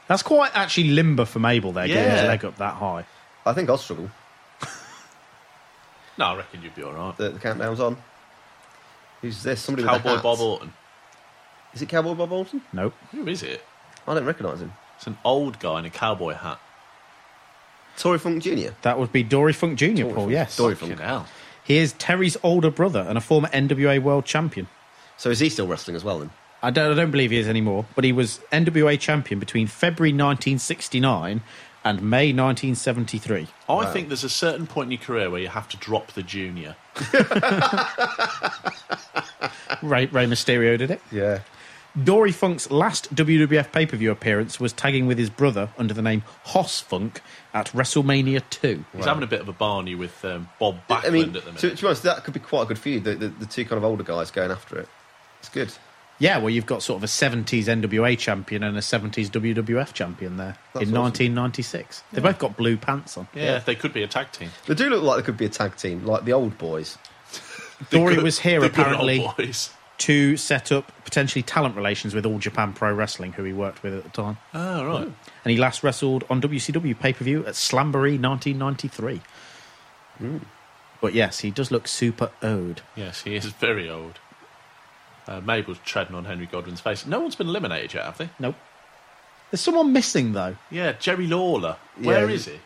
S2: That's quite actually limber for Mabel there, getting his
S4: Yeah.
S2: leg up
S3: Oh,
S2: that high.
S3: I think I'll struggle.
S4: No, I reckon you'd be all right.
S3: The, the countdown's on. Who's this? Somebody with a
S4: Cowboy
S3: hat.
S4: Bob Orton.
S3: Is it Cowboy Bob Orton?
S2: Nope.
S4: Who is it?
S3: I don't recognise him.
S4: It's an old guy in a cowboy hat.
S3: Tory Funk Jr.
S2: That would be Dory Funk Jr., Paul, yes.
S3: Dory Funk.
S2: He is Terry's older brother and a former NWA world champion.
S3: So is he still wrestling as well then?
S2: I don't, I don't believe he is anymore, but he was NWA champion between February 1969 and May 1973.
S4: I think there's a certain point in your career where you have to drop the junior.
S2: Ray, Ray Mysterio did it.
S3: Yeah.
S2: Dory Funk's last WWF pay per view appearance was tagging with his brother under the name Hoss Funk at WrestleMania 2.
S4: He's having a bit of a barney with um, Bob Backlund
S3: I mean,
S4: at the minute.
S3: to, to be honest, that could be quite a good feud. The, the, the two kind of older guys going after it. It's good.
S2: Yeah, well, you've got sort of a 70s NWA champion and a 70s WWF champion there in
S3: awesome.
S2: 1996. They both got blue pants on.
S4: yeah, they could be a tag team.
S3: They do look like they could be a tag team, like the old boys.
S2: Dory
S3: good-
S2: was here
S3: the good old
S2: apparently to set up potentially talent relations with All Japan Pro Wrestling, who he worked with at the time.
S4: Oh, right.
S2: And he last wrestled on WCW pay per view at Slamboree 1993. But yes, he does look super old.
S4: Yes, he is very old. Uh, Mabel's treading on Henry Godwin's face. No one's been eliminated yet, have they?
S2: Nope. There's someone missing though.
S4: Yeah, Jerry Lawler.
S2: Yeah.
S4: Where is he?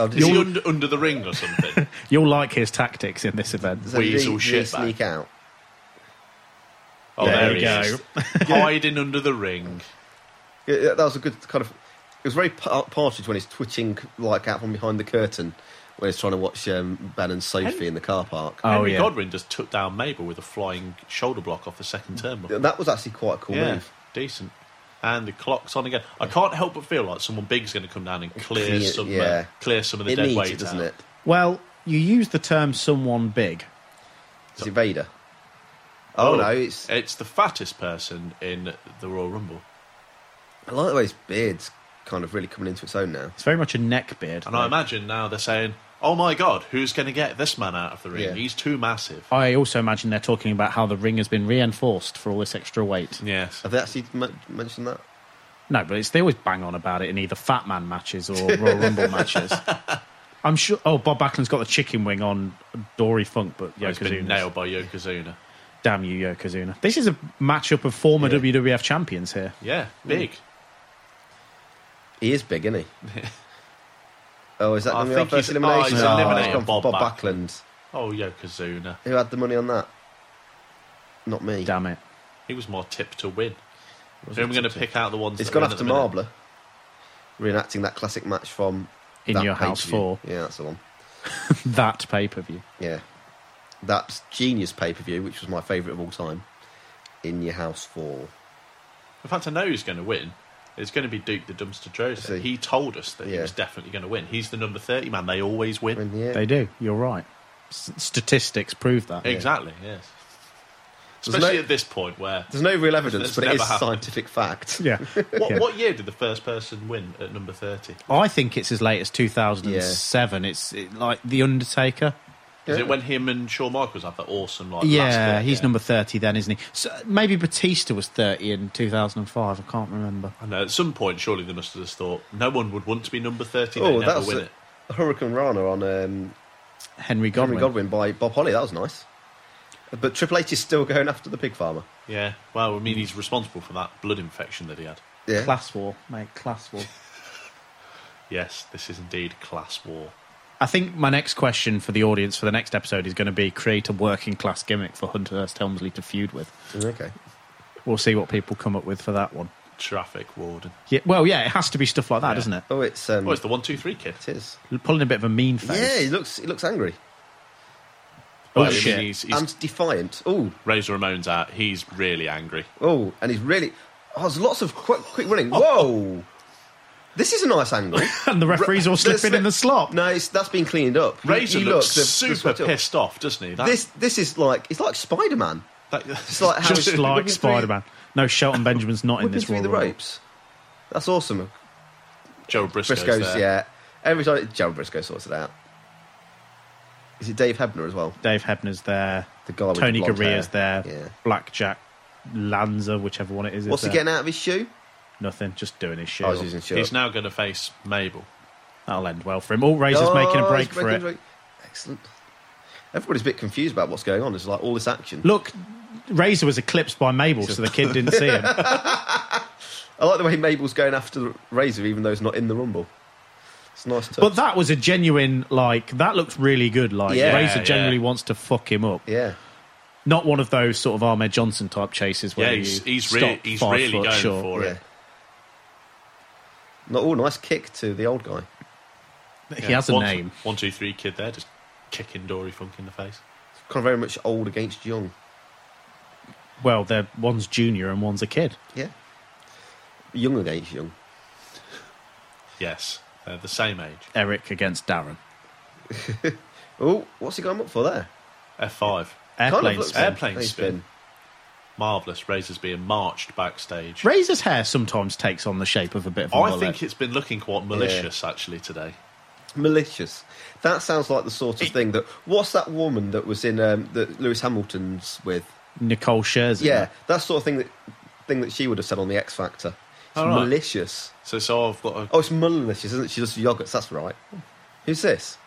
S2: Oh,
S4: is he
S2: you'll-
S4: under, under the ring or something?
S2: You'll like his tactics in this event.
S4: that Weasel really- shit really bag.
S3: sneak out.
S4: Oh,
S2: There
S4: there,
S2: you
S4: he
S2: go.
S4: is. Hiding under the ring.
S3: Yeah, yeah, that was a good kind of. It was very par- partridge when he's twitching like out from behind the curtain when he's trying to watch um, Ben and Sophie
S4: Henry-
S3: in the car park.
S4: Henry Godwin just took down Mabel with a flying shoulder block off the second turnbuckle.
S3: Yeah, that was actually quite a cool
S4: yeah,
S3: move.
S4: decent. And the clock's on again. I can't help but feel like someone big's going to come down and clear,
S3: Clear-
S4: some,
S3: yeah.
S4: uh, clear some of the
S3: It
S4: dead
S3: needs
S4: weight,
S3: it, doesn't
S4: out.
S3: it?
S2: Well, you use the term someone big.
S3: Is it Vader?
S4: Oh,
S3: no, it's
S4: it's the fattest person in the Royal Rumble.
S3: I like the way his beard's kind of really coming into its own now.
S2: It's very much a neck beard.
S4: And I imagine now they're saying, "Oh my God, who's going to get this man out of the ring?
S2: Yeah.
S4: He's too massive."
S2: I also imagine they're talking about how the ring has been reinforced for all this extra weight.
S4: Yes.
S3: Have they actually m- mentioned that?
S2: No, but it's, they always bang on about it in either Fat Man matches or Royal Rumble matches. I'm sure. Oh, Bob Backlund's got the chicken wing on Dory Funk, but
S4: Oh, He's been
S2: Yokozuna.
S4: nailed by Yokozuna.
S2: Damn you, Yokozuna. This is a matchup of former WWF champions here.
S4: Yeah, big.
S3: He is big, isn't he? oh, is that
S4: I
S3: going to be our
S4: think
S3: first
S4: he's- oh,
S3: elimination?
S4: he's
S3: Oh,
S4: eliminated
S3: it's gone for
S4: Bob
S3: Bob Backlund.
S4: Oh, Yokozuna.
S3: Who had the money on that? Not me.
S2: Damn it.
S4: He was more tipped to win.
S3: was
S4: Who am I
S3: more
S4: going to
S3: tipped
S4: pick out the ones?
S3: It's
S4: that are
S3: gone
S4: in at
S3: after
S4: the
S3: Marbler,
S4: minute?
S3: reenacting that classic match from
S2: In
S3: that
S2: Your House
S3: pay-per-view.
S2: 4.
S3: Yeah, that's the one.
S2: that pay per view.
S3: Yeah, that's genius pay per view, which was my favourite of all time. In Your House Four.
S4: In fact, I know who's going to win. It's going to be Duke the Dumpster Joseph. He told us that he was definitely going to win. He's the number thirty man. They always win.
S2: They do. You're right. S- statistics prove that.
S4: Exactly. Yes.
S3: There's
S4: Especially
S3: no-
S4: at this point where
S3: There's no real evidence,
S4: It's
S3: but it
S4: never
S3: is
S4: happened.
S3: scientific fact.
S2: Yeah.
S4: What,
S2: Yeah.
S4: what year did the first person win at number thirty?
S2: I think it's as late as 2007. It's it, like The Undertaker.
S4: Is it when him and Shawn Michaels have that awesome like?
S2: yeah,
S4: last bit?
S2: he's number 30 then, isn't he? So maybe Batista was 30 in 2005. I can't remember.
S4: I know. At some point, surely they must have just thought no one would want to be number thirty. They
S3: Oh,
S4: never
S3: that was
S4: win
S3: a,
S4: it.
S3: a Hurricane Rana on um,
S2: Henry
S3: Henry Godwin by Bob Holly. That was nice. But Triple H is still going after the pig farmer.
S4: Yeah. Well, I mean, he's responsible for that blood infection that he had.
S3: Yeah.
S2: Class war, mate. Class war.
S4: Yes, this is indeed class war.
S2: I think my next question for the audience for the next episode is going to be create a working class gimmick for Hunter Hurst Helmsley to feud with.
S3: Okay.
S2: We'll see what people come up with for that one.
S4: Traffic warden.
S2: Yeah, well, yeah, it has to be stuff like that, doesn't it?
S3: Oh, it's um,
S4: Oh, it's the one, two, three kid.
S3: It is.
S2: pulling a bit of a mean face.
S3: Yeah, he looks he looks angry.
S2: Oh,
S4: Well, I mean, he's- he's-
S3: and defiant. Oh,
S4: Razor Ramon's out. He's really angry.
S3: oh, and he's really. Oh, there's lots of quick, quick running. Whoa, this is a nice angle.
S2: Oh, and the referee's all slipping in the slop.
S3: No, it's, that's been cleaned up. You-
S4: Razor
S3: you
S4: looks
S3: look, the- the
S4: super
S3: sweat up.
S4: pissed off, doesn't he? That-
S3: This this is like it's like Spider Man. It's like how
S2: Just
S3: he's
S2: like
S3: whipping through-
S2: Spider Man. No, Shelton Benjamin's not in
S3: whipping
S2: this
S3: through
S2: Royal
S3: the
S2: Rumble.
S3: ropes. That's awesome.
S4: Gerald Briscoe's, there.
S3: yeah. Every time Gerald Briscoe sorts it out. Is it Dave Hebner as well?
S2: Dave Hebner's there.
S3: The guy with
S2: Tony
S3: the blonde
S2: Gurria's
S3: hair.
S2: there. Blackjack Lanza, whichever one it is. is
S3: What's he
S2: there.
S3: getting out of his shoe?
S2: Nothing, just doing his shoe.
S3: Oh, he's using shoe.
S4: He's now going to face Mabel.
S2: That'll end well for him. All Razor's
S3: Oh,
S2: making a
S3: he's
S2: break for
S3: breaking
S2: it.
S3: the break. Excellent. Everybody's a bit confused about what's going on. There's like all this action.
S2: Look, Razor was eclipsed by Mabel, so the kid didn't see him.
S3: I like the way Mabel's going after the Razor, even though he's not in the Rumble. It's a nice touch.
S2: But that was a genuine like that looks really good. Like
S3: Yeah,
S2: Razor
S3: yeah.
S2: generally wants to fuck him up.
S3: Yeah.
S2: Not one of those sort of Ahmed Johnson type chases where
S4: Yeah, he's-
S2: you
S4: he's
S2: stop
S4: really- he's
S2: five
S4: really
S2: foot
S4: going
S2: short.
S4: for it.
S3: Not all nice kick to the old guy.
S2: He has a
S4: one,
S2: name.
S4: One, two, three kid there, just kicking Dory Funk in the face.
S3: Kind of very much old against young.
S2: Well, they're one's junior and one's a kid.
S3: Yeah. Young against young.
S4: Yes, they're the same age.
S2: Eric against Darren.
S3: oh, what's he going up for there?
S4: F5.
S2: Airplane Kind of looks- spin.
S4: Airplane
S2: airplane
S4: spin. Marvellous. Razor's being marched backstage.
S2: Razor's hair sometimes takes on the shape of a bit of. a
S4: I
S2: mullet.
S4: think it's been looking quite malicious, actually, today.
S3: Malicious. That sounds like the sort of thing that. What's that woman that was in um, that Lewis Hamilton's with?
S2: Nicole Scherzer.
S3: Yeah, that sort of thing that thing that she would have said on the X Factor. It's
S4: All right.
S3: malicious.
S4: So, so I've got a.
S3: Oh, it's malicious, isn't it? She does yogurts. That's right. Who's this?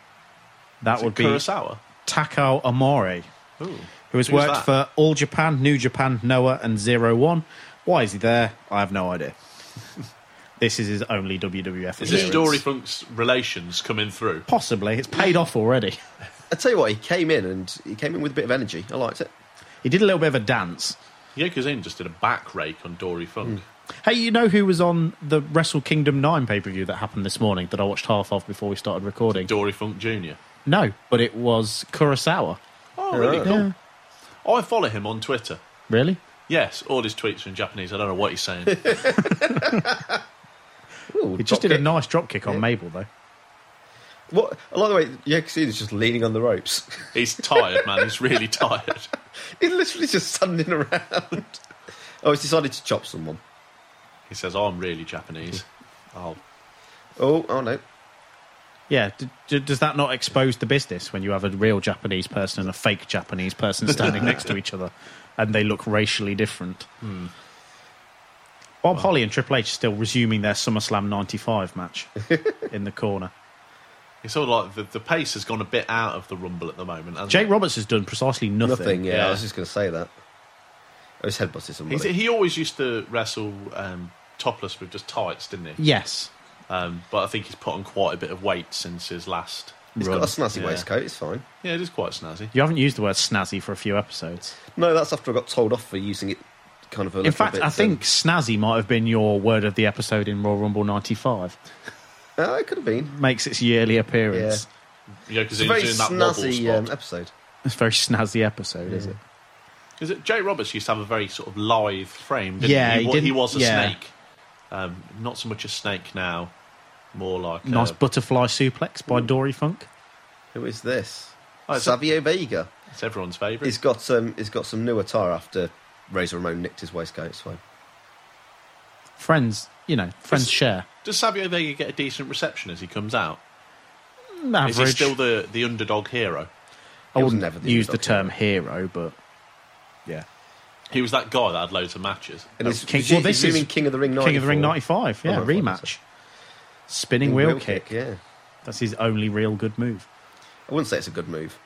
S2: That
S3: Is it
S2: would be
S3: Kurosawa?
S2: Takao Amore,
S4: Ooh.
S2: who has
S4: Who's
S2: worked
S4: that?
S2: for All Japan, New Japan, Noah, and Zero One. Why is he there? I have no idea. This is his only WWF.
S4: Is this
S2: appearance.
S4: Dory Funk's relations coming through?
S2: Possibly. It's paid off already.
S3: I tell you what, he came in and he came in with a bit of energy. I liked it.
S2: He did a little bit of a dance.
S4: Yokozuna just did a back rake on Dory Funk.
S2: Hey, you know who was on the Wrestle Kingdom 9 pay per view that happened this morning that I watched half of before we started recording?
S4: Dory Funk Jr.
S2: No, but it was Kurosawa.
S4: Oh, really
S2: Yeah.
S4: cool. Oh, I follow him on Twitter.
S2: Really?
S4: Yes, all his tweets are in Japanese. I don't know what he's saying.
S2: he just did a nice drop kick on Mabel, though.
S3: What I like the way Yokozuna's just leaning on the ropes.
S4: He's tired, man. He's really tired.
S3: He's literally just standing around. Oh, he's decided to chop someone.
S4: He says, "Oh, I'm really Japanese. oh.
S3: Oh, oh no.
S2: Yeah, d- d- does that not expose the business when you have a real Japanese person and a fake Japanese person standing next to each other and they look racially different?
S4: Hmm.
S2: Bob Holly and Triple H are still resuming their SummerSlam 95 match in the corner.
S4: It's sort of like the, the pace has gone a bit out of the rumble at the moment. hasn't
S2: Jake
S4: it?
S2: Roberts has done precisely nothing.
S4: Nothing, yeah, I was
S3: just going to say that. I was headbutted somebody.
S4: He's, he always used to wrestle um, topless with just tights, didn't he?
S2: Yes.
S4: Um, but I think he's put on quite a bit of weight since his last.
S3: He's
S4: run.
S3: got a snazzy
S4: Yeah.
S3: waistcoat. It's fine.
S4: Yeah, it is quite snazzy.
S2: You haven't used the word snazzy for a few episodes.
S3: No, that's after I got told off for using it. Kind of a
S2: In
S3: little
S2: fact,
S3: bit,
S2: I
S3: um,
S2: think snazzy might have been your word of the episode in Royal Rumble 95.
S3: Oh, it could have been.
S2: Makes its yearly appearance.
S3: It's a very snazzy um, episode.
S2: It's a very snazzy episode, is it?
S4: Because Jake Roberts used to have a very sort of lithe frame. Didn't
S2: Yeah,
S4: he,
S2: he
S4: wa-
S2: didn't-
S4: was a
S2: yeah.
S4: snake. Um, not so much a snake now, more like uh,
S2: Nice
S4: a,
S2: butterfly suplex by
S3: Mm.
S2: Dory Funk.
S3: Who is this?
S4: Oh, it's-
S3: Savio Vega.
S4: It's everyone's favourite.
S3: He's got um, he's got some new attire after Razor Ramon nicked his waistcoat. It's fine.
S2: Friends, you know, friends share.
S4: Does Savio Vega get a decent reception as he comes out? Is he
S2: Mm, Average.
S4: still the, the underdog hero?
S2: I
S4: He was
S2: wouldn't
S4: never the
S2: use the
S4: underdog
S2: term hero, but yeah.
S4: He was that guy that had loads of matches.
S3: And he's- King- well, this he's is doing King of the Ring
S2: King of the Ring
S3: 94.
S2: 95, yeah,
S3: Oh, my
S2: rematch. Spinning
S3: Big
S2: wheel, kick.
S3: Yeah,
S2: That's his only real good move.
S3: I wouldn't say it's a good move.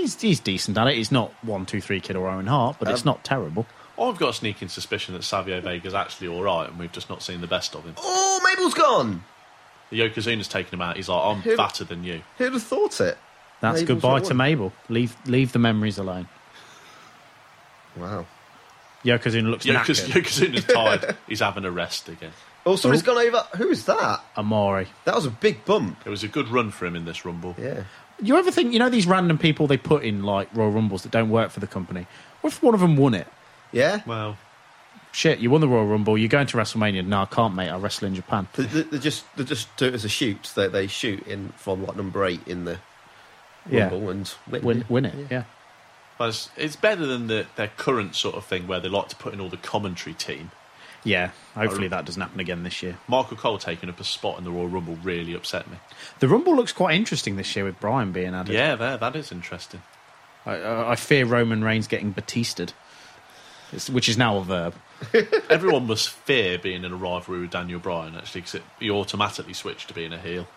S2: He's, he's decent at it. He's not 1, 2, 3 Kid or Owen Hart, but it's
S4: Um,
S2: not terrible.
S4: I've got a sneaking suspicion that Savio Vega's actually all right, and we've just not seen the best of him.
S3: Oh, Mabel's gone.
S4: The Yokozuna's taken him out. He's like, I'm
S3: Who-
S4: fatter than you.
S3: Who'd have thought it?
S2: That's
S3: Mabel's
S2: goodbye
S3: the
S2: to
S3: one.
S2: Mabel. Leave leave the memories alone.
S3: Wow.
S2: Yokozuna looks
S4: Yokoz-
S2: knackered.
S4: Yokozuna's tired. He's having a rest again.
S3: Oh, somebody's
S2: Oh.
S3: gone over. Who is that?
S2: Amari.
S3: That was a big bump.
S4: It was a good run for him in this rumble.
S3: Yeah.
S2: You ever think, you know, these random people they put in like Royal Rumbles that don't work for the company? What if one of them won it?
S3: Yeah.
S4: Well,
S2: shit, you won the Royal Rumble, you're going to WrestleMania. No, I can't, mate. I wrestle in Japan.
S3: They, they, they just they just do it as a shoot. They they shoot in from like number eight in the
S2: Yeah.
S3: rumble and win.
S2: Win, win it, yeah.
S4: But it's, it's better than the, their current sort of thing where they like to put in all the commentary team.
S2: Yeah, hopefully that doesn't happen again this year.
S4: Michael Cole taking up a spot in the Royal Rumble really upset me.
S2: The Rumble looks quite interesting this year with Brian being added.
S4: Yeah, there, that is interesting.
S2: I, I, I fear Roman Reigns getting Batisted, It's- which is now a verb.
S4: Everyone must fear being in a rivalry with Daniel Bryan, actually, because you automatically switch to being a heel.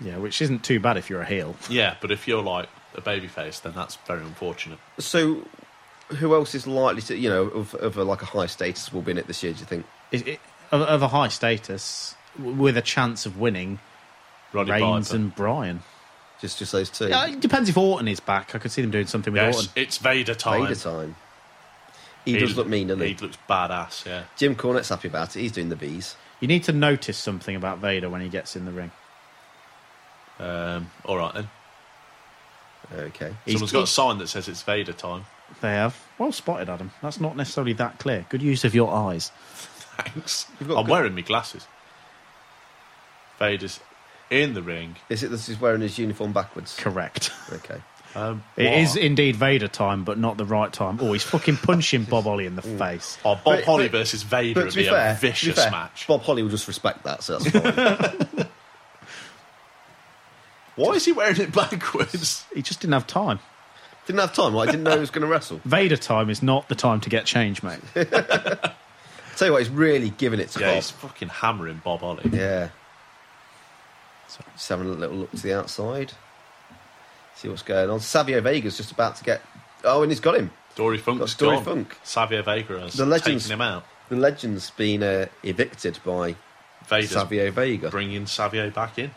S2: Yeah, which isn't too bad if you're a heel.
S4: Yeah, but if you're like a babyface, then that's very unfortunate.
S3: So, who else is likely to you know of, of a, like a high status will be in it this year? Do you think?
S2: It, it, of, of a high status, w- with a chance of winning,
S4: Roddy
S2: Reigns
S4: Piper.
S2: and Bryan.
S3: Just just those two.
S2: Yeah, it depends if Orton is back. I could see them doing something with
S4: Yes,
S2: Orton.
S4: it's Vader time.
S3: Vader time. He, does look mean, doesn't he?
S4: He looks badass, yeah.
S3: Jim Cornette's happy about it. He's doing the bees.
S2: You need to notice something about Vader when he gets in the ring.
S4: Um, all right, then.
S3: Okay.
S4: Someone's
S2: He's-
S4: got a sign that says it's Vader time.
S2: They have. Well spotted, Adam. That's not necessarily that clear. Good use of your eyes.
S4: Thanks. I'm
S2: You've got good-
S4: wearing my glasses. Vader's in the ring.
S3: Is it this is wearing his uniform backwards?
S2: Correct.
S3: Okay.
S4: Um,
S2: It is indeed Vader time, but not the right time. Oh, he's fucking punching Bob Ollie in the face.
S4: Oh, Bob
S3: But-
S4: Holly
S3: but-
S4: versus Vader
S3: but
S4: would
S3: to
S4: be,
S3: be fair-
S4: a
S3: to be
S4: vicious
S3: fair,
S4: match.
S3: Bob Holly will just respect that, so that's fine.
S4: Why is he wearing it backwards?
S2: He just didn't have time.
S3: Didn't have time. Like, I didn't know he was going to wrestle.
S2: Vader time is not the time to get change, mate.
S3: Tell you what, he's really giving it to
S4: Yeah,
S3: Bob.
S4: he's fucking hammering Bob Holly.
S3: Yeah. Just having a little look to the outside. See what's going on. Savio Vega's just about to get. Oh, and he's got him.
S4: Dory Funk's
S3: Got Dory
S4: gone.
S3: Funk.
S4: Savio Vega has
S3: The legends-
S4: taken him out.
S3: The legend's been uh, evicted by
S4: Vader.
S3: Savio Vega.
S4: Bringing Savio back in.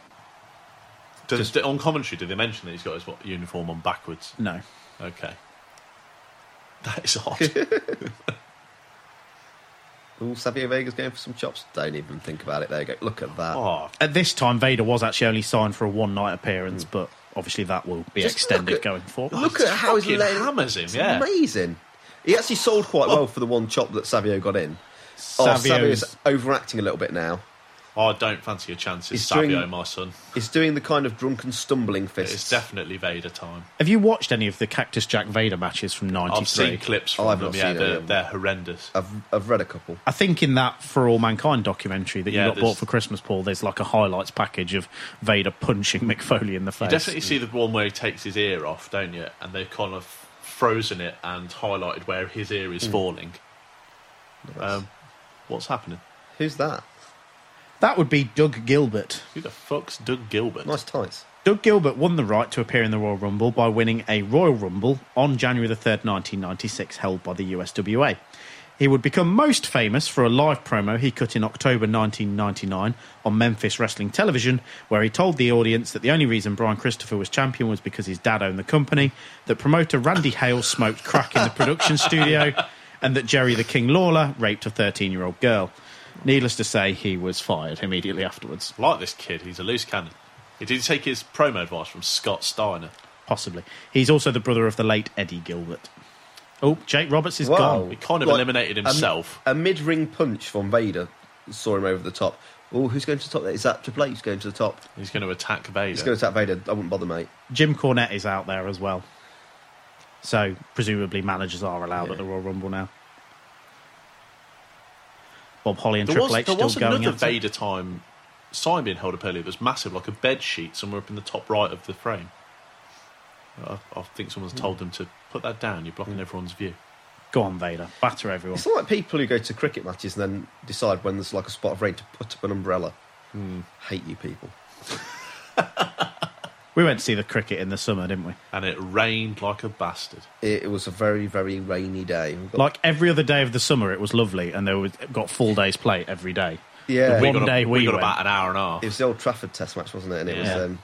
S4: Does, on commentary, did they mention that he's got his what, uniform on backwards?
S2: No.
S4: Okay. That is odd.
S3: Ooh, Savio Vega's going for some chops. Don't even think about it. There you go. Look at that.
S2: At this time, Vader was actually only signed for a one night appearance,
S4: Hmm.
S2: but obviously that will be
S3: Just
S2: extended
S3: look at-
S2: going forward.
S3: Look at how he's
S2: Fucking
S3: laying.
S2: hammers him,
S3: It's
S2: yeah. Oh.
S3: amazing. He actually sold quite well for the one chop that Savio got in. Oh,
S4: Savio's-
S3: Savio's overacting a little bit now.
S4: I don't fancy your chances,
S3: He's
S4: Savio,
S3: doing-
S4: my son.
S3: He's doing the kind of drunken stumbling fist.
S4: It's definitely Vader time.
S2: Have you watched any of the Cactus Jack Vader matches from '93?
S4: Oh, I've seen clips from them. Yeah, they're, they're horrendous.
S3: I've, I've read a couple.
S2: I think in that For All Mankind documentary that
S4: Yeah,
S2: you got
S4: there's-
S2: bought for Christmas, Paul, there's like a highlights package of Vader punching McFoley in the
S4: You
S2: face.
S4: definitely see the one where he takes his ear off, don't you? And they've kind of frozen it and highlighted where his ear is
S3: Hmm.
S4: falling. Um, what's happening?
S3: Who's that?
S2: That would be Doug Gilbert.
S4: Who the fuck's Doug Gilbert?
S3: Nice tights.
S2: Doug Gilbert won the right to appear in the Royal Rumble by winning a Royal Rumble on January the 3rd, 1996, held by the USWA. He would become most famous for a live promo he cut in October 1999 on Memphis Wrestling Television, where he told the audience that the only reason Brian Christopher was champion was because his dad owned the company, that promoter Randy Hale smoked crack in the production studio, and that Jerry the King Lawler raped a 13 year old girl. Needless to say, he was fired immediately afterwards.
S4: Like this kid, he's a loose cannon. He did take his promo advice from Scott Steiner.
S2: Possibly. He's also the brother of the late Eddie Gilbert. Oh, Jake Roberts is gone.
S4: He kind of eliminated
S3: um,
S4: himself.
S3: A, mid ring punch from Vader saw him over the top. Oh, who's going to the top there? Is that Triple H who's going to the top?
S4: He's going to attack Vader.
S3: He's going to attack Vader. I wouldn't bother, mate.
S2: Jim Cornette is out there as well. So presumably managers are allowed at the Royal Rumble now. Bob Holly and
S4: There
S2: Triple
S4: was,
S2: H
S4: there
S2: still
S4: was
S2: going
S4: another
S2: at it.
S4: Vader time sign being held up earlier that was massive, like a bed sheet somewhere up in the top right of the frame. I, I think someone's told them to put that down. You're blocking everyone's view.
S2: Hmm. Go on, Vader. Batter everyone.
S3: It's like people who go to cricket matches and then decide when there's like a spot of rain to put up an umbrella.
S2: Hmm.
S3: Hate you people.
S2: We went to see the cricket in the summer, didn't we?
S4: And it rained like a bastard.
S3: It, it was a very, very rainy day. We've got-
S2: Like every other day of the summer, it was lovely, and they was, got full day's play every day.
S3: yeah,
S2: The one day we, went.
S4: an hour and a half.
S3: It was the old Trafford Test match, wasn't it? And it
S2: Yeah.
S3: was. Um,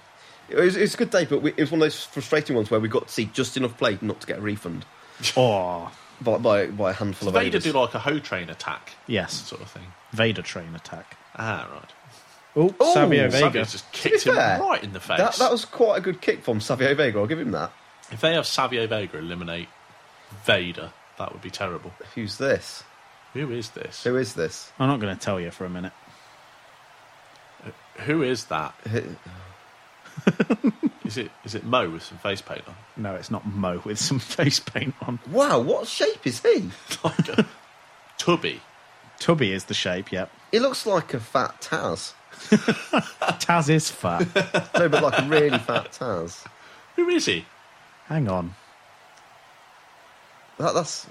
S3: it was, it was a good day, but we, it was one of those frustrating ones where we got to see just enough play not to get a refund.
S2: Oh.
S3: By, by, by a handful
S4: Does
S3: of
S4: Vader
S3: overs.
S4: do like a hoe train attack?
S2: Yes.
S4: Sort of thing.
S2: Vader train attack.
S4: Ah, right.
S2: Oh,
S3: Ooh,
S2: Savio Vega.
S4: Savio's just kicked
S3: To be
S4: him
S3: fair,
S4: right in the face.
S3: That, that was quite a good kick from Savio Vega. I'll give him that.
S4: If they have Savio Vega eliminate Vader, that would be terrible.
S3: Who's this?
S4: Who is this?
S3: Who is this?
S2: I'm not going to tell you for a minute.
S4: Who is that? is it is it Mo with some face paint on?
S2: No, it's not Mo with some face paint on.
S3: Wow, what shape is he?
S4: Like a tubby.
S2: Tubby is the shape, yep.
S3: He looks like a fat Taz.
S2: Taz is fat.
S3: no, but like a really fat Taz.
S4: Who is he?
S2: Hang on.
S3: That, that's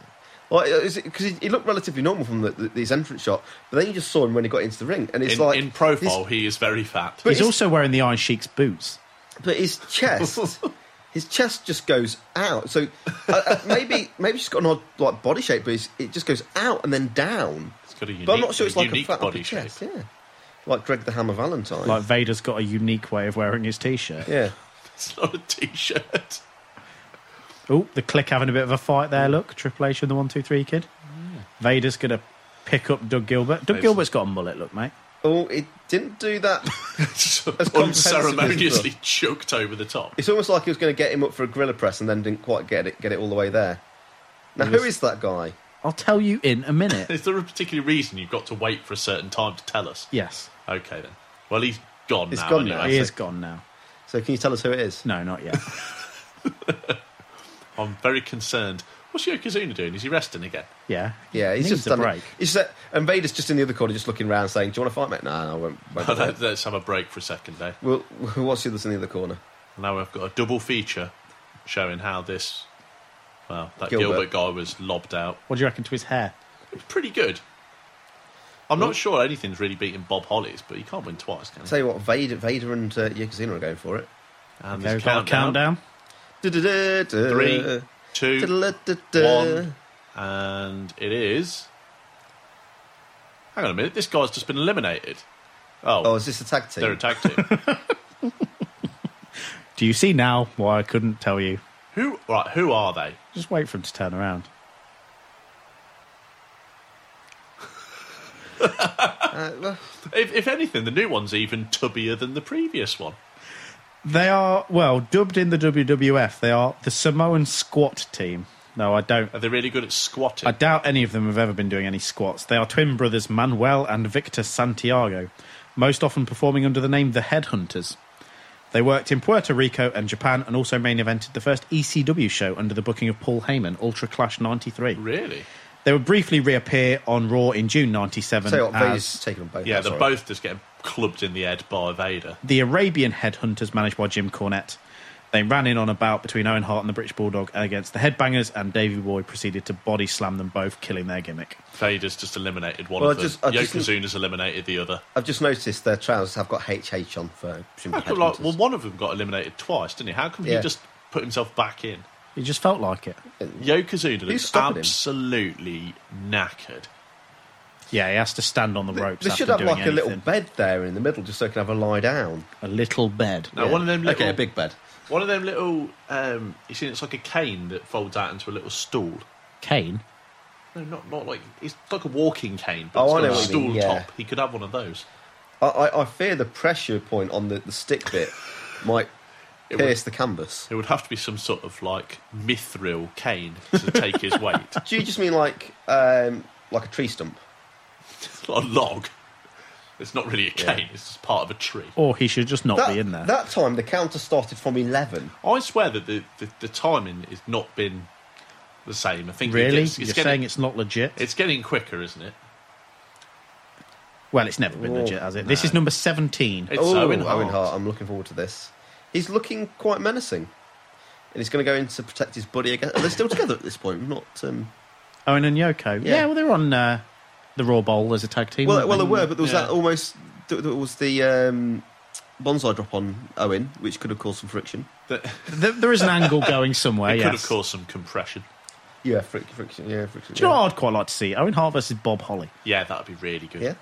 S3: because he, he looked relatively normal from the, the, his entrance shot, but then you just saw him when he got into the ring, and it's
S4: In,
S3: like
S4: in profile, he is very fat.
S2: he's also wearing the Iron Sheik's boots.
S3: but his chest, his chest just goes out. So uh, uh, maybe maybe she's got an odd like body shape, but it's, it just goes out and then down.
S4: got
S3: but
S4: a
S3: I'm
S4: unique-
S3: not sure it's
S4: a
S3: like a
S4: unique
S3: fat
S4: body
S3: upper chest, yeah, like Greg the Hammer Valentine.
S2: Like Vader's got a unique way of wearing his t-shirt.
S3: Yeah.
S4: It's not a t-shirt.
S2: Oh, the click having a bit of a fight there. Look, Triple H and the one two three kid. Vader's gonna pick up Doug Gilbert. Doug
S3: Nice.
S2: Gilbert's got a mullet. Look, mate.
S3: oh, it didn't do that. as comprehensively.
S4: Unceremoniously choked over the top.
S3: It's almost like he was going to get him up for a gorilla press and then didn't quite get it get it all the way there. Now,
S4: He
S3: who
S4: was-
S3: is that guy?
S2: I'll tell you in a minute.
S4: Is there a particular reason you've got to wait for a certain time to tell us?
S2: Yes.
S4: Okay then. Well, he's gone
S3: He's
S4: now.
S3: gone
S4: anyway.
S3: now.
S2: He is gone now.
S3: So, can you tell us who it is?
S2: No, not yet.
S4: I'm very concerned. What's Yokozuna doing? Is he resting again?
S2: Yeah,
S3: yeah. He's
S4: Needs
S3: just
S4: a
S3: done it.
S4: break.
S3: He's just, and Vader's just in the other corner, just looking around, saying, "Do you want to fight, mate? No, no, I won't." won't do it."
S4: Let's let's have a break for a second, Dave.
S3: Well, what's the others in the other corner?
S4: Now we've got a double feature showing how this, well, that
S2: Gilbert.
S4: Gilbert, guy was lobbed out.
S2: What do you reckon to his hair?
S4: It's pretty good. I'm not sure anything's really beating Bob Holly's, but he can't win twice, can
S3: I'll
S4: he?
S3: tell you what, Vader, Vader and uh, Yokozuna are going for it.
S4: And
S2: Okay, there's we've got a Uh, countdown.
S4: Three, two, one, and it is. Hang on a minute, this guy's just been eliminated. Oh,
S3: is this a tag team?
S4: They're a tag team.
S2: Do you see now why I couldn't tell you?
S4: who? Right. Who are they?
S2: Just wait for him to turn around.
S3: Uh,
S4: If, if anything, the new one's even tubbier than the previous one.
S2: They are well dubbed in the WWF. They are the Samoan Squat Team. No, I don't.
S4: Are they really good at squatting?
S2: I doubt any of them have ever been doing any squats. They are twin brothers Manuel and Victor Santiago, most often performing under the name the Headhunters. They worked in Puerto Rico and Japan and also main evented the first ECW show under the booking of Paul Heyman, Ultra Clash 93.
S4: Really?
S2: They would briefly reappear on Raw in June 97
S4: Tell you what, Vader's
S2: as
S3: taken them both.
S4: yeah, they're both just getting clubbed in the head by Vader.
S2: the Arabian Headhunters managed by Jim Cornette. They ran in on a bout between Owen Hart and the British Bulldog against the Headbangers, and Davey Boy proceeded to body slam them both, killing their gimmick.
S4: Vader's just eliminated one
S3: Well,
S4: of
S3: I
S4: them.
S3: just- I just-
S4: Yokozuna's eliminated the other.
S3: I've just noticed their trousers have got HH on for
S4: How
S3: presumably
S4: come, like, well, one of them got eliminated twice, didn't he? How come
S3: Yeah.
S4: he just put himself back in?
S2: It just felt like it.
S4: Yokozuna looks
S3: stopping him?
S4: absolutely knackered.
S2: Yeah, he has to stand on the ropes.
S3: They
S2: after
S3: should have
S2: doing
S3: like a little
S2: anything.
S3: bed there in the middle, just so they can have a lie down.
S2: A little bed.
S4: No, one of them little-
S3: Okay, a big bed.
S4: One of them little, um, you see, it's like a cane that folds out into a little stool.
S2: cane.
S4: No, not not like it's like a walking cane, but
S3: Oh,
S4: it's
S3: I
S4: got
S3: know
S4: a
S3: what you
S4: stool
S3: mean, yeah.
S4: top. He could have one of those.
S3: I, I, I fear the pressure point on the, the stick bit might
S4: It would-
S3: pierce the canvas.
S4: It would have to be some sort of like mithril cane to take his weight,
S3: Do you just mean like um, like a tree stump?
S4: a log. It's not really a cane; it's just part of a tree.
S2: Or he should just not
S3: that,
S2: be in there.
S3: That time the counter started from eleven.
S4: I swear that the, the, the timing has not been the same. I think it
S2: really?
S4: gets-
S2: You're
S4: it's getting,
S2: saying it's not legit?
S4: it's getting quicker, isn't it?
S2: Well, it's never been
S3: Whoa.
S2: legit, has it? This
S3: No.
S2: is number 17.
S3: Ooh, I'm looking forward to this. He's looking quite menacing, and he's going to go in to protect his buddy again. Are they still together at this point? Not. Um,
S2: Owen and Yoko. Yeah,
S3: Yeah.
S2: well, they're on uh, the Raw Bowl as a tag team.
S3: well,
S2: weren't
S3: well, they
S2: they
S3: were, but there was that almost. There there was the um, bonsai drop on Owen, which could have caused some friction.
S2: There- there is an angle going somewhere,
S4: It could
S2: yes.
S4: have caused some compression.
S3: Yeah, fric- friction. Yeah, friction.
S2: Do you know what I'd quite like to see? Owen Hart versus Bob Holly.
S4: Yeah, that'd be really good.
S2: Yeah.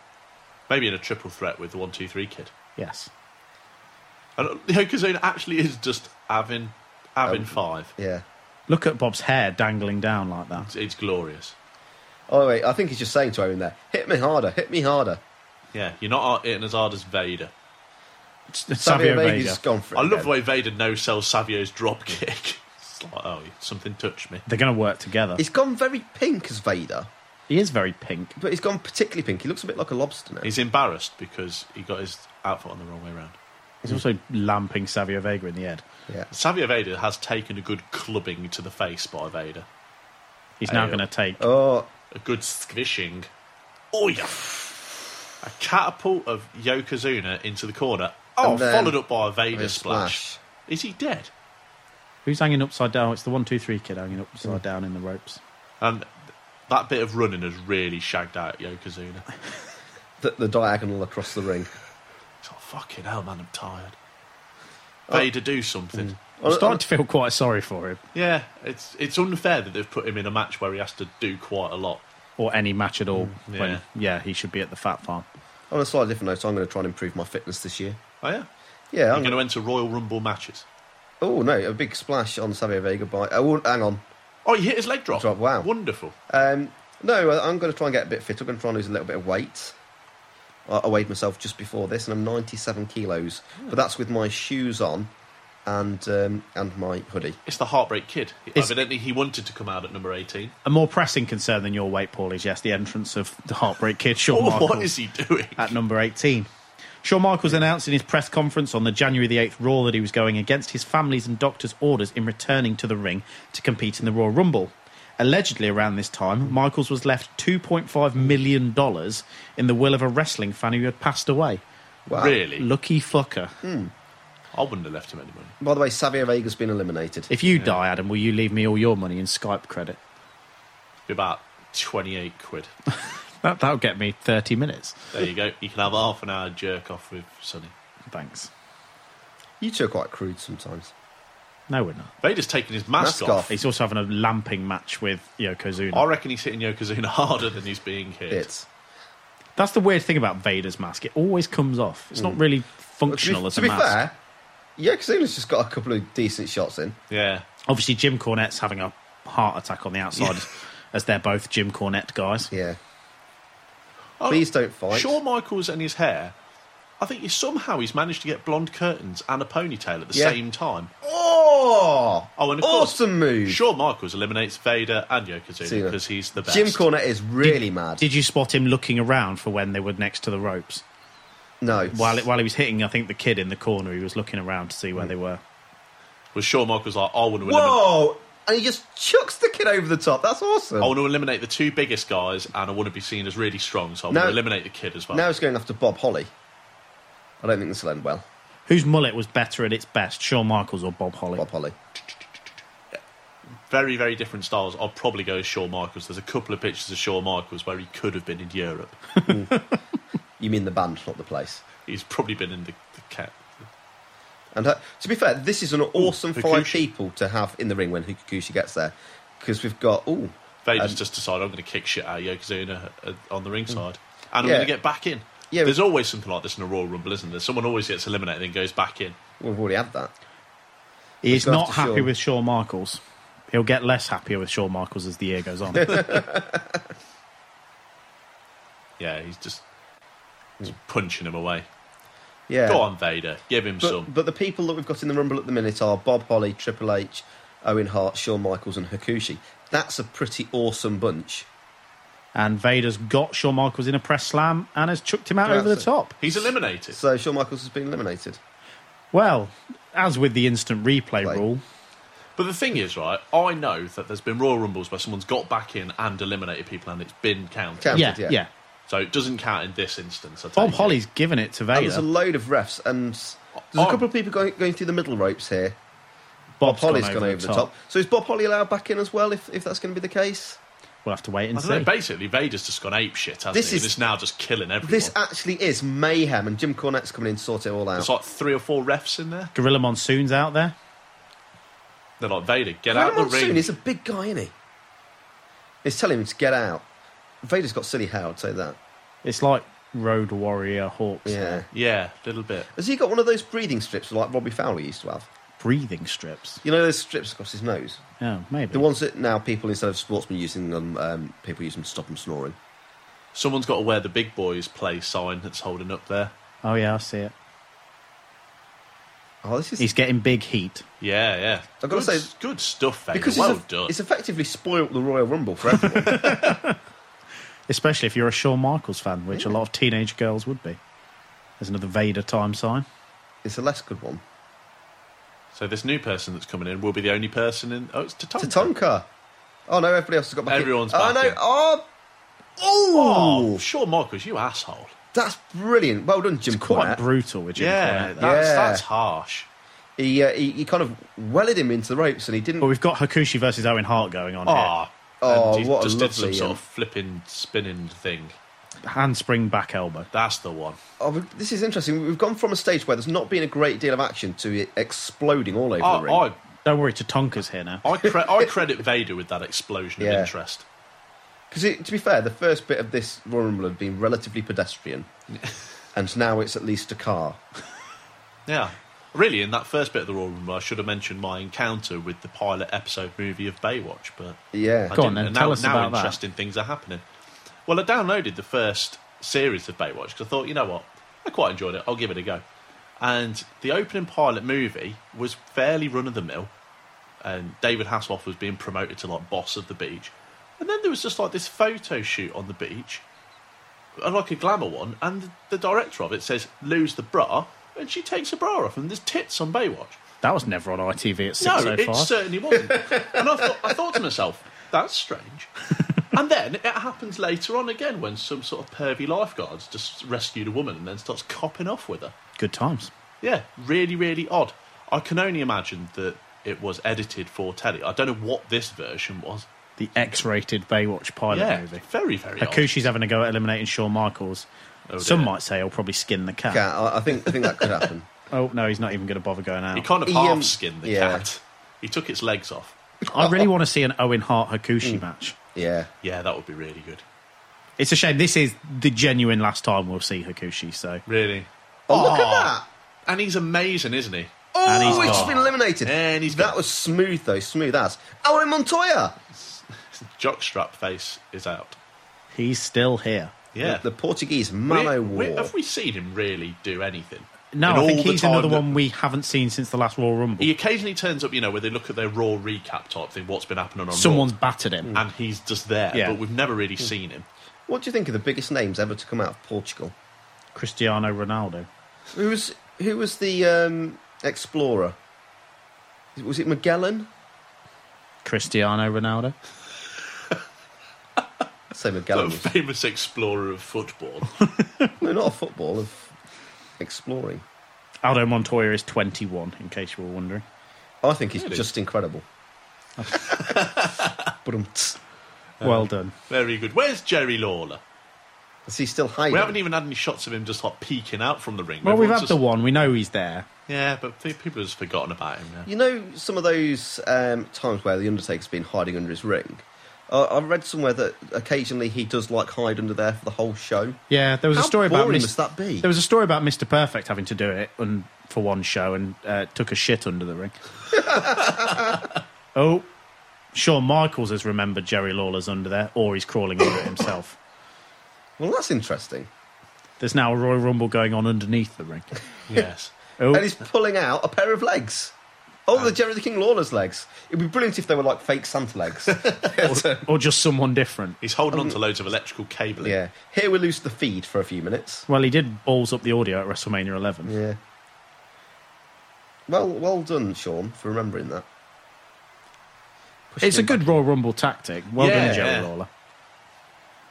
S4: Maybe in a triple threat with the one, two, three kid.
S2: Yes.
S4: And uh, Yokozuna actually is just having having five.
S3: Yeah.
S2: Look at Bob's hair dangling down like that.
S4: It's, it's glorious.
S3: Oh wait, I think he's just saying to Owen there, "Hit me harder, hit me harder."
S4: Yeah, you're not hitting as hard as Vader.
S2: Savio Vega's Vega.
S3: gone for it
S4: I love
S3: again.
S4: the way Vader no sells Savio's drop kick. It's like, oh, something touched me.
S2: They're going to work together.
S3: He's gone very pink as Vader.
S2: He is very pink,
S3: but he's gone particularly pink. He looks a bit like a lobster now.
S4: He's embarrassed because he got his outfit on the wrong way around.
S2: He's also lamping Savio Vega in the head.
S3: Yeah.
S4: Savio Vader has taken a good clubbing to the face by Vader.
S2: He's now
S4: Hey,
S2: going to take.
S3: Oh.
S4: A good squishing. Oh, yeah. A catapult of Yokozuna into the corner. Oh,
S2: And then-
S4: followed up by a Vader
S2: a
S4: splash. Is he dead?
S2: Who's hanging upside down? It's the one, two, three kid hanging
S4: Hmm.
S2: upside down in the ropes.
S4: And that bit of running has really shagged out Yokozuna.
S3: The, the diagonal across the ring.
S4: It's like, fucking hell, man, I'm tired.
S3: Oh.
S4: Vader, do
S3: Mm.
S4: something.
S2: I'm
S4: uh,
S2: starting to feel quite sorry for him,
S4: Yeah, it's it's unfair that they've put him in a match where he has to do quite a lot.
S2: or any match at all.
S4: Mm,
S2: when-
S4: yeah.
S2: yeah, he should be at the fat farm.
S3: On a slightly different note, I'm going to try and improve my fitness this year.
S4: Oh yeah,
S3: Yeah.
S4: You're going to enter Royal Rumble matches.
S3: Oh no, a big splash on Savio Vega by. Oh, hang on.
S4: Oh, you hit his leg drop.
S3: Wow,
S4: wonderful.
S3: Um, no, I- I'm going to try and get a bit fit. I'm going to try and lose a little bit of weight. I, I weighed myself just before this, and I'm 97 kilos. But that's with my shoes on, and um, and my hoodie.
S4: It's the Heartbreak Kid.
S2: It's-
S4: Evidently, he wanted to come out at number eighteen.
S2: A more pressing concern than your weight, Paul, is yes, the entrance of the Heartbreak Kid, Shawn
S4: Oh,
S2: Michaels.
S4: what is he doing?
S2: At number 18. Shawn Michaels announced in his press conference on the January the 8th Raw that he was going against his family's and doctor's orders in returning to the ring to compete in the Royal Rumble. Allegedly, around this time, Michaels was left $2.5 million in the will of a wrestling fan who had passed away.
S3: Wow.
S4: Really?
S2: Lucky fucker.
S4: I wouldn't have left him any money.
S3: Hmm. By the way, Savio Vega's been eliminated.
S2: If you die, Adam, will you leave me all your money in Skype credit?
S4: Be about twenty-eight quid.
S2: That, that'll get me 30 minutes.
S4: There you go. You can have half an hour jerk off with Sonny.
S2: Thanks.
S3: You two are quite crude sometimes.
S2: No, we're not.
S4: Vader's taking his mask, off.
S2: He's also having a lamping match with Yokozuna.
S3: Oh,
S4: I reckon he's hitting Yokozuna harder than he's being hit.
S3: Bits.
S2: That's the weird thing about Vader's mask. It always comes off. It's not
S3: Mm.
S2: really
S3: But to be-
S2: functional as
S3: to
S2: a
S3: be
S2: mask.
S3: fair, Yokozuna just got a couple of decent shots in.
S4: Yeah.
S2: Obviously, Jim Cornette's having a heart attack on the outside, as they're both Jim Cornette guys.
S3: Yeah.
S2: Please don't fight.
S4: Oh, Shawn Michaels and his hair. I think he, somehow he's managed to get blonde curtains and a ponytail at the
S3: Yeah.
S4: same time.
S3: Oh,
S4: Oh, and of
S3: awesome
S4: course,
S3: move.
S4: Shawn Michaels eliminates Vader and Yokozuna
S2: Cena.
S4: because he's the best.
S2: Cornette is really mad. Did you spot him looking around for when they were next to the ropes?
S3: No.
S2: While while he was hitting, I think the kid in the corner, he was looking around to see where they were.
S4: Was Shawn Michaels like, I want to eliminate.
S3: Whoa! And he just chucks the kid over the top. That's awesome.
S4: I want to eliminate the two biggest guys, and I want to be seen as really strong, so I
S3: No.
S4: want to eliminate the kid as well.
S3: Now he's going after Bob Holly. I don't think this will end well.
S2: Whose mullet was better at its best, Shawn Michaels or Bob Holly? Bob
S3: Holly.
S4: Very, very different styles. I'll probably go with Shawn Michaels. There's a couple of pictures of Shawn Michaels where he could have been in Europe.
S3: You mean the band, not the place.
S4: He's probably been in the, the cat.
S3: And uh, to be fair, this is an awesome five
S4: Kikuchi.
S3: people to have in the ring when Hikushi gets there. Because we've got, ooh,
S4: Vader's
S3: Um,
S4: just decided I'm going to kick shit out of Yokozuna uh, on the ringside, and I'm
S3: Mm. Yeah.
S4: going to get back in.
S3: Yeah,
S4: There's always something like this in a Royal Rumble, isn't there? Someone always gets eliminated and goes back in.
S3: we've already had that. Let's
S2: He's
S3: go
S2: not
S3: after
S2: happy
S3: Shawn.
S2: with Shawn Michaels. He'll get less happier with Shawn Michaels as the year goes on.
S4: Yeah, he's just, just punching him away.
S3: Mm. Yeah.
S4: Go on, Vader. Give him
S3: But,
S4: some.
S3: but the people that we've got in the Rumble at the minute are Bob Holly, Triple H, Owen Hart, Shawn Michaels, and Hikushi. That's a pretty awesome bunch.
S2: and Vader's got Shawn Michaels in a press slam and has chucked him out over the
S3: That's it.
S2: top.
S4: He's eliminated.
S3: So Shawn Michaels has been eliminated.
S2: Well, as with the instant replay rule,
S4: But the thing is, right, I know that there's been Royal Rumbles where someone's got back in and eliminated people and it's been counted.
S3: Counted, Yeah, yeah. yeah.
S4: So it doesn't count in this instance. I
S2: Bob
S4: take it.
S2: Holly's given it to
S3: And there's a
S2: Vader.
S3: load of refs, and there's a couple of people going, going through the middle ropes here. Bob
S2: Bob's
S3: Holly's
S2: gone
S3: gone,
S2: over
S3: over,
S2: the
S3: the top.
S2: top.
S3: So is Bob Holly allowed back in as well if, if that's going to be the case?
S2: We'll have to wait
S4: I
S2: and
S4: don't
S2: see.
S4: know, basically, Vader's just gone ape shit, hasn't
S3: This
S4: he?
S3: is-
S4: and it's now just killing everyone.
S3: This actually is mayhem, and Jim Cornette's coming in to sort it all out.
S4: There's like three or four refs in there.
S2: Gorilla Monsoon's out there.
S4: They're like, Vader, get
S3: Gorilla
S4: out the
S3: Monsoon
S4: ring.
S3: is a big guy, isn't he? He's telling him to get out. Vader's got silly hair, I'd say that.
S2: It's like Road Warrior Hawks.
S3: Yeah.
S4: Yeah, a little bit.
S3: Has he got one of those breathing strips like Robbie Fowler used to have?
S2: Breathing strips?
S3: You know those strips across his nose?
S2: Yeah, maybe.
S3: The ones that now people, instead of sportsmen using them, um, people use them to stop them snoring.
S4: Someone's got to wear the big boys play sign that's holding up there.
S2: Oh yeah, I see it.
S3: Oh, this is
S2: He's getting big heat.
S4: Yeah, yeah.
S3: I've
S4: good,
S3: gotta
S4: s- good stuff, Vader.
S3: Because
S4: well
S3: it's, eff-
S4: done.
S3: it's effectively spoilt the Royal Rumble for everyone.
S2: Especially if you're a Shawn Michaels fan, which a lot of teenage girls would be. There's another Vader time sign.
S3: It's a less good one.
S4: So this new person that's coming in will be the only person in. Oh, it's Tatanka.
S3: Tatanka. Oh no, everybody else has got back. in.
S4: Everyone's
S3: Oh
S4: back
S3: no.
S4: in.
S3: Oh. Oh.
S4: Oh, Shawn Michaels, you asshole.
S3: That's brilliant. Well done, Jim.
S2: quite
S3: Cornette.
S2: brutal with Jim
S4: Yeah,
S2: Cornette.
S4: that's, that's harsh.
S3: He, uh, he he kind of welded him into the ropes, and he didn't.
S2: But we've got Hakushi versus Owen Hart going on
S4: Ah,
S3: Oh,
S4: and he
S3: what a
S4: just did some
S3: lovely,
S4: sort
S3: um,
S4: of flipping, spinning thing.
S2: here. Handspring back elbow.
S4: That's the one.
S3: Oh, we- this is interesting. We've gone from a stage where there's not been a great deal of action to it exploding all over the ring.
S4: I,
S2: Don't worry, Tatanka's here now.
S4: I, I, cre- I credit Vader with that explosion of
S3: Yeah.
S4: interest.
S3: Because to be fair, the first bit of this Royal Rumble had been relatively pedestrian, and now it's at least a car.
S4: Yeah. Really, in that first bit of the Royal Rumble, I should have mentioned my encounter with the pilot episode movie of Baywatch, but
S3: Yeah.
S4: I
S3: Go on
S4: didn't.
S3: then,
S4: And
S3: tell
S4: now,
S3: us
S4: now
S3: about that.
S4: interesting things are happening. Well, I downloaded the first series of Baywatch because I thought, you know what, I quite enjoyed it. I'll give it a go. And the opening pilot movie was fairly run of the mill, and David Hasselhoff was being promoted to like boss of the beach, and then there was just like this photo shoot on the beach, and like a glamour one, and the, the director of it says, "Lose the bra," and she takes her bra off, and there's tits on Baywatch.
S2: That was never on ITV at oh 6
S4: No, it certainly wasn't. and I thought, I thought to myself, that's strange. and then it happens later on again when some sort of pervy lifeguard's just rescued a woman and then starts copping off with her.
S2: Good times.
S4: Yeah, really, really odd. I can only imagine that it was edited for telly. I don't know what this version was.
S2: The X-rated Baywatch pilot
S4: yeah,
S2: movie.
S4: very, very odd.
S2: Hakushi's having a go at eliminating Shawn Michaels. Some might say he'll probably skin the cat.
S3: Oh, Cat, I, I think I think that could happen.
S2: Oh no, he's not even going to bother going out.
S4: He kind of
S2: He,
S4: half
S2: um,
S4: skinned the
S2: yeah.
S4: cat. He took its legs off.
S3: Mm.
S2: I really want to see an Owen Hart Hakushi match.
S3: Yeah.
S4: Yeah, that would be really good.
S2: It's a shame. This is the genuine last time we'll see Hakushi. So
S4: really,
S3: Oh, look at that.
S4: And he's amazing, isn't he?
S3: Oh,
S2: And he's
S3: it's
S2: gone.
S3: been eliminated. And he's that was smooth though, smooth as. Alan Montoya.
S4: Jockstrap face is out.
S2: he's still here.
S4: Yeah.
S3: the, the Portuguese
S4: We-
S3: Mano
S4: we-
S3: War.
S4: Have we seen him really do anything?
S2: No,
S4: In
S2: I think
S4: all the
S2: he's
S4: time
S2: another
S4: that-
S2: one we haven't seen since the last Royal Rumble.
S4: He occasionally turns up, you know, where they look at their Raw recap type thing, what's been happening on
S2: Someone's
S4: Raw,
S2: battered him.
S4: and he's just there,
S2: Yeah.
S4: but we've never really seen him.
S3: What do you think of the biggest names ever to come out of Portugal?
S2: Cristiano Ronaldo.
S3: Who was who was the um, explorer? Was it Magellan?
S2: Cristiano Ronaldo.
S3: Say
S4: The
S3: Magellan. was-
S4: famous explorer of football.
S3: no, not a football of exploring.
S2: Aldo Montoya is 21, in case you were wondering.
S3: I think he's
S2: Really?
S3: just incredible.
S2: Well done.
S4: Very good. Where's Jerry Lawler?
S3: Is he still hiding?
S4: We haven't even had any shots of him just like peeking out from the ring.
S2: Well, we've had
S4: Everyone's
S2: the
S4: just-
S2: one. We know he's there.
S4: Yeah, but pe- people have just forgotten about him now.
S3: You know, some of those um, times where the Undertaker's been hiding under his ring. Uh, I've read somewhere that occasionally he does like hide under there for the whole show.
S2: Yeah, there was
S3: How
S2: a story about
S3: boring
S2: Mis-
S3: must that be?
S2: There was a story about Mr. Perfect having to do it un- for one show and uh, took a shit under the ring. oh, Shawn Michaels has remembered Jerry Lawler's under there, or he's crawling under it himself.
S3: Well, that's interesting.
S2: There's now a Royal Rumble going on underneath the ring.
S4: Yes.
S2: Oh.
S3: And he's pulling out a pair of legs. Oh, the Jerry the King Lawler's legs. It'd be brilliant if they were like fake Santa legs.
S2: or, or just someone different.
S4: He's holding on to loads of electrical cabling.
S3: Oh, yeah. Here we lose the feed for a few minutes.
S2: Well, he did balls up the audio at WrestleMania 11.
S3: Yeah. Well, well done, Sean, for remembering that.
S2: It's a good Royal Rumble tactic. Well
S3: Yeah.
S2: done, Jerry
S3: Yeah.
S2: Lawler.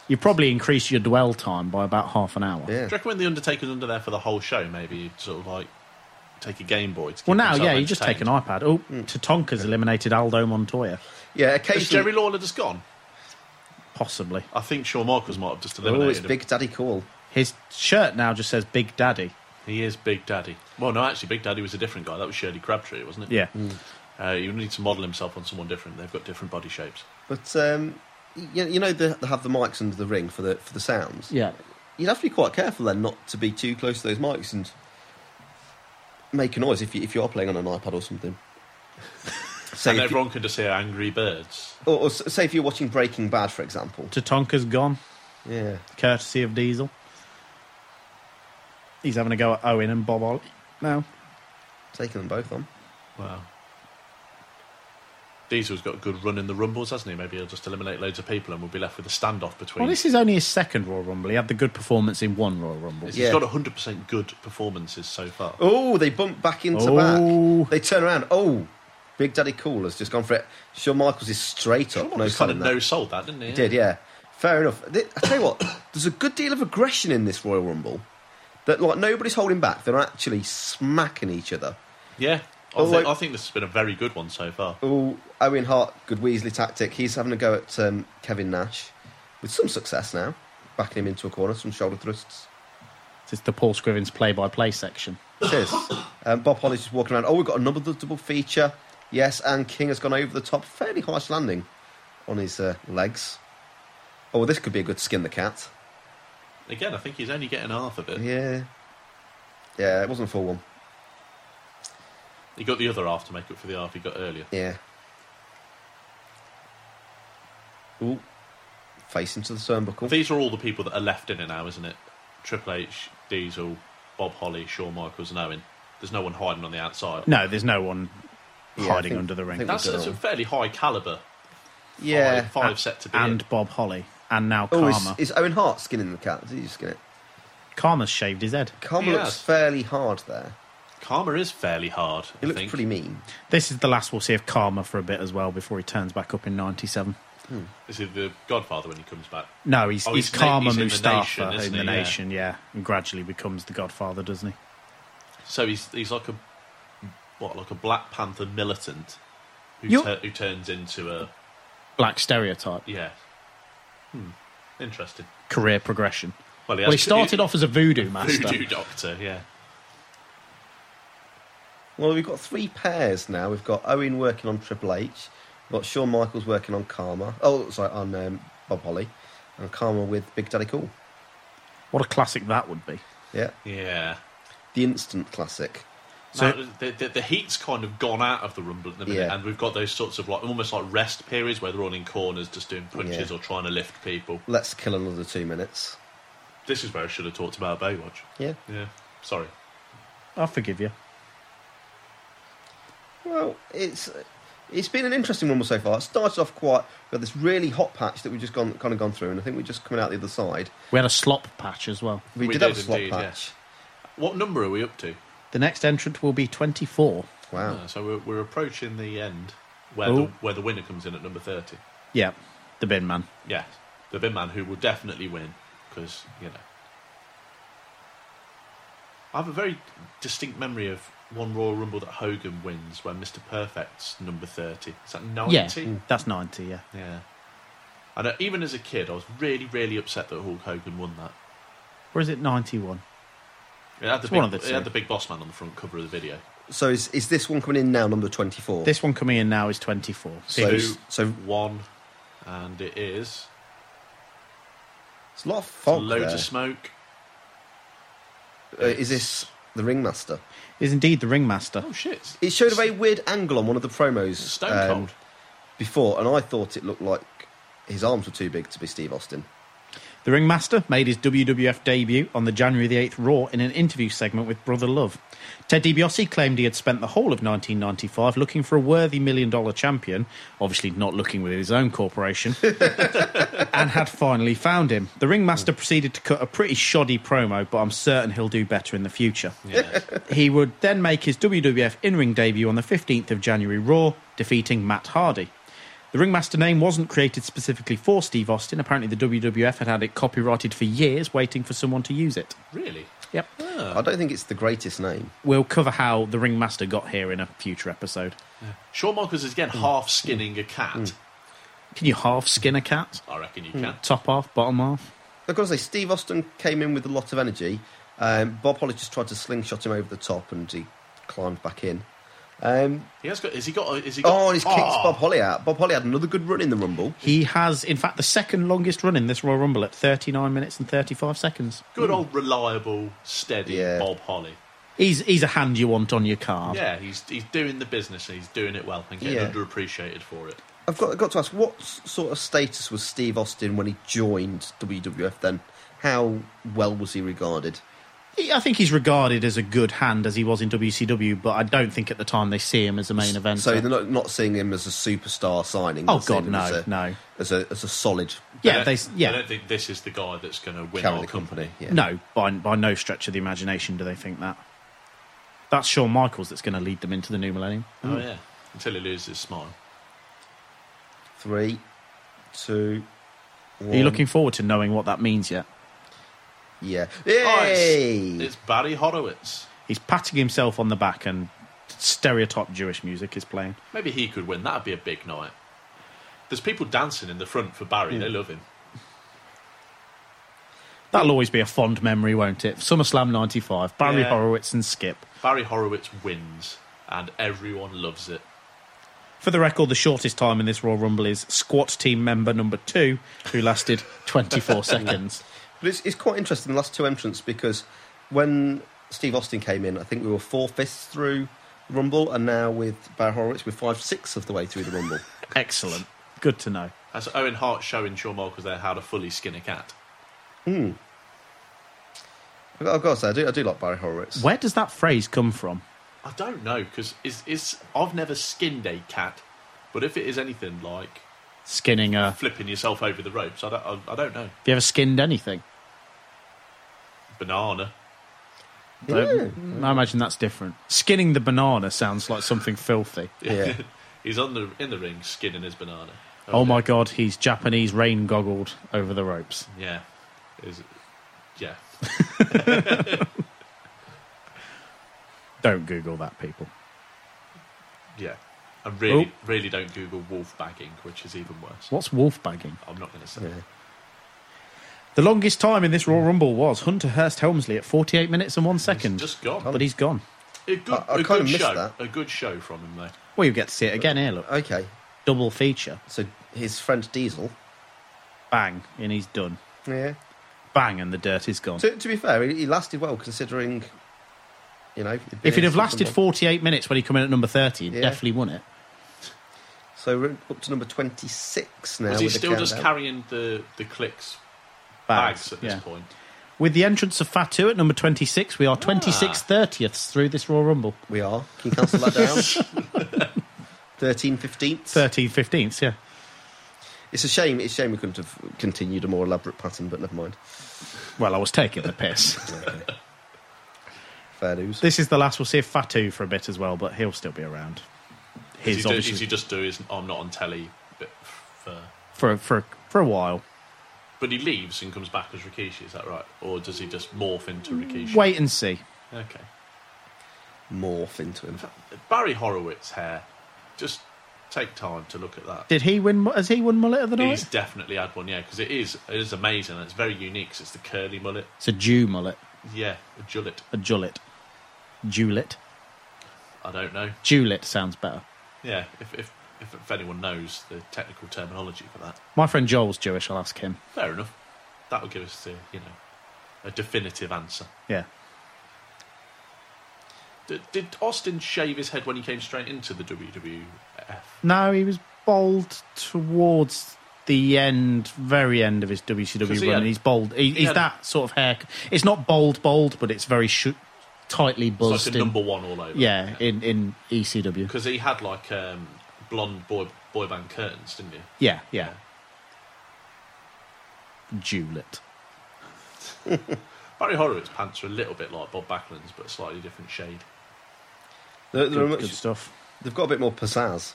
S2: You probably increased your dwell time by about half an hour.
S4: Do you reckon when the Undertaker's under there for the whole show, maybe you'd sort of like take a Game Boy? To keep
S2: Well, now,
S4: himself
S2: yeah, you just take an
S4: entertained?
S2: iPad. Oh,
S3: Hmm.
S2: Tatonka's eliminated Aldo Montoya.
S3: Yeah,
S4: Has Jerry Lawler just gone?
S2: Possibly.
S4: I think Shawn Michaels might have just eliminated
S2: Oh,
S4: him.
S3: Oh, Daddy Cool.
S2: His shirt now just says Big Daddy.
S4: He is Big Daddy. Well, no, actually, Big Daddy was a different guy. That was Shirley Crabtree, wasn't it?
S2: Yeah.
S3: Mm.
S4: Uh, you need to model himself on someone different. They've got different body shapes.
S3: But um, you, you know the, they have the mics under the ring for the for the sounds.
S2: Yeah.
S3: You'd have to be quite careful then not to be too close to those mics and make a noise if you if you are playing on an iPad or something. So
S4: and
S3: if you,
S4: everyone can just hear Angry Birds.
S3: or, or s- say if you're watching Breaking Bad, for example.
S2: Tatonka's gone,
S3: Yeah.
S2: courtesy of Diesel. He's having a go at Owen and Bob Ollie. No.
S3: Taking them both on.
S4: Wow. Diesel's got a good run in the Rumbles, hasn't he? Maybe he'll just eliminate loads of people and we'll be left with a standoff between.
S2: Well, this is only his second Royal Rumble. He had the good performance in one Royal Rumble.
S4: He's got 100% good performances so far.
S3: Oh, they bump back into back. They turn around. Oh, Big Daddy Cool has just gone for it. Shawn Michaels is straight up. No
S4: He's kind of
S3: selling that.
S4: no sold that, didn't he?
S3: He did, yeah. Fair enough. Th- I tell you what, there's a good deal of aggression in this Royal Rumble. That like nobody's holding back. They're actually smacking each other.
S4: Yeah. I,
S3: Oh,
S4: think,
S3: like-
S4: I think this has been a very good one so far.
S3: Oh, Owen Hart, good Weasley tactic. He's having a go at um, Kevin Nash with some success now, backing him into a corner, some shoulder thrusts.
S2: It's the Paul Scrivens play-by-play section.
S3: It is. um, Bob Holly's just walking around. Oh, we've got another double feature. Yes, and King has gone over the top, fairly harsh landing on his uh, legs. Oh, well, this could be a good skin the cat.
S4: Again, I think he's only getting half of it.
S3: Yeah. Yeah, it wasn't a full one.
S4: He got the other half to make up for the half he got earlier.
S3: Yeah. Ooh. Face into the turnbuckle.
S4: These are all the people that are left in it now, isn't it? Triple H, Diesel, Bob Holly, Shawn Michaels, and Owen. There's no one hiding on the outside.
S2: No, there's no one
S4: Yeah, I
S2: hiding
S4: think-
S2: under the
S4: I
S2: ring.
S4: think That's, that's a fairly high caliber.
S3: Yeah.
S4: five, five set to be.
S2: and Bob Holly, and now
S3: Oh,
S2: Karma.
S3: is, is Owen Hart skinning the cat? Did he skin it?
S2: Karma's shaved his head.
S3: Karma looks fairly hard there.
S4: Karma is fairly hard. He
S3: looks pretty mean.
S2: This is the last we'll see of Karma for a bit as well before he turns back up in '97.
S4: Is he the Godfather when he comes back?
S2: No, he's,
S4: Oh,
S2: he's,
S4: na-
S2: Karma
S4: he's in the
S2: Mustafa in the,
S4: isn't
S2: nation,
S4: he?
S2: yeah.
S4: Yeah.
S2: and gradually becomes the Godfather, doesn't he?
S4: So he's he's like a what, like a Black Panther militant who,
S2: You're-
S4: tur who turns into a
S2: Black stereotype,
S4: yeah. Hmm. Interesting.
S2: career progression.
S4: Well,
S2: Well,
S4: he
S2: he,
S4: has-
S2: started
S4: he-
S2: off as a voodoo master.
S4: Voodoo Doctor. Yeah.
S3: Well, we've got three pairs now. We've got Owen working on Triple H. We've got Shawn Michaels working on Karma. Oh, sorry, on um, Bob Holly. and Karma with Big Daddy Cool.
S2: What a classic that would be.
S3: Yeah.
S4: Yeah.
S3: The instant classic.
S4: So the, the, the heat's kind of gone out of the rumble at the minute,
S3: Yeah.
S4: and we've got those sorts of like almost like rest periods where they're all in corners just doing punches
S3: Yeah.
S4: or trying to lift people.
S3: Let's kill another two minutes.
S4: This is where I should have talked about Baywatch.
S3: Yeah.
S4: Yeah. Sorry.
S2: I'll forgive you.
S3: Well, it's it's been an interesting rumble so far. It started off quite we had this really hot patch that we've just gone kind of gone through, and I think we're just coming out the other side.
S2: We had a slop patch as well.
S3: We, did, have a slot patch.
S4: What number are we up to? Uh,
S2: The next entrant will be 24.
S3: Wow.
S4: so we're, we're approaching the end where
S2: Ooh.
S4: the, where the winner comes in at number thirty.
S2: Yeah, the bin man.
S4: Yes, the bin man who will definitely win because you know. I have a very distinct memory of one Royal Rumble that Hogan wins when Mr. Perfect's number thirty. Is that ninety?
S2: Yeah, that's 90, yeah.
S4: Yeah. And uh, even as a kid, I was really, really upset that Hulk Hogan won that.
S2: Or is it 91?
S4: It had the,
S2: It's
S4: big,
S2: one of the
S4: it had
S2: two.
S4: the big boss man on the front cover of the video.
S3: So is, is this one coming in now, number twenty four?
S2: This one coming in now is 24.
S3: So,
S2: Two.
S3: so
S4: one, and it is
S3: it's a lot of fog.
S4: loads
S3: there.
S4: of smoke.
S3: Uh, is this the ringmaster?
S2: Is indeed the ringmaster.
S4: Oh shit!
S3: It showed a very weird angle on one of the promos.
S4: Stone
S3: um,
S4: Cold.
S3: before, and I thought it looked like his arms were too big to be Steve Austin.
S2: The ringmaster made his WWF debut on the January the 8th Raw in an interview segment with Brother Love. Ted DiBiase claimed he had spent the whole of 1995 looking for a worthy million dollar champion, obviously not looking with his own corporation, and had finally found him. The ringmaster proceeded to cut a pretty shoddy promo, but I'm certain he'll do better in the future. he would then make his WWF in ring debut on the 15th of January Raw, defeating Matt Hardy. The Ringmaster name wasn't created specifically for Steve Austin. Apparently, the WWF had had it copyrighted for years, waiting for someone to use it.
S4: Really?
S2: Yep.
S4: Ah.
S3: I don't think it's the greatest name.
S2: We'll cover how the Ringmaster got here in a future episode. Hmm.
S4: Shawn Michaels is again half skinning a cat.
S2: Can you half skin a cat?
S4: I reckon you
S3: Hmm.
S4: can.
S2: Top half, bottom half?
S3: I've got to say, Steve Austin came in with a lot of energy. Um, Bob Holly just tried to slingshot him over the top, and he climbed back in. Um,
S4: He has got. Has he got? Is he got?
S3: oh, and he's kicked
S4: Ah!
S3: Bob Holly out. Bob Holly had another good run in the Rumble.
S2: He has, in fact, the second longest run in this Royal Rumble at 39 minutes and 35 seconds.
S4: Good old reliable, steady Bob Holly.
S2: He's, he's a hand you want on your card.
S4: Yeah, he's he's doing the business and he's doing it well and getting
S3: Yeah.
S4: underappreciated for it.
S3: I've got, I've got to ask, what s- sort of status was Steve Austin when he joined WWF then? How well was he regarded?
S2: He- I think he's regarded as a good hand as he was in WCW, but I don't think at the time they see him as a main event.
S3: So they're not, not seeing him as a superstar signing.
S2: Oh,
S3: they're seeing
S2: God,
S3: him
S2: no,
S3: as a,
S2: no.
S3: As a, as a solid.
S4: Uh,
S2: Yeah, they, yeah.
S4: I don't think this is the guy that's going to win
S3: Carry
S4: our
S3: the company,
S4: company.
S3: yeah.
S2: No, by by no stretch of the imagination do they think that. That's Shawn Michaels that's going to lead them into the new millennium.
S4: Oh yeah, until he loses his smile.
S3: Three, two, one.
S2: Are you looking forward to knowing what that means yet?
S3: Yeah.
S4: Oh, it's, it's Barry Horowitz.
S2: He's patting himself on the back and stereotype Jewish music is playing.
S4: Maybe he could win. That'd be a big night. There's people dancing in the front for Barry. They love him.
S2: That'll always be a fond memory, won't it? SummerSlam 95, Barry
S4: Yeah.
S2: Horowitz and Skip.
S4: Barry Horowitz wins, and everyone loves it.
S2: For the record, the shortest time in this Royal Rumble is squat team member number two, who lasted 24 seconds.
S3: But it's, it's quite interesting, the last two entrants, because when Steve Austin came in, I think we were four fifths through the Rumble, and now with Barry Horowitz, we're five sixths of the way through the Rumble.
S2: Excellent. Good to know.
S4: That's Owen Hart showing Shawn Michaels there how to fully skin a cat.
S3: Hmm. I've got, I've got to say, I do, I do like Barry Horowitz.
S2: Where does that phrase come from?
S4: I don't know because it's, it's I've never skinned a cat, but if it is anything like
S2: Skinning a. Have
S4: flipping yourself over the ropes, I don't I, I don't know.
S2: you ever skinned anything?
S4: Banana.
S2: So, I imagine that's different. Skinning the banana sounds like something filthy.
S4: He's on the in the ring skinning his banana.
S2: oh my god, he's Japanese rain goggled over the ropes.
S4: Yeah. Is yeah.
S2: Don't Google that, people.
S4: yeah. And really really don't Google wolf bagging, which is even worse.
S2: What's wolf bagging?
S4: I'm not gonna say it.
S2: The longest time in this Royal Rumble was Hunter Hurst Helmsley at 48 minutes and one second.
S4: just gone.
S2: But he's gone.
S4: A good,
S2: I- I
S4: a
S2: kinda
S4: good
S2: missed
S4: show.
S2: that.
S4: A good show from him though.
S2: Well, you get to see it again here, look.
S3: Okay.
S2: Double feature.
S3: So his friend Diesel
S2: Bang, and he's done.
S3: Yeah.
S2: Bang, and the dirt is gone.
S3: To, to be fair, he, he lasted well considering, you know. he'd been
S2: if he'd
S3: in
S2: have
S3: for
S2: lasted
S3: some-
S2: 48 minutes when he come in at number 30, he'd
S3: Yeah.
S2: definitely won it.
S3: So we're up to number 26 now.
S4: Was he
S3: with the
S4: still just
S3: countdown.
S4: carrying the, the clicks
S2: Bags,
S4: bags, at this
S2: yeah.
S4: point?
S2: With the entrance of Fatu at number 26, we are 26 30ths through this Royal Rumble.
S3: Ah. We are. Can you cancel that down? 13 15th.
S2: 13 15ths, yeah.
S3: It's a shame. It's a shame we couldn't have continued a more elaborate pattern, but never mind.
S2: Well, I was taking the piss.
S3: Fair news.
S2: This is the last we'll see of Fatu for a bit as well, but he'll still be around.
S4: Is
S2: He's
S4: he, do, is
S2: obviously
S4: he just do his I'm not on telly bit for.
S2: for for for a while.
S4: But he leaves and comes back as Rikishi, is that right? Or does he just morph into
S3: Mm.
S4: Rikishi?
S2: Mm, Wait and see.
S4: Okay.
S3: Morph into him.
S4: Barry Horowitz hair. Just take time to look at that.
S2: Did he win? Has he won mullet of the
S4: He's
S2: night?
S4: definitely had one, yeah, because it is it is amazing. and It's very unique. 'cause it's the curly mullet.
S2: It's a Jew mullet,
S4: Yeah, a jullet.
S2: a jullet, jullet,
S4: I don't know.
S2: jullet sounds better.
S4: Yeah, if if if, if anyone knows the technical terminology for that,
S2: My friend Joel's Jewish. I'll ask him.
S4: fair enough. That will give us the you know a definitive answer.
S2: Yeah,
S4: Did, did Austin shave his head when he came straight into the WWF?
S2: no, he was bald towards the end, very end of his
S4: 'Cause
S2: WCW
S4: he
S2: run.
S4: had-
S2: and he's bald. He,
S4: he
S2: he's
S4: had-
S2: that sort of hair. It's not bald, bald, but it's very sh- tightly
S4: It's
S2: buzzed.
S4: like a
S2: in-
S4: number one all over.
S2: Yeah, in in E ECW.
S4: because he had like um, blonde boy boy band curtains, didn't he?
S2: Yeah, yeah. Julett.
S4: Barry Horowitz's pants are a little bit like Bob Backlund's, but a slightly different shade.
S3: They're, they're
S4: Good-
S3: much,
S4: good
S2: stuff.
S3: They've got a bit more pizzazz.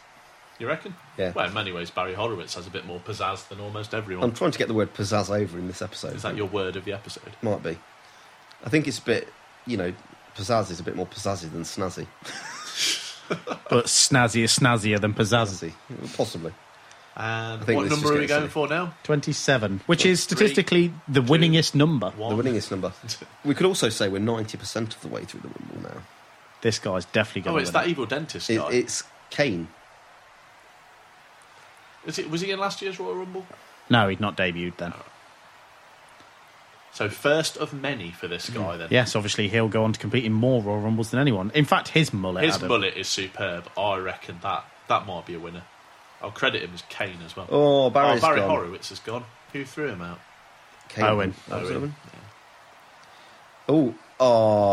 S4: You reckon?
S3: Yeah.
S4: Well, in many ways, Barry Horowitz has a bit more pizzazz than almost everyone.
S3: I'm trying to get the word pizzazz over in this episode.
S4: Is that your word of the episode?
S3: Might be. I think it's a bit, you know, pizzazz is a bit more pizzazzy than snazzy.
S2: But snazzier, snazzier than pizzazzy.
S3: Possibly.
S4: And
S3: I think
S4: Um, what
S3: this is
S4: number are we
S3: getting
S4: going for now?
S2: 27, which is
S4: Three,
S2: statistically the winningest number.
S3: The winningest number. we could also say we're 90% of the way through the Rumble now.
S2: This guy's definitely
S4: Oh,
S2: going
S4: it's that evil dentist
S3: It,
S4: guy.
S3: it's Kane.
S4: Is it, was he in last year's Royal Rumble?
S2: No, he'd not debuted then.
S4: Oh, So first of many for this
S3: Mm.
S4: guy then.
S2: Yes, obviously he'll go on to compete in more Royal Rumbles than anyone. In fact, his mullet.
S4: His
S2: Adam.
S4: mullet is superb. I reckon that that might be a winner. I'll credit him as Kane as well.
S3: Oh, Barry's
S4: Barry
S3: gone.
S4: Horowitz is gone. Who threw him out?
S3: Kane.
S2: Owen.
S3: That was
S4: Owen.
S3: Owen. Oh,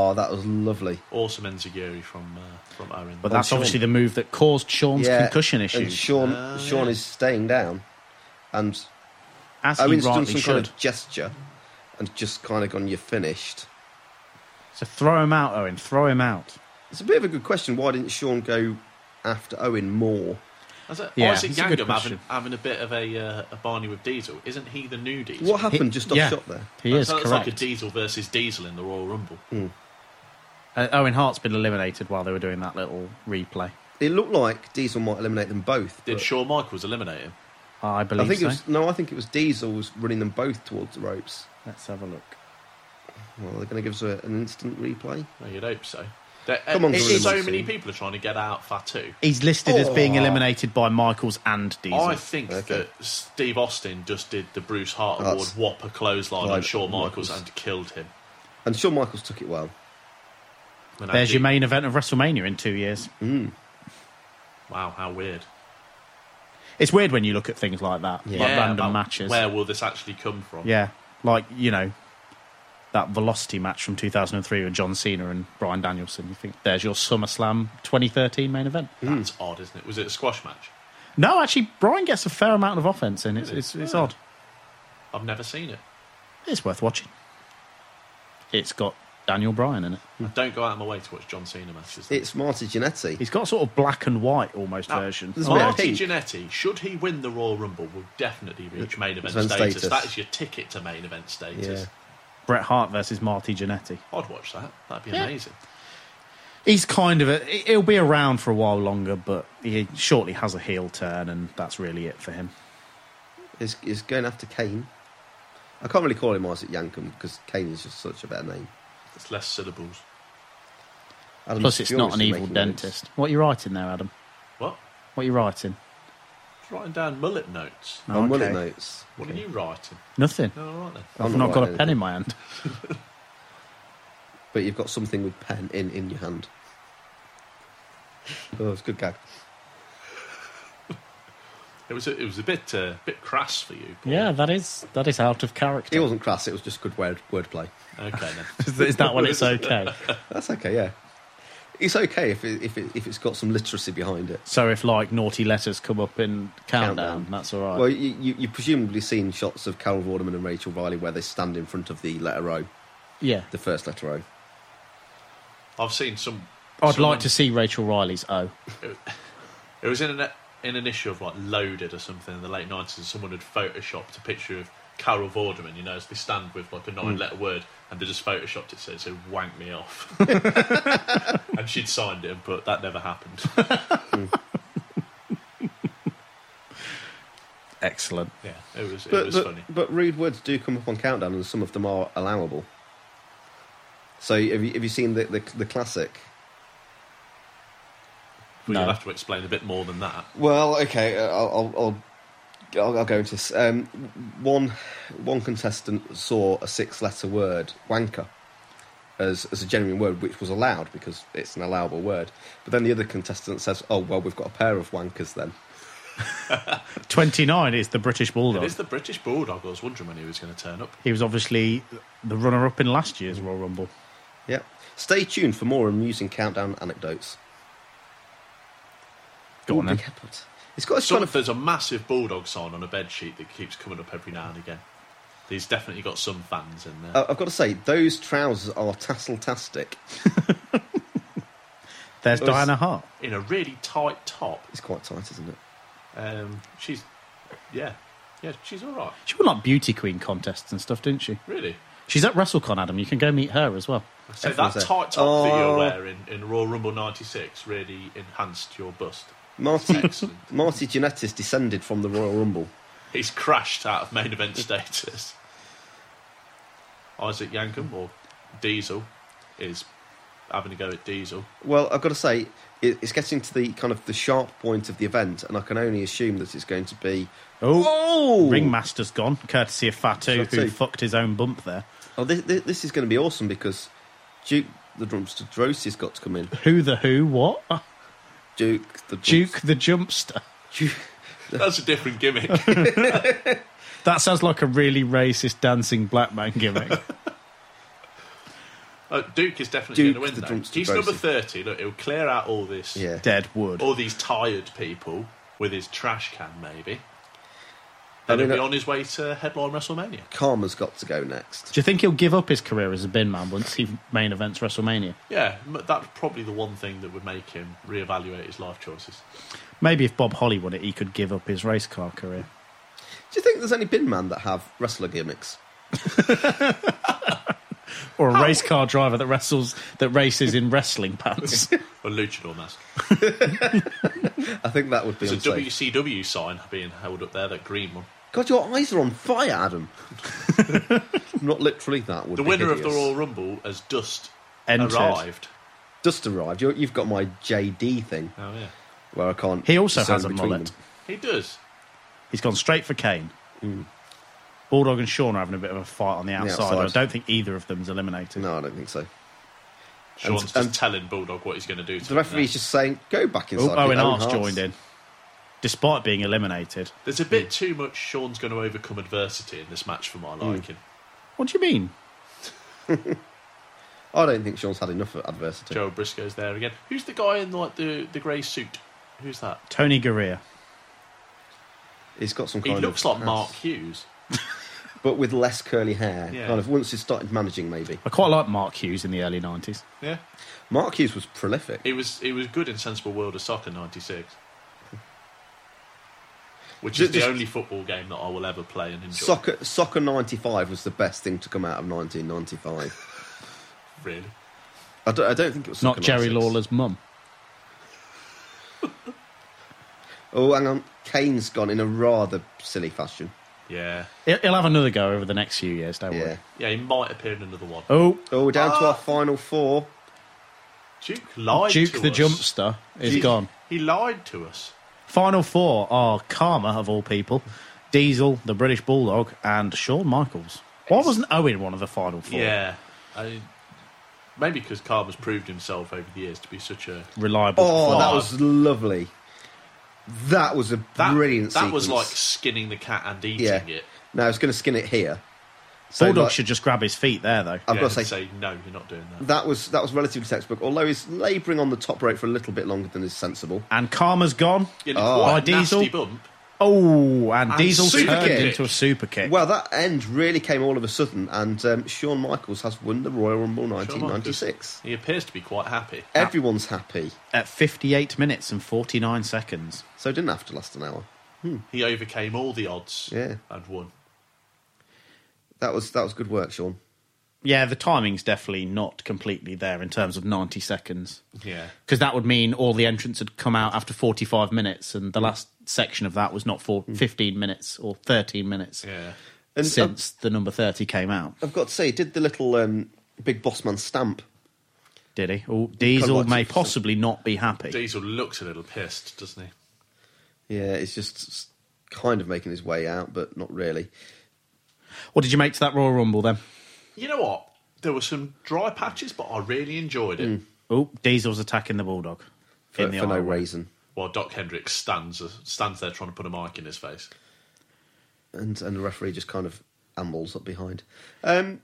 S3: oh, that was lovely.
S4: Awesome Enziguri from uh, from Owen.
S2: But that's obviously the move that caused Sean's
S3: Yeah,
S2: concussion
S3: And
S2: issues.
S3: Sean,
S4: Oh, Ah,
S3: Sean is staying down, and
S2: As he
S3: Owen's done
S2: rightly
S3: some kind
S2: should.
S3: of gesture, and just kind of gone, "You're finished."
S2: So throw him out, Owen. Throw him out.
S3: It's a bit of a good question. Why didn't Sean go after Owen more?
S4: That's it.
S3: Yeah,
S4: Isaac
S3: that's a good
S4: Yangham having,
S3: question.
S4: having a bit of a, uh, a Barney with Diesel. Isn't he the new Diesel?
S3: What happened He- just off yeah, shot there? he
S4: That
S2: is
S4: sounds like a
S2: correct.
S4: Diesel versus Diesel in the Royal Rumble.
S2: Hmm. Uh, Owen Hart's been eliminated while they were doing that little replay.
S3: It looked like Diesel might eliminate them both.
S4: Did
S3: but-
S4: Shawn Michaels eliminate him?
S2: I believe
S3: I think
S2: so.
S3: it was no. I think it was Diesel was running them both towards the ropes.
S2: Let's have a look.
S3: Well, they're going to give us a, an instant replay.
S4: No, you'd hope so. There,
S3: Come on,
S4: uh,
S3: Gorilla
S4: so
S3: Monsoon.
S4: many people are trying to get out Fatu.
S2: He's listed as being
S4: Oh.
S2: eliminated by Michaels and Diesel.
S4: I think that Steve Austin just did the Bruce Hart Award
S3: That's-
S4: whopper clothesline on
S3: Right,
S4: Shawn
S3: Michaels.
S4: Michaels, and killed him.
S3: And Shawn Michaels took it well.
S4: And
S2: There's
S4: Andy-
S2: your main event of WrestleMania in two years.
S3: Hmm.
S4: Wow, how weird.
S2: It's weird when you look at things like that, like random
S4: about
S2: matches.
S4: Where will this actually come from?
S2: Yeah, like you know that Velocity match from 2003 with John Cena and Brian Danielson. You think there's your SummerSlam 2013 main event?
S4: That's
S3: Hmm.
S4: odd, isn't it? Was it a squash match?
S2: No, actually, Brian gets a fair amount of offense in. It's it's, it's odd.
S4: I've never seen it.
S2: It's worth watching. It's got Daniel Bryan in it.
S4: I don't go out of my way to watch John Cena matches.
S3: It's Marty Jannetty.
S2: He's got sort of black and white almost version.
S4: Ah, Marty Jannetty, should he win the Royal Rumble, will definitely reach main event
S2: event
S4: status.
S2: status.
S4: That is your ticket to main event status.
S2: Bret Hart versus Marty Jannetty.
S4: I'd watch that. That'd be
S2: Yeah.
S4: amazing.
S2: He's kind of a. He'll be around for a while longer, but he shortly has a heel turn, and that's really it for him.
S3: Is is going after Kane? I can't really call him Isaac Yankum because Kane is just such a better name.
S4: It's less syllables.
S3: Adam
S2: Plus, it's
S3: Fury's
S2: not an
S3: just
S2: evil
S3: making notes.
S2: dentist. What are you writing there, Adam?
S4: What?
S2: What are you writing?
S4: writing down mullet notes.
S3: Oh, mullet Okay. notes.
S4: What are you writing?
S2: Nothing.
S4: No, all right then.
S2: I've
S3: I'm
S2: not
S3: not
S2: got a
S3: writing
S2: pen in my hand.
S3: But you've got something with pen in in your hand. Oh, it's a good gag.
S4: It was a, it was a bit uh, bit crass for you.
S2: Yeah, that is that is out of character. It
S3: wasn't crass. It was just good word wordplay.
S4: Okay
S2: then. Is that when it's okay?
S3: That's okay. Yeah, it's okay if it, if it, if it's got some literacy behind it.
S2: So if like naughty letters come up in countdown, that's all right.
S3: Well, you, you you've presumably seen shots of Carol Vorderman and Rachel Riley where they stand in front of the letter O,
S2: yeah,
S3: the first letter O.
S4: I've seen some.
S2: I'd
S4: someone-
S2: like to see Rachel Riley's O.
S4: It was in an in an issue of like Loaded or something in the late nineties, and someone had photoshopped a picture of Carol Vorderman. You know, as they stand with like a
S2: Mm.
S4: nine-letter word, and they just photoshopped it so it said "wank me off," and she'd signed it and put that never happened.
S2: Excellent.
S4: Yeah, it was it
S3: but,
S4: was
S3: but,
S4: funny.
S3: but rude words do come up on countdown, and some of them are allowable. So have you have you seen the the, the classic?
S4: But
S3: No.
S4: you'll have to explain a bit more than that.
S3: Well, okay, uh, I'll I'll, I'll, I'll, I'll go into this. Um, one one contestant saw a six letter word wanker as as a genuine word, which was allowed because it's an allowable word. But then the other contestant says, "Oh well, we've got a pair of wankers then."
S2: Twenty nine is the British
S4: It
S2: Bulldog.
S4: is the British Bulldog. I was wondering when he was going to turn up.
S2: He was obviously the runner up in last year's Royal Rumble.
S3: Yeah. Stay tuned for more amusing countdown anecdotes.
S2: Go on
S3: Ooh,
S2: then.
S3: big headbutt. It's got a
S4: Some-
S3: kind of
S4: There's a massive bulldog sign on a bed sheet that keeps coming up every now and again. He's definitely got some fans in there.
S3: Uh, I've got to say, those trousers are tassel-tastic.
S2: There's
S3: Oh, it's-
S2: Diana Hart.
S4: in a really tight top.
S3: It's quite tight, isn't it?
S4: Um, she's, yeah, yeah, she's all right.
S2: She won like beauty queen contests and stuff, didn't she?
S4: Really?
S2: She's at WrestleCon, Adam. You can go meet her as well.
S4: So that tight top
S3: Oh.
S4: that you're wearing in Royal Rumble '96 really enhanced your bust.
S3: Marty, Marty Jannetty's descended from the Royal Rumble.
S4: He's crashed out of main event status. Isaac Yankum or Diesel is having a go at Diesel.
S3: Well, I've got to say, it, it's getting to the kind of the sharp point of the event, and I can only assume that it's going to be.
S2: Oh, Ringmaster's gone, courtesy of Fatu, who
S3: Fatu.
S2: fucked his own bump there.
S3: Oh, this, this, this is going to be awesome because Duke the Drumster Drossy's got to come in.
S2: Who the who? What?
S3: Duke the
S2: Duke the Jumpster.
S4: That's a different gimmick.
S2: That sounds like a really racist dancing black man gimmick.
S4: Uh, Duke is definitely
S2: Duke
S4: going
S2: the
S4: to win.
S2: Drumster
S4: Though. He's number
S2: Drosy.
S4: thirty. Look, he'll clear out all this
S2: Dead wood.
S4: all these tired people with his trash can, maybe.
S3: I
S4: Then
S3: mean,
S4: he'll be
S3: uh,
S4: on his way to headline WrestleMania.
S3: Karma's got to go next. Do
S2: you think he'll give up his career as a bin man once he main events WrestleMania?
S4: Yeah, m- that's probably the one thing that would make him reevaluate his life choices.
S2: Maybe if Bob Holly won it, he could give up his race car career.
S3: Do you think there's any bin man that have wrestler gimmicks?
S2: Or a race car driver that wrestles that races in wrestling pants.
S4: A luchador mask.
S3: I think that would be
S4: There's a
S3: unsafe.
S4: WCW sign being held up there, that green one.
S3: God, your eyes are on fire, Adam. Not literally that would.
S4: the
S3: be
S4: winner of
S3: hideous.
S4: the Royal Rumble has just
S3: Entered.
S4: arrived.
S3: Just arrived. you you've got my JD thing.
S4: Oh yeah.
S3: Where I can't.
S2: He also
S3: discern
S2: has a
S3: between
S2: mullet.
S3: them.
S4: He does.
S2: He's gone straight for Kane.
S3: Hmm.
S2: Bulldog and Sean are having a bit of a fight on the
S3: The
S2: outside.
S3: outside.
S2: I don't think either of them's eliminated.
S3: No, I don't think so.
S4: Sean's just
S3: and-
S4: telling Bulldog what he's going to do. To
S3: The
S4: him
S3: referee's
S4: now.
S3: just saying, "Go back inside."
S2: Oh, Owen
S3: your own
S2: Hart's
S3: hearts."
S2: joined in, despite being eliminated.
S4: There's a bit too much. Sean's going to overcome adversity in this match for my
S3: Mm.
S4: liking.
S2: What do you mean?
S3: I don't think Sean's had enough adversity.
S4: Joe Briscoe's there again. Who's the guy in like the the grey suit? Who's that?
S2: Tony Garea.
S3: He's got some.
S4: He
S3: Kind
S4: looks
S3: of
S4: like Mark Hughes.
S3: but with less curly hair.
S4: Yeah.
S3: Kind of once he started managing, maybe.
S2: I quite like Mark Hughes in the early nineties.
S4: Yeah,
S3: Mark Hughes was prolific.
S4: he was he was good in Sensible World of Soccer '96, which
S3: Ju-
S4: is the
S3: just-
S4: only football game that I will ever play and enjoy.
S3: Soccer, soccer '95 was the best thing to come out of 1995.
S4: Really,
S3: I don't, I don't think it was
S2: Not
S3: Soccer
S2: Jerry
S3: 96.
S2: Lawler's mum.
S3: Oh, hang on. Kane's gone in a rather silly fashion.
S4: yeah,
S2: He'll he'll have another go over the next few years, don't worry.
S4: yeah, he might appear in another one. Ah.
S2: Oh,
S3: oh, down to our final four.
S4: Duke lied.
S2: Duke
S4: to
S2: the
S4: us.
S2: Jumpster is
S4: He-
S2: gone.
S4: He lied to us.
S2: Final four are Karma, of all people, Diesel, the British Bulldog, and Shawn Michaels. Why wasn't Owen one of the final four?
S4: Yeah. I, maybe because Carver's proved himself over the years to be such a
S2: Reliable.
S3: Oh,
S4: Wow.
S3: that was lovely. That was a
S4: that,
S3: brilliant.
S4: that was like
S3: sequence.
S4: skinning the cat and eating
S3: yeah.
S4: it.
S3: No, I was going to skin it here.
S2: Bulldog
S3: like-
S2: should just grab his feet there, though.
S3: I've
S4: Yeah,
S3: got to
S4: and
S3: say,
S4: no, you're not doing that.
S3: that was that was relatively textbook. Although he's labouring on the top rope for a little bit longer than is sensible.
S2: And Karma's gone.
S3: Yeah,
S2: Oh.
S3: quite
S2: By
S3: a
S2: Diesel.
S3: nasty bump.
S2: Oh, and,
S3: And
S2: Diesel
S3: super
S2: turned
S3: kick.
S2: into a super kick.
S3: Well, that end really came all of a sudden, and um, Shawn Michaels has won the Royal Rumble 1996.
S4: He appears to be quite happy.
S3: Everyone's happy.
S2: At 58 minutes and 49 seconds.
S3: So it didn't have to last an hour.
S4: He overcame all the odds
S3: Hmm. Yeah.
S4: and won.
S3: That was that was good work, Sean.
S2: Yeah, the timing's definitely not completely there in terms of 90 seconds.
S4: Yeah.
S2: Because that would mean all the entrants had come out after 45 minutes, and the last section of that was not for
S3: Hmm.
S2: 15 minutes or 13 minutes
S4: yeah.
S3: And-
S2: since the number 30 came out.
S3: I've got to say, he did the little um, big boss man stamp.
S2: Did he? Oh, Diesel
S3: Converted
S2: may
S3: for-
S2: possibly not be happy.
S4: Diesel looks a little pissed, doesn't he?
S3: Yeah, it's just s- kind of making his way out, but not really.
S2: What did you make to that Royal Rumble then?
S4: You know what? There were some dry patches, but I really enjoyed it.
S2: Oh, Diesel's attacking the Bulldog.
S4: For-
S2: in the
S4: for no
S2: aisle.
S3: Raisin
S4: While Doc Hendricks stands uh, stands there trying to put a mic in his face.
S3: and and the referee just kind of ambles up behind. Um,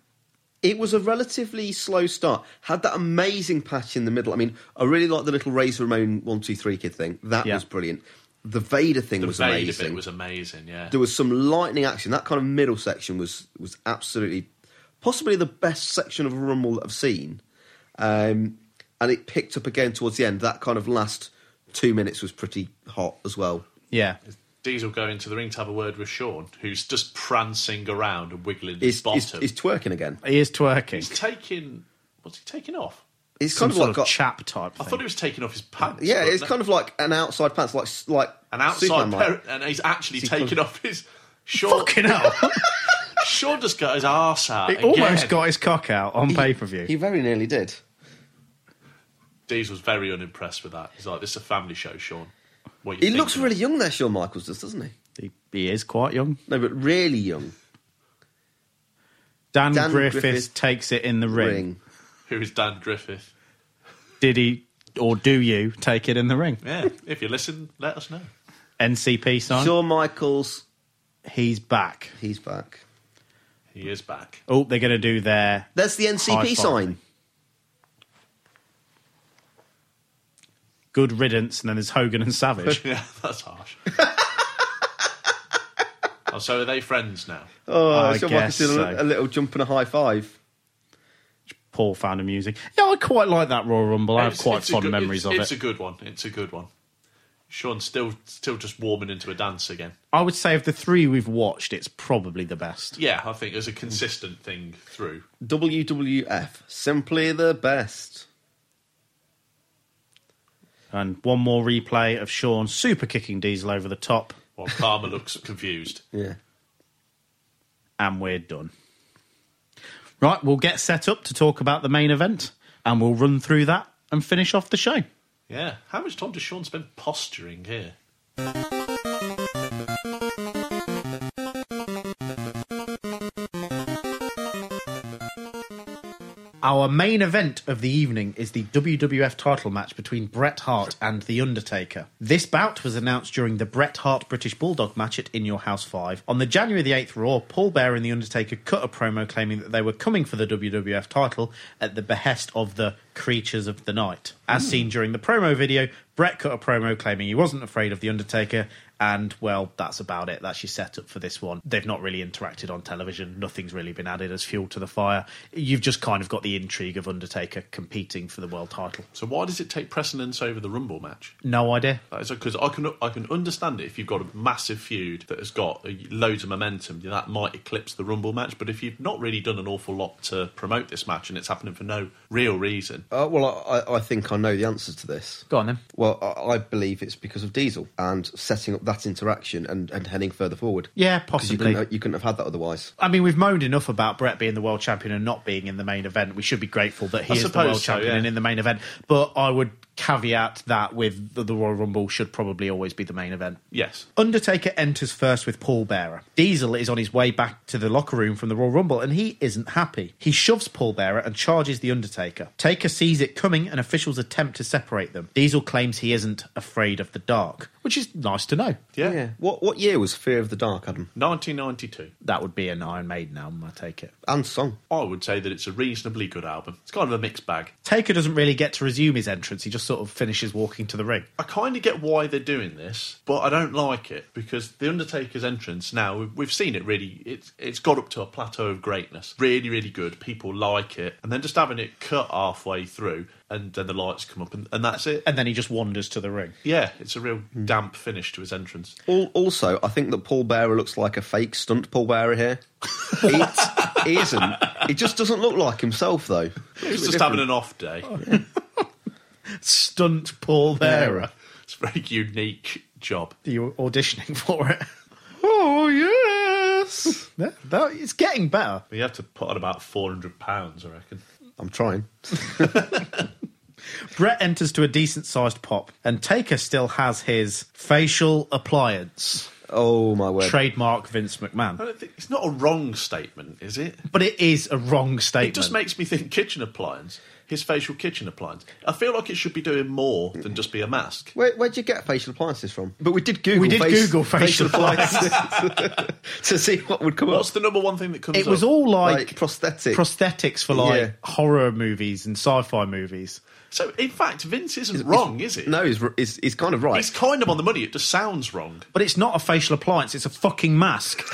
S3: it was a relatively slow start. Had that amazing patch in the middle. I mean, I really like the little Razor Ramon one two three kid thing. That was brilliant. The Vader thing
S4: The
S3: was
S4: Vader
S3: amazing.
S4: bit was amazing, yeah.
S3: There was some lightning action. That kind of middle section was was absolutely, possibly the best section of a rumble that I've seen. Um, and it picked up again towards the end. That kind of last two minutes was pretty hot as well.
S2: Yeah.
S4: Diesel going to the ring to have a word with Sean, who's just prancing around and wiggling his
S3: He's,
S4: bottom.
S3: he's, he's twerking again.
S2: He is twerking.
S4: He's taking. What's he taking off?
S3: It's
S2: Some
S3: kind of
S2: sort
S3: like
S2: of
S3: got-
S2: chap type.
S4: I thought he was taking off his pants.
S3: Yeah,
S4: but
S3: it's
S4: no-
S3: kind of like an outside pants, like like
S4: an outside
S3: Superman might.
S4: pair, and he's actually
S3: Is he
S4: taking
S3: called-
S4: off his short. Fucking
S2: hell!
S4: Sean just got his arse out.
S2: Uh, He
S4: again.
S2: almost got his cock out on
S4: He-
S2: pay per view.
S3: He very nearly did.
S4: Deez was very unimpressed with that. He's like, "This is a family show, Sean." What
S3: He looks really young there, Shawn Michaels does, doesn't he?
S2: He, he is quite young.
S3: No, but really young.
S2: Dan,
S3: Dan
S2: Griffiths
S3: Griffith
S2: takes it in the ring.
S4: Who is Dan Griffith?
S2: Did he or do you take it in the ring?
S4: Yeah, if you listen, let us know.
S2: NCP sign.
S3: Shawn Michaels.
S2: He's back.
S3: He's back.
S4: He is back.
S2: Oh, they're going to do their.
S3: That's the
S2: high
S3: NCP
S2: five.
S3: sign.
S2: Good riddance, and then there's Hogan and Savage.
S4: yeah, that's harsh. oh, so are they friends now?
S3: Oh,
S2: I
S3: Shawn
S2: guess
S3: Michaels did a, a
S2: so.
S3: little jump and a high five.
S2: Paul found amusing. Yeah, I quite like that Royal Rumble. I have
S4: It's-
S2: quite
S4: it's a
S2: fond
S4: good-
S2: memories
S4: it's,
S2: of
S4: It's a
S2: it.
S4: good one. It's a good one. Sean's still still just warming into a dance again.
S2: I would say of the three we've watched, it's probably the best.
S4: Yeah, I think there's a consistent thing through.
S3: WWF, simply the best.
S2: And one more replay of Sean super kicking Diesel over the top,
S4: While Karma looks confused.
S3: Yeah.
S2: and we're done. Right, we'll get set up to talk about the main event, and we'll run through that and finish off the show.
S4: Yeah. How much time does Sean spend posturing here?
S2: Our main event of the evening is the WWF title match between Bret Hart and The Undertaker. This bout was announced during the Bret Hart British Bulldog match at In Your House 5. On the January the 8th Raw, Paul Bear and The Undertaker cut a promo claiming that they were coming for the WWF title at the behest of the Creatures of the Night. As
S20: Hmm.
S2: seen during the promo video, Bret cut a promo claiming he wasn't afraid of The Undertaker, and well, that's about it. That's your setup for this one. They've not really interacted on television, nothing's really been added as fuel to the fire. You've just kind of got the intrigue of Undertaker competing for the world title.
S4: So why does it take precedence over the Rumble match?
S2: No idea.
S4: Because I can I can understand it if you've got a massive feud that has got uh, loads of momentum that might eclipse the Rumble match. But if you've not really done an awful lot to promote this match and it's happening for no real reason,
S3: Uh, well, I, I- I think I know the answers to this.
S2: Go on then.
S3: Well, I, I believe it's because of Diesel and setting up that interaction and, and heading further forward.
S2: Yeah,
S3: 'Cause You
S2: possibly.
S3: couldn't, you couldn't have had that otherwise.
S2: I mean, we've moaned enough about Brett being the world champion and not being in the main event. We should be grateful that he
S4: I
S2: is the
S4: suppose
S2: world
S4: so,
S2: champion
S4: yeah.
S2: and in the main event. But I would caveat that with the, the Royal Rumble should probably always be the main event.
S4: Yes.
S2: Undertaker enters first with Paul Bearer. Diesel is on his way back to the locker room from the Royal Rumble and he isn't happy. He shoves Paul Bearer and charges the Undertaker. Taker sees it coming and officials attempt to separate them. Diesel claims he isn't afraid of the dark, which is nice to know.
S4: Yeah.
S3: What what year was Fear of the Dark, Adam?
S4: 1992.
S2: That would be an Iron Maiden album, I take it.
S3: And song.
S4: I would say that it's a reasonably good album. It's kind of a mixed bag.
S2: Taker doesn't really get to resume his entrance. He just sort of finishes walking to the ring.
S4: I kind of get why they're doing this, but I don't like it because the Undertaker's entrance now we've- we've seen it really it's it's got up to a plateau of greatness. Really, really good. People like it, and then just having it cut halfway through, and then the lights come up, and, and that's it.
S2: And then he just wanders to the ring.
S4: Yeah, it's a real damp finish to his entrance.
S3: Al- Also, I think that Paul Bearer looks like a fake stunt Paul Bearer here. It isn't. He just doesn't look like himself, though.
S4: He's just having an off day.
S2: Stunt Paul Bearer.
S4: It's a very unique job.
S2: Are you auditioning for it? Oh yes, that, that- it's getting better.
S4: You have to put on about four hundred pounds, I reckon.
S3: I'm trying.
S2: Brett enters to a decent sized pop, and Taker still has his facial appliance.
S3: Oh my word!
S2: Trademark Vince
S4: I
S2: McMahon,
S4: don't think it's not a wrong statement, is it?
S2: but it is a wrong statement.
S4: It just makes me think kitchen appliance. His facial kitchen appliance. I feel like it should be doing more than just be a mask.
S3: Where, where'd you get facial appliances from? But we did Google.
S4: We did Google facial
S3: to see what would come
S4: What's
S3: up.
S4: the number one thing that comes?
S2: it was all like,
S3: prosthetics,
S2: prosthetics for like
S3: Yeah.
S2: horror movies and sci-fi movies.
S4: So in fact, Vince isn't wrong, is it?
S3: No, he's, he's he's kind of right.
S4: He's kind of on the money. It just sounds wrong.
S2: But it's not a facial appliance, it's a fucking mask.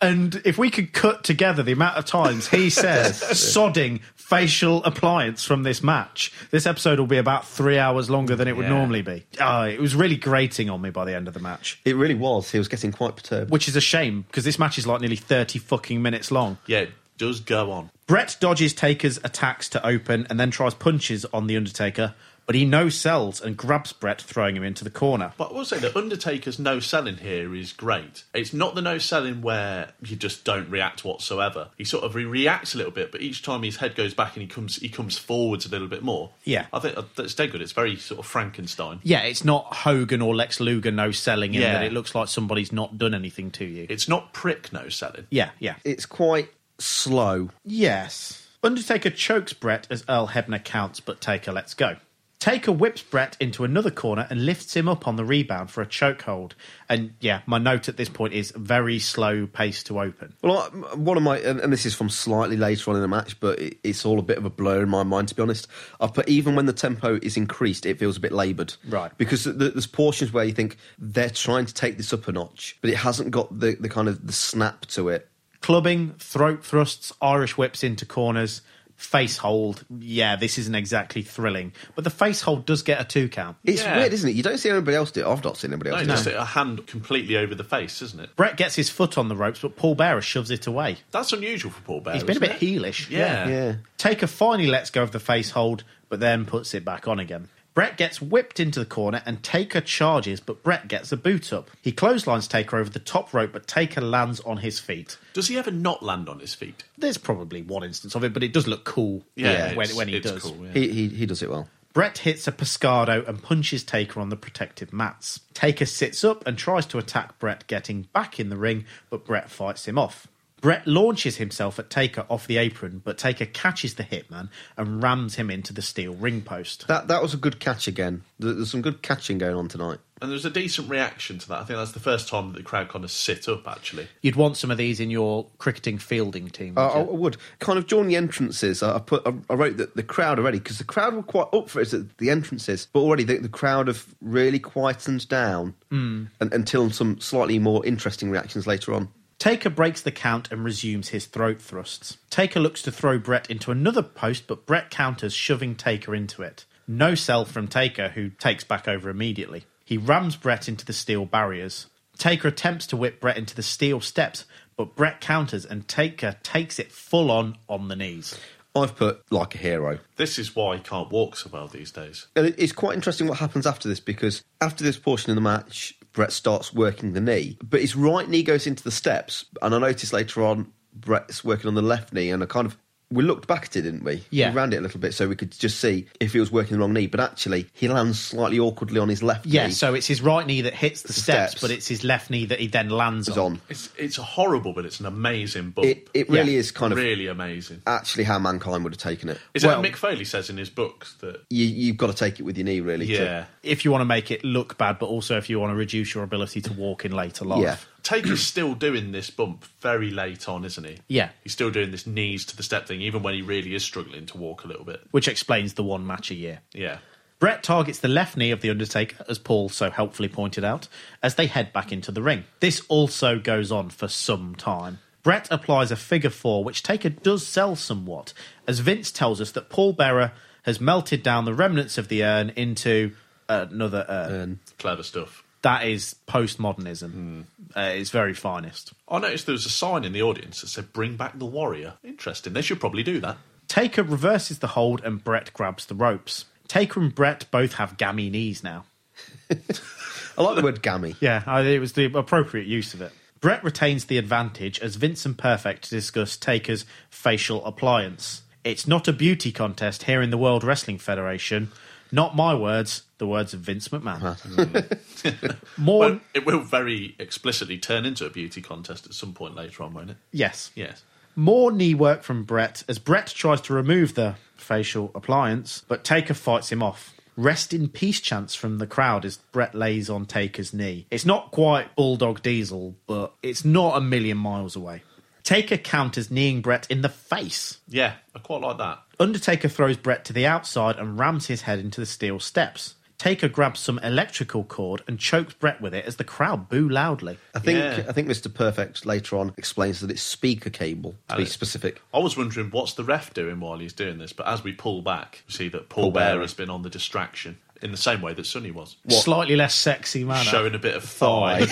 S2: and if we could cut together the amount of times he says sodding facial appliance from this match, this episode will be about three hours longer than it would
S3: Yeah.
S2: normally be. Ah, it was really grating on me by the end of the match.
S3: It really was. He was getting quite perturbed.
S2: Which is a shame because this match is like nearly 30 fucking minutes long.
S4: Yeah, it does go on.
S2: Brett dodges Taker's attacks to open and then tries punches on The Undertaker, but he no sells and grabs Brett, throwing him into the corner.
S4: But I will say that Undertaker's no selling here is great. It's not the no selling where you just don't react whatsoever. He sort of he reacts a little bit, but each time his head goes back and he comes he comes forwards a little bit more.
S2: Yeah.
S4: I think uh, that's dead good. It's very sort of Frankenstein.
S2: Yeah, it's not Hogan or Lex Luger no selling in
S4: Yeah.
S2: that it looks like somebody's not done anything to you.
S4: It's not prick no selling.
S2: Yeah, yeah.
S3: It's quite slow.
S2: Yes. Undertaker chokes Brett as Earl Hebner counts, but Taker lets go. Taker whips Brett into another corner and lifts him up on the rebound for a chokehold. And yeah, my note at this point is very slow pace to open.
S3: Well, I, one of my and, and this is from slightly later on in the match, but it, it's all a bit of a blur in my mind to be honest. I put even when the tempo is increased, it feels a bit laboured,
S2: Right.
S3: Because th there's portions where you think they're trying to take this up a notch, but it hasn't got the, the kind of the snap to it.
S2: Clubbing, throat thrusts, Irish whips into corners, face hold. Yeah, this isn't exactly thrilling, but the face hold does get a two count.
S3: It's weird, isn't it? You don't see anybody else do it. I've not seen anybody
S4: No,
S3: else.
S4: it's
S3: do
S4: just
S3: it.
S4: a hand completely over the face, isn't it?
S2: Brett gets his foot on the ropes, but Paul Bearer shoves it away.
S4: That's unusual for Paul Bearer.
S2: He's been a
S4: isn't
S2: bit
S4: it?
S2: heelish.
S4: Yeah.
S2: Taker finally lets go of the face hold, but then puts it back on again. Brett gets whipped into the corner and Taker charges, but Brett gets a boot up. He clotheslines Taker over the top rope, but Taker lands on his feet.
S4: Does he ever not land on his feet?
S2: There's probably one instance of it, but it does look cool
S4: Yeah,
S2: when,
S4: it's-
S2: when he
S4: it's
S2: does.
S4: cool, yeah.
S3: He, he he does it well.
S2: Brett hits a pescado and punches Taker on the protective mats. Taker sits up and tries to attack Brett, getting back in the ring, but Brett fights him off. Brett launches himself at Taker off the apron, but Taker catches the hitman and rams him into the steel ring post.
S3: That that was a good catch again. There- There's some good catching going on tonight.
S4: And there's a decent reaction to that. I think that's the first time that the crowd kind of sit up, actually.
S2: You'd want some of these in your cricketing fielding team.
S3: Uh, I I would kind of during the entrances. I I put I I wrote that the crowd already because the crowd were quite up for it at the entrances, but already the, the crowd have really quietened down
S2: Mm.
S3: un- until some slightly more interesting reactions later on.
S2: Taker breaks the count and resumes his throat thrusts. Taker looks to throw Brett into another post, but Brett counters, shoving Taker into it. No sell from Taker, who takes back over immediately. He rams Brett into the steel barriers. Taker attempts to whip Brett into the steel steps, but Brett counters and Taker takes it full on on the knees.
S3: I've put like a hero.
S4: This is why he can't walk so well these days.
S3: And it- it's quite interesting what happens after this because after this portion of the match, Brett starts working the knee, but his right knee goes into the steps. And I noticed later on, Brett's working on the left knee, and I kind of we looked back at it, didn't we?
S2: Yeah.
S3: We ran it a little bit so we could just see if he was working the wrong knee, but actually he lands slightly awkwardly on his left
S2: Yeah,
S3: knee.
S2: so it's his right knee that hits the steps,
S3: steps.
S2: but it's his left knee that he then lands on. It's, it's horrible, but it's an amazing
S4: bump.
S3: It, it really
S4: Yeah.
S3: is kind of
S4: really amazing.
S3: actually how mankind would have taken it.
S4: Is
S3: well,
S4: that Mick Foley says in his books that
S3: you, you've got to take it with your knee, really. to-
S2: If you want to make it look bad, but also if you want to reduce your ability to walk in later life.
S4: Taker's still doing this bump very late on, isn't he?
S2: Yeah.
S4: He's still doing this knees to the step thing, even when he really is struggling to walk a little bit.
S2: Which explains the one match a year.
S4: Yeah.
S2: Brett targets the left knee of The Undertaker, as Paul so helpfully pointed out, as they head back into the ring. This also goes on for some time. Brett applies a figure four, which Taker does sell somewhat, as Vince tells us that Paul Bearer has melted down the remnants of the urn into another urn.
S4: Clever stuff. Hmm.
S2: That is postmodernism at its very finest.
S4: I noticed there was a sign in the audience that said, Bring back the warrior. Interesting. They should probably do that.
S2: Taker reverses the hold and Brett grabs the ropes. Taker and Brett both have gammy knees now.
S3: I like the word gammy.
S2: Yeah, I, it was the appropriate use of it. Brett retains the advantage as Vince and Perfect discuss Taker's facial appliance. It's not a beauty contest here in the World Wrestling Federation. Not my words, the words of Vince
S3: Uh-huh.
S2: McMahon. More.
S4: Well, it will very explicitly turn into a beauty contest at some point later on, won't it?
S2: yes.
S4: Yes.
S2: More knee work from Brett as Brett tries to remove the facial appliance, but Taker fights him off. Rest in peace chants from the crowd as Brett lays on Taker's knee. It's not quite Bulldog Diesel, but it's not a million miles away. Taker counters kneeing Brett in the face.
S4: Yeah, I quite like that.
S2: Undertaker throws Brett to the outside and rams his head into the steel steps. Taker grabs some electrical cord and chokes Brett with it as the crowd boo loudly.
S3: I think I think Mr. Perfect later on explains that it's speaker cable to be
S4: Alex.
S3: specific.
S4: I was wondering what's the ref doing while he's doing this, but as we pull back, we see that Paul,
S3: Paul
S4: Bear
S3: Bearer.
S4: has been on the distraction in the same way that Sonny was.
S2: Slightly less sexy manner.
S4: Showing a bit of thigh.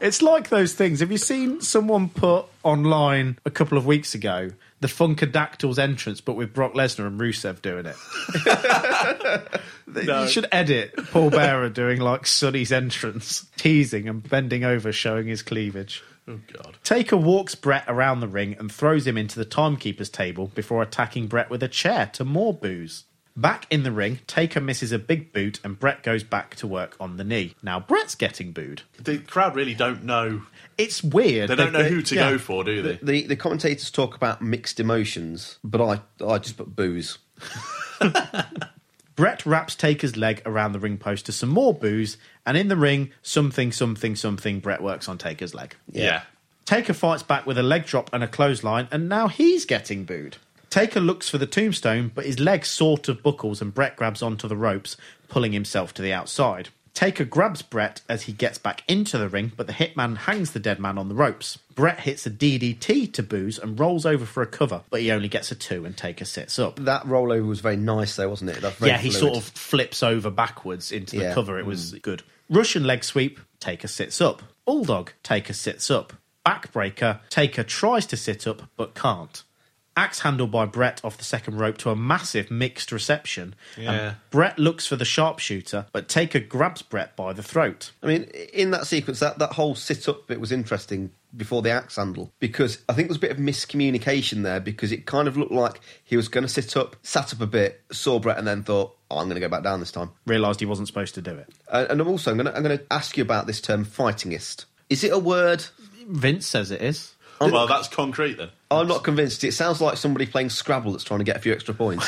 S2: It's like those things. Have you seen someone put online a couple of weeks ago the Funkadactyls entrance, but with Brock Lesnar and Rusev doing it?
S4: No.
S2: You should edit Paul Bearer doing like Sonny's entrance, teasing and bending over, showing his cleavage.
S4: Oh, God.
S2: Taker walks Brett around the ring and throws him into the timekeeper's table before attacking Brett with a chair to more booze. Back in the ring, Taker misses a big boot and Brett goes back to work on the knee. Now Brett's getting booed.
S4: The crowd really don't know.
S2: It's weird.
S4: They don't know who to go for, do they?
S3: The, the commentators talk about mixed emotions, but I I just put booze.
S2: Brett wraps Taker's leg around the ring post to some more booze, and in the ring, something, something, something, Brett works on Taker's leg.
S4: Yeah.
S2: Taker fights back with a leg drop and a clothesline, and now he's getting booed. Taker looks for the tombstone, but his leg sort of buckles, and Brett grabs onto the ropes, pulling himself to the outside. Taker grabs Brett as he gets back into the ring, but the hitman hangs the dead man on the ropes. Brett hits a DDT to Booze and rolls over for a cover, but he only gets a two, and Taker sits up.
S3: That rollover was very nice, though, wasn't it? That very
S2: Yeah, he
S3: fluid.
S2: sort of flips over backwards into the
S3: Yeah. Mm.
S2: cover. It was good. Russian leg sweep, Taker sits up. Bulldog, Taker sits up. Backbreaker, Taker tries to sit up but can't. Axe handle by Brett off the second rope to a massive mixed reception.
S3: Yeah.
S2: And Brett looks for the sharpshooter, but Taker grabs Brett by the throat.
S3: I mean, in that sequence, that, that whole sit up bit was interesting before the axe handle because I think there was a bit of miscommunication there because it kind of looked like he was going to sit up, sat up a bit, saw Brett, and then thought, oh, I'm going to go back down this time.
S2: Realised he wasn't supposed to do it.
S3: Uh, and I'm also I'm going to I'm going to ask you about this term, fightingist. Is it a word? Oh,
S2: Vince says it is.
S4: well, that's concrete then.
S3: I'm not convinced. It sounds like somebody playing Scrabble that's trying to get a few extra points.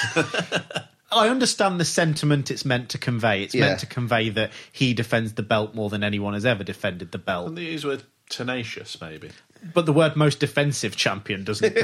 S2: I understand the sentiment it's meant to convey. It's
S3: Yeah.
S2: meant to convey that he defends the belt more than anyone has ever defended the belt.
S4: And they use the word tenacious, maybe.
S2: But the word most defensive champion doesn't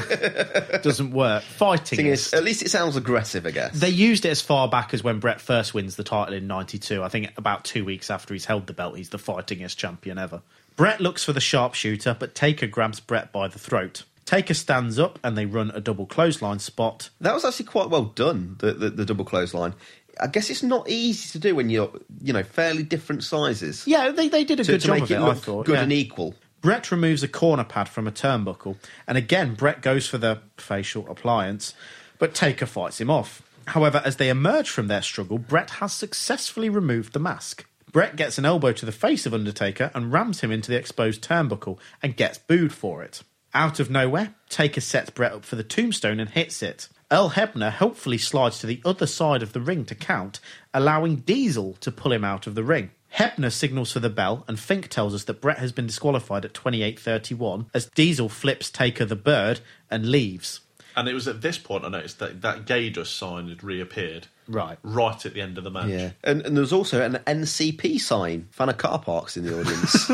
S2: doesn't work. Fighting
S3: Thing is, at least it sounds aggressive, I guess.
S2: They used it as far back as when Brett first wins the title in 92. I think about two weeks after he's held the belt, he's the fightingest champion ever. Brett looks for the sharpshooter, but Taker grabs Brett by the throat. Taker stands up and they run a double clothesline spot.
S3: That was actually quite well done. The, the the double clothesline. I guess it's not easy to do when you're you know fairly different sizes.
S2: Yeah, they, they did a
S3: to,
S2: good
S3: to
S2: job
S3: make
S2: of
S3: it
S2: it,
S3: look
S2: I thought.
S3: good
S2: yeah.
S3: and equal.
S2: Brett removes a corner pad from a turnbuckle, and again, Brett goes for the facial appliance, but Taker fights him off. However, as they emerge from their struggle, Brett has successfully removed the mask. Brett gets an elbow to the face of Undertaker and rams him into the exposed turnbuckle and gets booed for it. Out of nowhere, Taker sets Brett up for the tombstone and hits it. Earl Hebner helpfully slides to the other side of the ring to count, allowing Diesel to pull him out of the ring. Hebner signals for the bell, and Fink tells us that Brett has been disqualified at 28.31 as Diesel flips Taker the bird and leaves.
S4: And it was at this point I noticed that that Gaydus sign had reappeared.
S2: Right.
S4: Right at the end of the match.
S3: Yeah, and, and there's also an NCP sign, fan of car parks in the audience.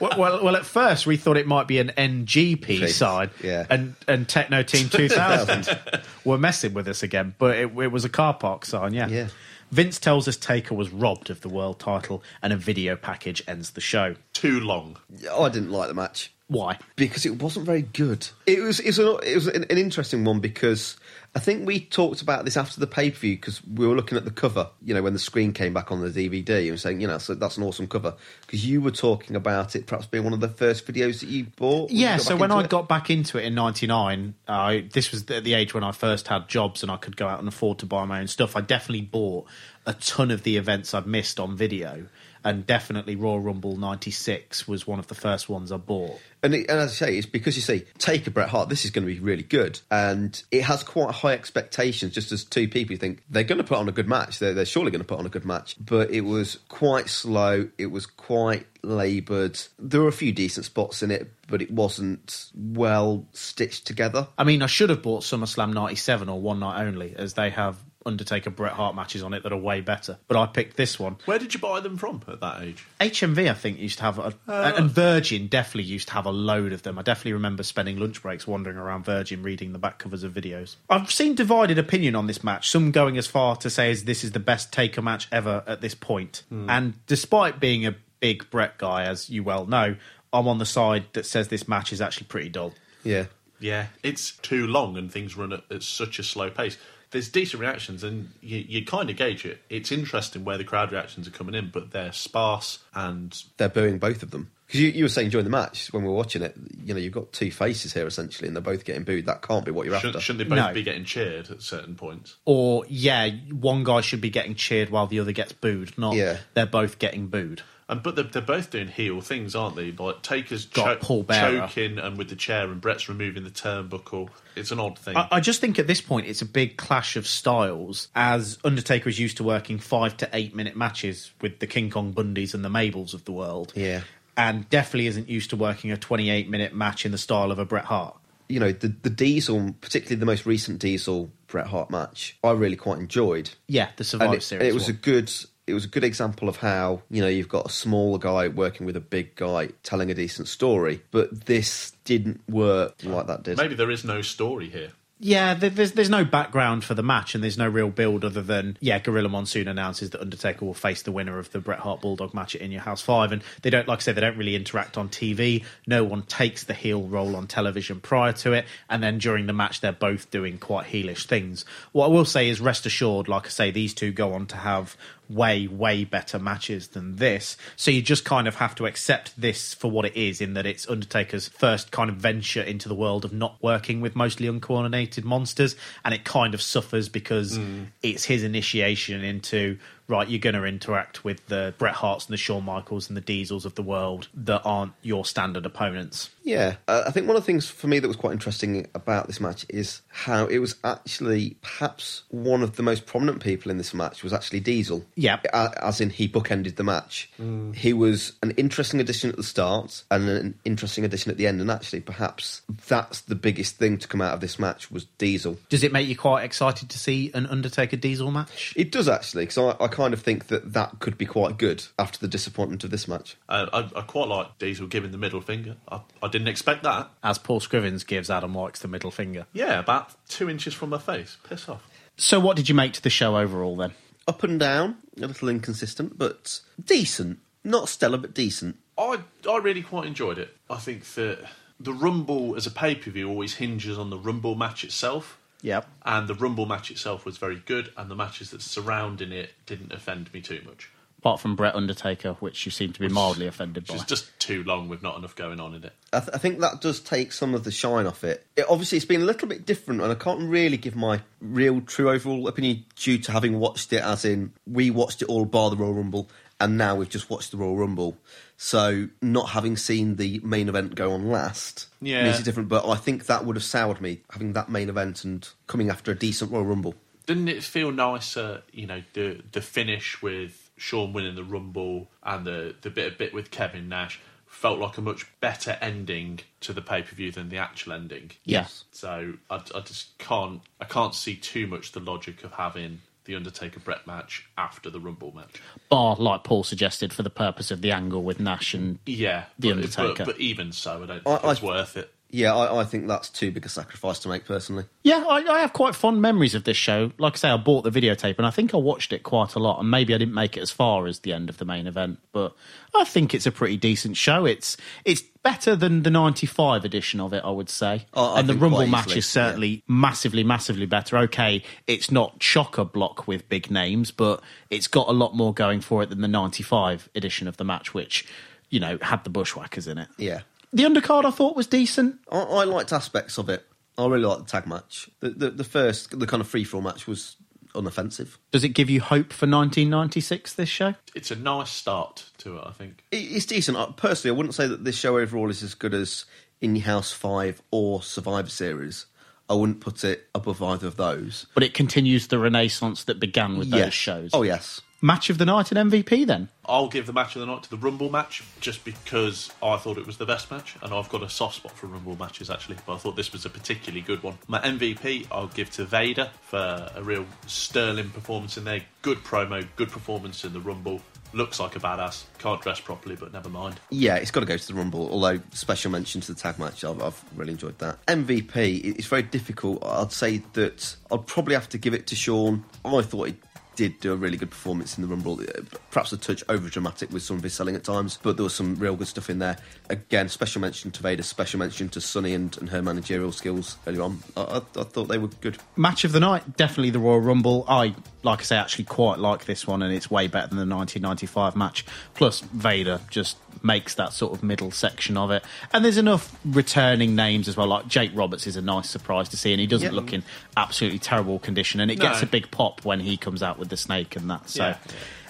S2: well, well, well, at first we thought it might be an NGP
S3: Jeez,
S2: side,
S3: yeah.
S2: and and Techno Team 2000 were messing with us again, but it, it was a car park sign, yeah. yeah. Vince tells us Taker was robbed of the world title, and a video package ends the show.
S4: Too long.
S3: Oh, I didn't like the match.
S2: Why?
S3: Because it wasn't very good. It was it was, an, it was an, an interesting one because I think we talked about this after the pay per view because we were looking at the cover. You know, when the screen came back on the DVD and saying, you know, so that's an awesome cover because you were talking about it perhaps being one of the first videos that you bought. when you
S2: Yeah,
S3: got
S2: so
S3: back
S2: when
S3: into
S2: I
S3: it.
S2: got back into it in '99, I this was at the age when I first had jobs and I could go out and afford to buy my own stuff. I definitely bought a ton of the events I'd missed on video, and definitely Royal Rumble '96 was one of the first ones I bought.
S3: And, it, and as I say, it's because you say take a Bret Hart, this is going to be really good, and it has quite high expectations. Just as two people, you think they're going to put on a good match. They're, they're surely going to put on a good match, but it was quite slow. It was quite laboured. There were a few decent spots in it, but it wasn't well stitched together.
S2: I mean, I should have bought SummerSlam '97 or One Night Only, as they have Undertaker Bret Hart matches on it that are way better. But I picked this one.
S4: Where did you buy them from at that age?
S2: HMV, I think, used to have, a,
S4: Oh.
S2: and Virgin definitely used to have a load of them. I definitely remember spending lunch breaks wandering around Virgin reading the back covers of videos. I've seen divided opinion on this match, some going as far to say as this is the best taker match ever at this point.
S20: Hmm.
S2: And despite being a big Brett guy, as you well know, I'm on the side that says this match is actually pretty dull.
S3: Yeah.
S4: Yeah, it's too long and things run at, at such a slow pace. There's decent reactions and you, you kind of gauge it. It's interesting where the crowd reactions are coming in, but they're sparse and
S3: They're booing both of them because you, you were saying during the match when we were watching it, you know, you've got two faces here essentially, and they're both getting booed. That can't be what you're
S4: shouldn't,
S3: after.
S4: shouldn't they both
S2: No.
S4: be getting cheered at certain points?
S2: Or, yeah, one guy should be getting cheered while the other gets booed, not they're both getting booed.
S4: And but they're, they're both doing heel things, aren't they? Like Taker's
S2: Got Paul Bearer.
S4: choking and with the chair, and Brett's removing the turnbuckle. It's an odd thing.
S2: I, I just think at this point it's a big clash of styles, as Undertaker is used to working five to eight minute matches with the King Kong Bundys and the Mabels of the world.
S3: Yeah.
S2: And definitely isn't used to working a 28 minute match in the style of a Bret Hart.
S3: you know the the Diesel, particularly the most recent Diesel Bret Hart match, I really quite enjoyed.
S2: Yeah, the Survivor
S3: And it,
S2: Series
S3: It was
S2: one.
S3: a good. It was a good example of how you know you've got a small guy working with a big guy telling a decent story, but this didn't work like that did.
S4: Maybe there is no story here.
S2: Yeah, there- there's there's no background for the match, and there's no real build other than yeah, Gorilla Monsoon announces that Undertaker will face the winner of the Bret Hart Bulldog match at In Your House Five, and they don't like I say they don't really interact on TV. No one takes the heel role on television prior to it, and then during the match they're both doing quite heelish things. What I will say is rest assured, like I say, these two go on to have way way better matches than this so you just kind of have to accept this for what it is in that it's undertaker's first kind of venture into the world of not working with mostly uncoordinated monsters and it kind of suffers because
S20: Mm.
S2: it's his initiation into right you're going to interact with the bret harts and the shawn michaels and the diesels of the world that aren't your standard opponents
S3: Yeah, uh, I think one of the things for me that was quite interesting about this match is how it was actually perhaps one of the most prominent people in this match was actually Diesel.
S2: Yeah,
S3: as in he bookended the match.
S20: Mm.
S3: He was an interesting addition at the start and an interesting addition at the end. And actually, perhaps that's the biggest thing to come out of this match was Diesel.
S2: does it make you quite excited to see an undertaker diesel match
S3: It does actually, because I, I kind of think that that could be quite good after the disappointment of this match.
S4: Uh, I, I quite like Diesel giving the middle finger. I, I didn't expect that.
S2: as paul scrivens gives adam likes the middle finger
S4: Yeah, about two inches from my face. Piss off.
S2: so what did you make to the show overall then
S3: Up and down, a little inconsistent, but decent. Not stellar, but decent.
S4: I I really quite enjoyed it. I think that the Rumble as a pay per view always hinges on the Rumble match itself,
S2: Yep.
S4: and the Rumble match itself was very good, and the matches that surrounding it didn't offend me too much.
S2: Apart from Brett Undertaker, which you seem to be mildly offended by.
S4: It's just too long with not enough going on in it.
S3: I, th- I think that does take some of the shine off it. it. Obviously, it's been a little bit different, and I can't really give my real, true overall opinion due to having watched it, as in we watched it all bar the Royal Rumble and now we've just watched the Royal Rumble. So not having seen the main event go on last
S4: Yeah.
S3: makes it different. But I think that would have soured me having that main event and coming after a decent Royal Rumble.
S4: Didn't it feel nicer, you know, the the finish with Sean winning the Rumble and the the bit of bit with Kevin Nash felt like a much better ending to the pay per view than the actual ending.
S21: Yes.
S4: So I, I just can't I can't see too much the logic of having the Undertaker Bret match after the Rumble match.
S2: Bar, like Paul suggested, for the purpose of the angle with Nash and
S4: Yeah,
S2: The
S4: but-
S2: Undertaker.
S4: But, but even so, I don't
S3: I-
S4: think it's worth it.
S3: Yeah, I, I think that's too big a sacrifice to make personally.
S2: Yeah, I, I have quite fond memories of this show. Like I say, I bought the videotape and I think I watched it quite a lot. And maybe I didn't make it as far as the end of the main event, but I think it's a pretty decent show. It's it's better than the '95 edition of it, I would say.
S3: Oh, I
S2: and the
S3: think
S2: Rumble
S3: quite
S2: match
S3: easily,
S2: is certainly massively, massively better. Okay, it's not chock a block with big names, but it's got a lot more going for it than the '95 edition of the match, which you know had the Bushwhackers in it.
S3: Yeah.
S2: The undercard I thought was decent.
S3: I, I liked aspects of it. I really liked the tag match. The the, the first, the kind of free for all match was unoffensive.
S2: Does it give you hope for 1996? This show.
S4: It's a nice start to it, I think.
S3: It, it's decent. I, personally, I wouldn't say that this show overall is as good as In Your House 5 or Survivor Series. I wouldn't put it above either of those.
S2: But it continues the renaissance that began with those shows.
S3: Oh, yes.
S2: Match of the night and MVP then.
S4: I'll give the match of the night to the Rumble match just because I thought it was the best match, and I've got a soft spot for Rumble matches actually, but I thought this was a particularly good one. My MVP I'll give to Vader for a real sterling performance in there. Good promo, good performance in the Rumble. Looks like a badass. Can't dress properly, but never mind.
S3: Yeah, it's got to go to the Rumble, although special mention to the tag match. I've, I've really enjoyed that. MVP, it- it's very difficult. I'd say that I'd probably have to give it to Sean. I thought he did do a really good performance in the Rumble, Uh, perhaps a touch over dramatic with some of his selling at times, but there was some real good stuff in there. Again, special mention to Vader, special mention to Sonny and, and her managerial skills earlier on. I, I, I thought they were good.
S2: Match of the night, definitely the Royal Rumble. I, like I say, actually quite like this one, and it's way better than the 1995 match. Plus, Vader just makes that sort of middle section of it. And there's enough returning names as well. Like Jake Roberts is a nice surprise to see, and he doesn't
S21: Yeah.
S2: look in absolutely terrible condition. And it
S21: No.
S2: gets a big pop when he comes out with the snake and that. So,
S21: Yeah.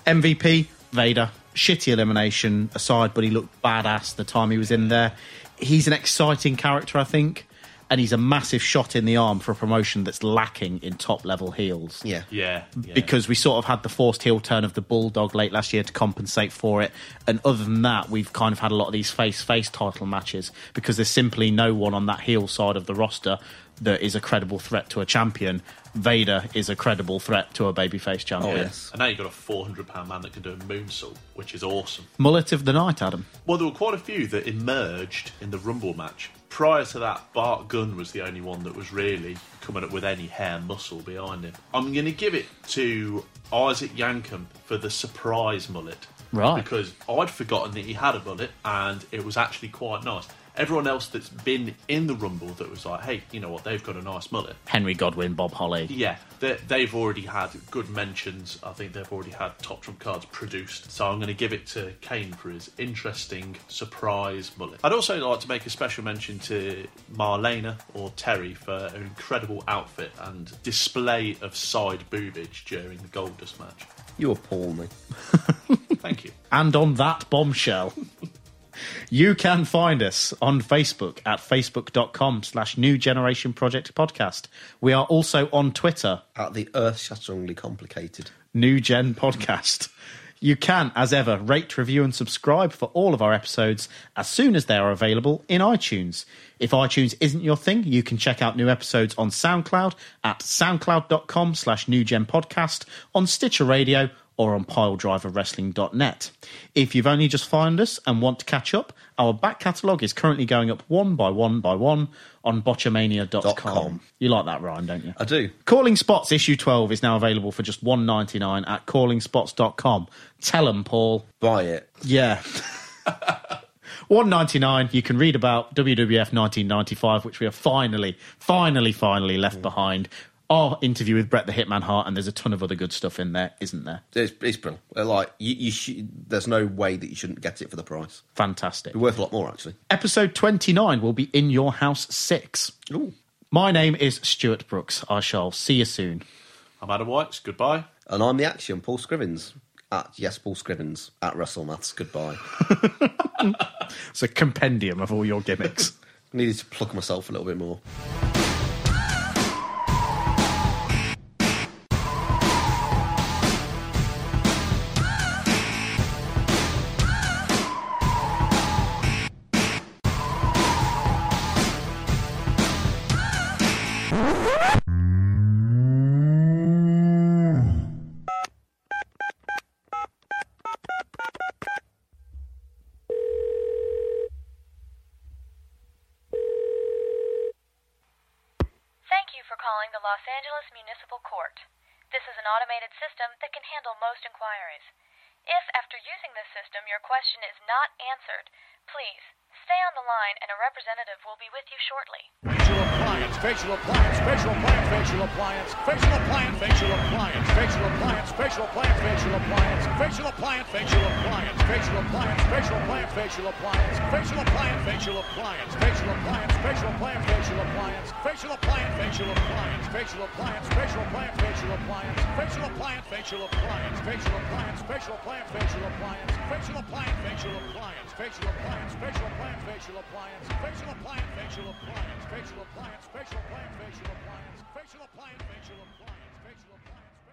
S2: MVP, Vader, shitty elimination aside, but he looked badass the time he was in there. He's an exciting character, I think, and he's a massive shot in the arm for a promotion that's lacking in top level heels.
S3: Yeah.
S4: Yeah.
S2: Because we sort of had the forced heel turn of the Bulldog late last year to compensate for it. And other than that, we've kind of had a lot of these face face title matches because there's simply no one on that heel side of the roster that is a credible threat to a champion. Vader is a credible threat to a babyface champion.
S4: And now you've got a £400 man that can do a moonsault, which is awesome.
S2: Mullet of the night, Adam.
S4: Well, there were quite a few that emerged in the Rumble match. Prior to that, Bart Gunn was the only one that was really coming up with any hair muscle behind him. I'm going to give it to Isaac Yankum for the surprise mullet.
S2: Right.
S4: Because I'd forgotten that he had a mullet and it was actually quite nice. Everyone else that's been in the Rumble that was like, hey, you know what, they've got a nice mullet.
S2: Henry Godwin, Bob Holly.
S4: Yeah, they, they've already had good mentions. I think they've already had top trump cards produced. So I'm going to give it to Kane for his interesting surprise mullet. I'd also like to make a special mention to Marlena or Terry for an incredible outfit and display of side boobage during the Goldust match.
S3: You appall me.
S4: Thank you.
S2: And on that bombshell, you can find us on Facebook at facebook.com slash New Generation Project Podcast. We are also on Twitter
S3: at the earth shatteringly complicated
S2: New Gen Podcast. You can, as ever, rate, review, and subscribe for all of our episodes as soon as they are available in iTunes. If iTunes isn't your thing, you can check out new episodes on SoundCloud at soundcloud.com slash newgenpodcast, on Stitcher Radio, or on piledriverwrestling.net. If you've only just found us and want to catch up, our back catalogue is currently going up one by one by one on botchamania.com. You like that rhyme, don't you?
S3: I do.
S2: Calling Spots issue 12 is now available for just 1.99 at callingspots.com. Tell them, Paul.
S3: Buy it.
S2: Yeah. 1.99 you can read about WWF 1995 which we are finally finally finally left behind. Our interview with Brett the Hitman Hart and there's a ton of other good stuff in there, isn't there?
S3: It's, it's brilliant. Uh, Like you, you sh- there's no way that you shouldn't get it for the price.
S2: Fantastic.
S3: It'd be worth a lot more actually.
S2: Episode 29 will be in your house 6. My name is Stuart Brooks. I shall see you soon.
S4: I'm Adam Whites. Goodbye.
S3: And I'm the Action, Paul Scrivens. at Yes Paul Scribbins at WrestleMaths. Goodbye.
S2: it's a compendium of all your gimmicks.
S3: Needed to pluck myself a little bit more.
S22: Thank you for calling the Los Angeles Municipal Court. This is an automated system that can handle most inquiries. If, after using this system, your question is not answered, please stay on the line and a representative will be with you shortly.
S8: appliance, facial appliance, facial appliance, facial appliance, facial appliance, facial appliance, facial appliance, facial appliance, facial appliance, facial appliance, facial appliance, facial appliance, facial appliance, facial appliance, facial appliance, facial appliance, facial appliance, facial appliance, facial appliance, facial appliance, facial appliance, facial appliance, facial appliance, facial appliance, facial appliance, facial appliance, facial appliance, facial appliance, facial appliance, facial appliance, facial appliance, facial appliance, facial appliance, facial appliance, facial appliance, facial appliance, facial appliance, facial appliance, facial appliance, facial appliance, facial appliance, facial appliance.